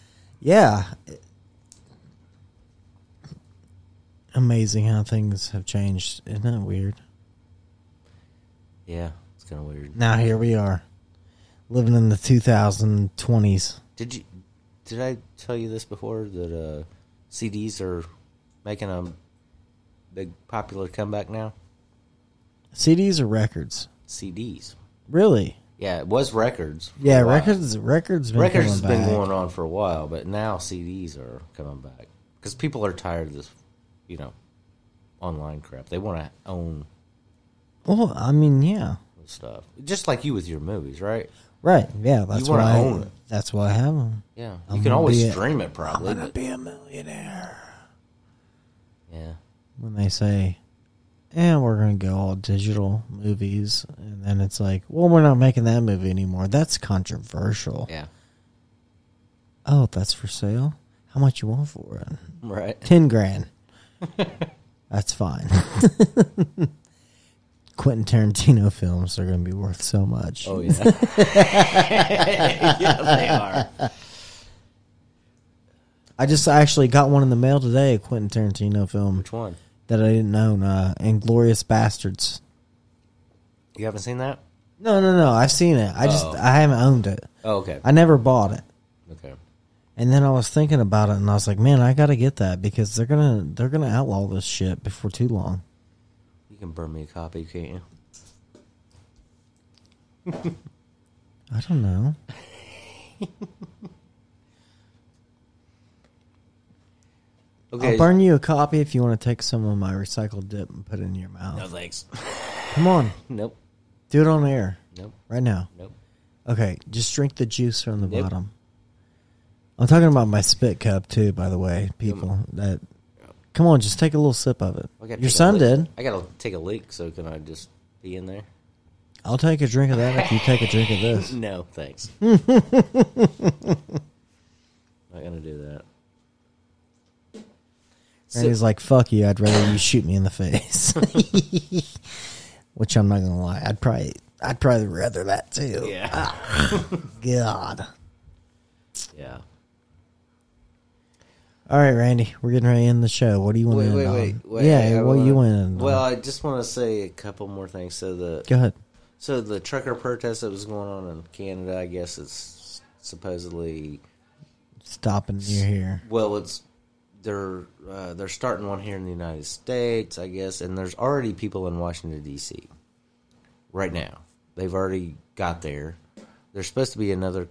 A: *laughs* yeah. Amazing how things have changed. Isn't that weird?
B: yeah it's kind of weird
A: Now here we are, living in the 2020s.
B: did you did I tell you this before that uh, CDs are making a big popular comeback now
A: CDs or records?
B: CDs
A: Really?
B: Yeah, it was records. for a
A: Yeah,
B: while.
A: records records been
B: Records has
A: coming
B: been
A: back.
B: going on for a while, but now CDs are coming back because people are tired of this, you know, online crap. They want to own
A: Well, I mean, yeah,
B: stuff, just like you with your movies, right?
A: right, yeah. That's
B: wanna
A: why I,
B: own it.
A: That's why I have them.
B: Yeah, you
A: I'm
B: can
A: gonna
B: always
A: be a-
B: stream it, probably. *laughs* but-
A: be a millionaire.
B: yeah,
A: when they say, "And we're going to go all digital movies," and then it's like, "Well, we're not making that movie anymore." That's controversial.
B: yeah,
A: Oh, that's for sale. How much you want for it?
B: right.
A: Ten
B: *laughs*
A: grand. that's fine. *laughs* Quentin Tarantino films are going to be worth so much.
B: *laughs* Oh yeah, yeah, they are.
A: I just actually got one in the mail today, a Quentin Tarantino film
B: Which one?
A: that I didn't own, uh, Inglorious Bastards.
B: You haven't seen that?
A: No, no, no. I've seen it. I just
B: Oh.
A: I haven't owned it.
B: Oh, okay,
A: I never bought it.
B: okay.
A: And then I was thinking about it, and I was like, "Man, I gotta get that because they're gonna they're gonna outlaw this shit before too long."
B: You can burn me a copy, can't you?
A: I don't know.
B: Okay.
A: I'll burn you a copy if you want to take some of my recycled dip and put it in your mouth.
B: No thanks.
A: Come on,
B: *laughs* nope.
A: do it on air
B: Nope.
A: right now.
B: Nope.
A: Okay, just drink the juice from the
B: Nope.
A: bottom. I'm talking about my spit cup too, by the way, people. That come on, just take a little sip of it.
B: I gotta
A: Your
B: take a
A: son
B: leak.
A: did.
B: I gotta take a leak, so can I just be in there?
A: I'll take a drink of that if you take a drink of this.
B: No,
A: *laughs*
B: thanks. Not gonna do that. So-
A: And he's like, "Fuck you! I'd rather you shoot me in the face."
B: *laughs*
A: *laughs* Which I'm not gonna lie, I'd probably, I'd probably rather that too.
B: yeah,
A: God.
B: yeah.
A: All right, Randy, we're getting ready to end the show. What do you want
B: Wait,
A: to
B: wait,
A: end
B: wait,
A: on?
B: wait.
A: yeah,
B: I
A: what
B: wanna-
A: you want to end
B: Well,
A: on?
B: I just want to say a couple more things. So the
A: Go ahead.
B: so the trucker protest that was going on in Canada, I guess it's supposedly
A: Stopping you here.
B: Well, it's they're uh, they're starting one here in the United States, I guess, and there's already people in Washington D.C. right now. They've already got there. There's supposed to be another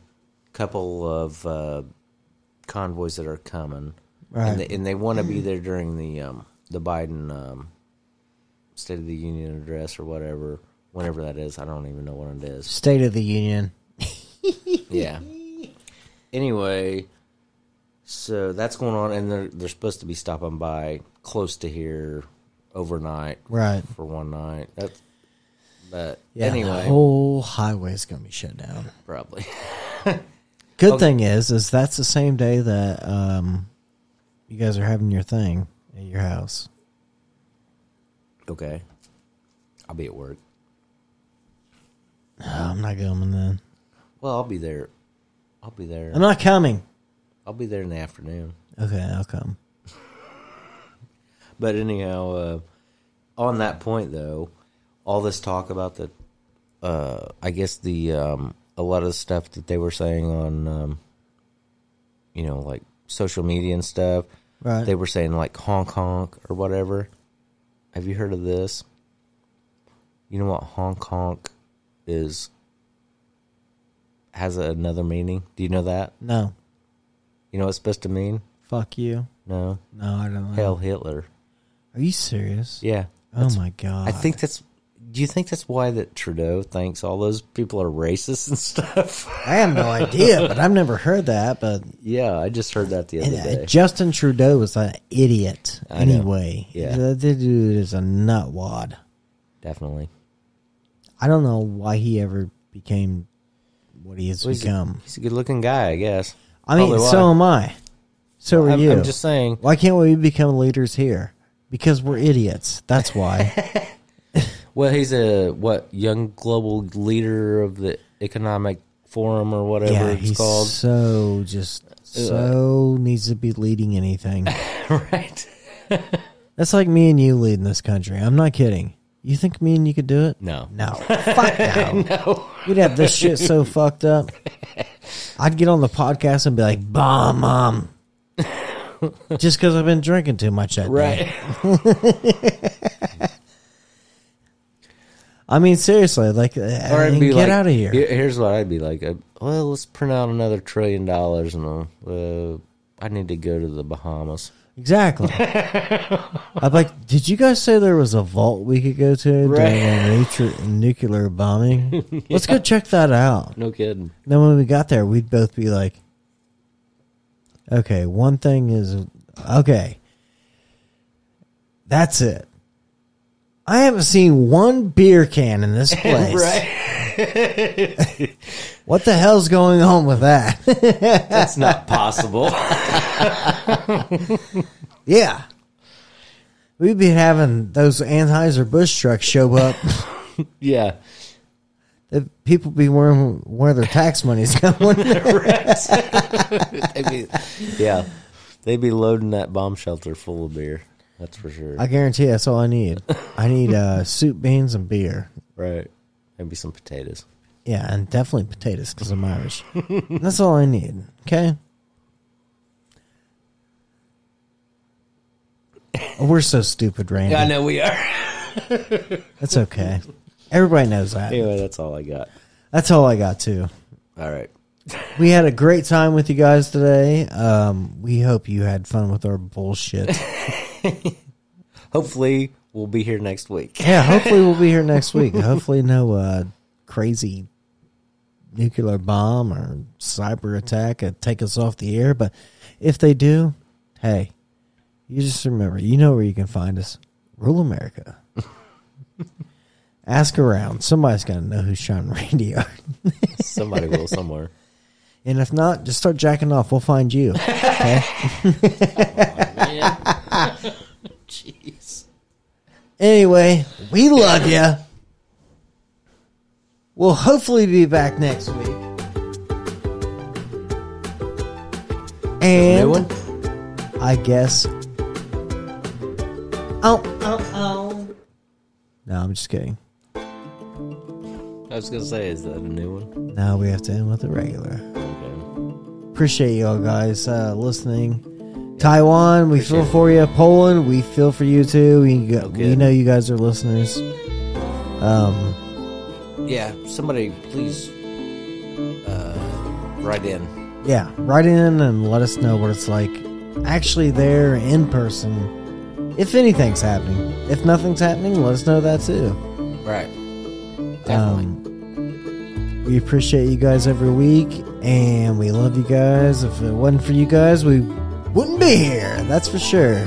B: couple of uh, convoys that are coming,
A: Right.
B: and they, and they want to be there during the um, the Biden um, State of the Union address or whatever, whenever that is. I don't even know when it is.
A: State of the Union.
B: Yeah. Anyway, so that's going on, and they're they're supposed to be stopping by close to here overnight,
A: Right.
B: For one night. That's but
A: Yeah. The
B: anyway,
A: whole highway's gonna be shut down.
B: probably *laughs*
A: Good thing is, is that's the same day that um, you guys are having your thing at your house.
B: okay. I'll be at work.
A: Uh, I'm not going then.
B: Well, I'll be there. I'll be there.
A: I'm not coming.
B: I'll be there in the afternoon.
A: Okay, I'll come.
B: But anyhow, uh, on that point though, all this talk about the, uh, I guess the um, a lot of the stuff that they were saying on, um, you know, like social media and stuff.
A: Right.
B: They were saying like honk honk or whatever. Have you heard of this? You know what honk honk is? Has another meaning. Do you know that?
A: No.
B: You know what it's supposed to mean?
A: Fuck you.
B: No.
A: No, I don't know.
B: Hell Hitler.
A: Are you serious?
B: Yeah.
A: Oh my god.
B: I think that's. Do you think that's why that Trudeau thinks all those people are racist and *laughs* stuff?
A: I
B: *laughs*
A: have no idea, but I've never heard that. But
B: yeah, I just heard that the other
A: and, uh,
B: day.
A: Justin Trudeau is an idiot
B: I know.
A: anyway.
B: Yeah.
A: That dude is a nutwad.
B: Definitely.
A: I don't know why he ever became what he has
B: Well, he's, a,
A: become.
B: he's a good-looking guy, I guess.
A: I mean,
B: Probably
A: so
B: why.
A: am I. So are
B: I'm,
A: you.
B: I'm just saying.
A: why can't we become leaders here? Because we're idiots. That's why.
B: Well, he's a what young global leader of the economic forum or whatever
A: yeah,
B: it's
A: he's *laughs*
B: called, *laughs* Uh,
A: so just so needs to be leading anything.
B: right?
A: That's like me and you leading this country. I'm not kidding. You think me and you could do it?
B: No.
A: No. Fuck
B: *laughs*
A: no. no. We'd have this shit so fucked up. I'd get on the podcast and be like, "Bomb,
B: *laughs*
A: mom." Just because I've been drinking too much that day.
B: Right.
A: I mean, seriously, like,
B: I'd
A: and
B: be
A: get
B: like-
A: out of here.
B: Here- Here's what I'd be like. I'd- well, let's print out another trillion dollars, and uh, uh, I need to go to the Bahamas.
A: Exactly. I'm like, did you guys say there was a vault we could go to during a nature, nuclear bombing? Let's go check that out.
B: No kidding.
A: Then when we got there, we'd both be like, okay, one thing is, okay, that's it. I haven't seen one beer can in this place. What the hell's going on with that?
B: That's
A: *laughs*
B: not possible.
A: Yeah. We'd be having those Anheuser-Busch trucks show up.
B: yeah.
A: The people be wondering where their tax money's *laughs* going.
B: They'd *laughs* be- yeah. They'd be loading that bomb shelter full of beer. That's for sure.
A: I guarantee that's all I need. I need uh, soup, beans, and beer.
B: right. Maybe some potatoes.
A: Yeah, and definitely potatoes because I'm Irish. that's all I need. Okay. We're so stupid, Randy.
B: know we are.
A: That's okay. Everybody knows that.
B: *laughs* anyway, that's all I got.
A: That's all I got too.
B: All right.
A: We had a great time with you guys today. Um, we hope you had fun with our bullshit.
B: Hopefully, we'll be here next week.
A: Yeah, hopefully we'll be here next week. hopefully no uh, crazy nuclear bomb or cyber attack that take us off the air. But if they do, hey, you just remember, you know where you can find us. Rule America. Ask around. Somebody's got to know who Sean Randy are.
B: Somebody will somewhere.
A: And if not, just start jacking off. We'll find you. Okay?
B: Jeez.
A: Anyway, we love you. We'll hopefully be back next week.
B: New
A: And
B: one?
A: I guess. Oh, oh, oh. No, I'm just kidding.
B: I was going to say, is that a new one?
A: Now we have to end with the regular.
B: Okay.
A: Appreciate y'all guys uh, listening. Taiwan, we feel for you. Poland, we feel for you too. We, go, we
B: good.
A: know you guys are listeners. Um,
B: Yeah. Somebody, please uh, write in.
A: yeah, write in and let us know what it's like actually there in person. If anything's happening, if nothing's happening, let us know that too.
B: Right. Definitely.
A: Um, we appreciate you guys every week, and we love you guys. If it wasn't for you guys, we wouldn't be here. That's for sure.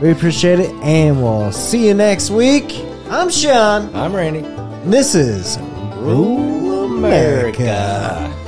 A: we appreciate it, and we'll see you next week. I'm Sean.
B: I'm Randy.
A: and This is Rule America.
B: America.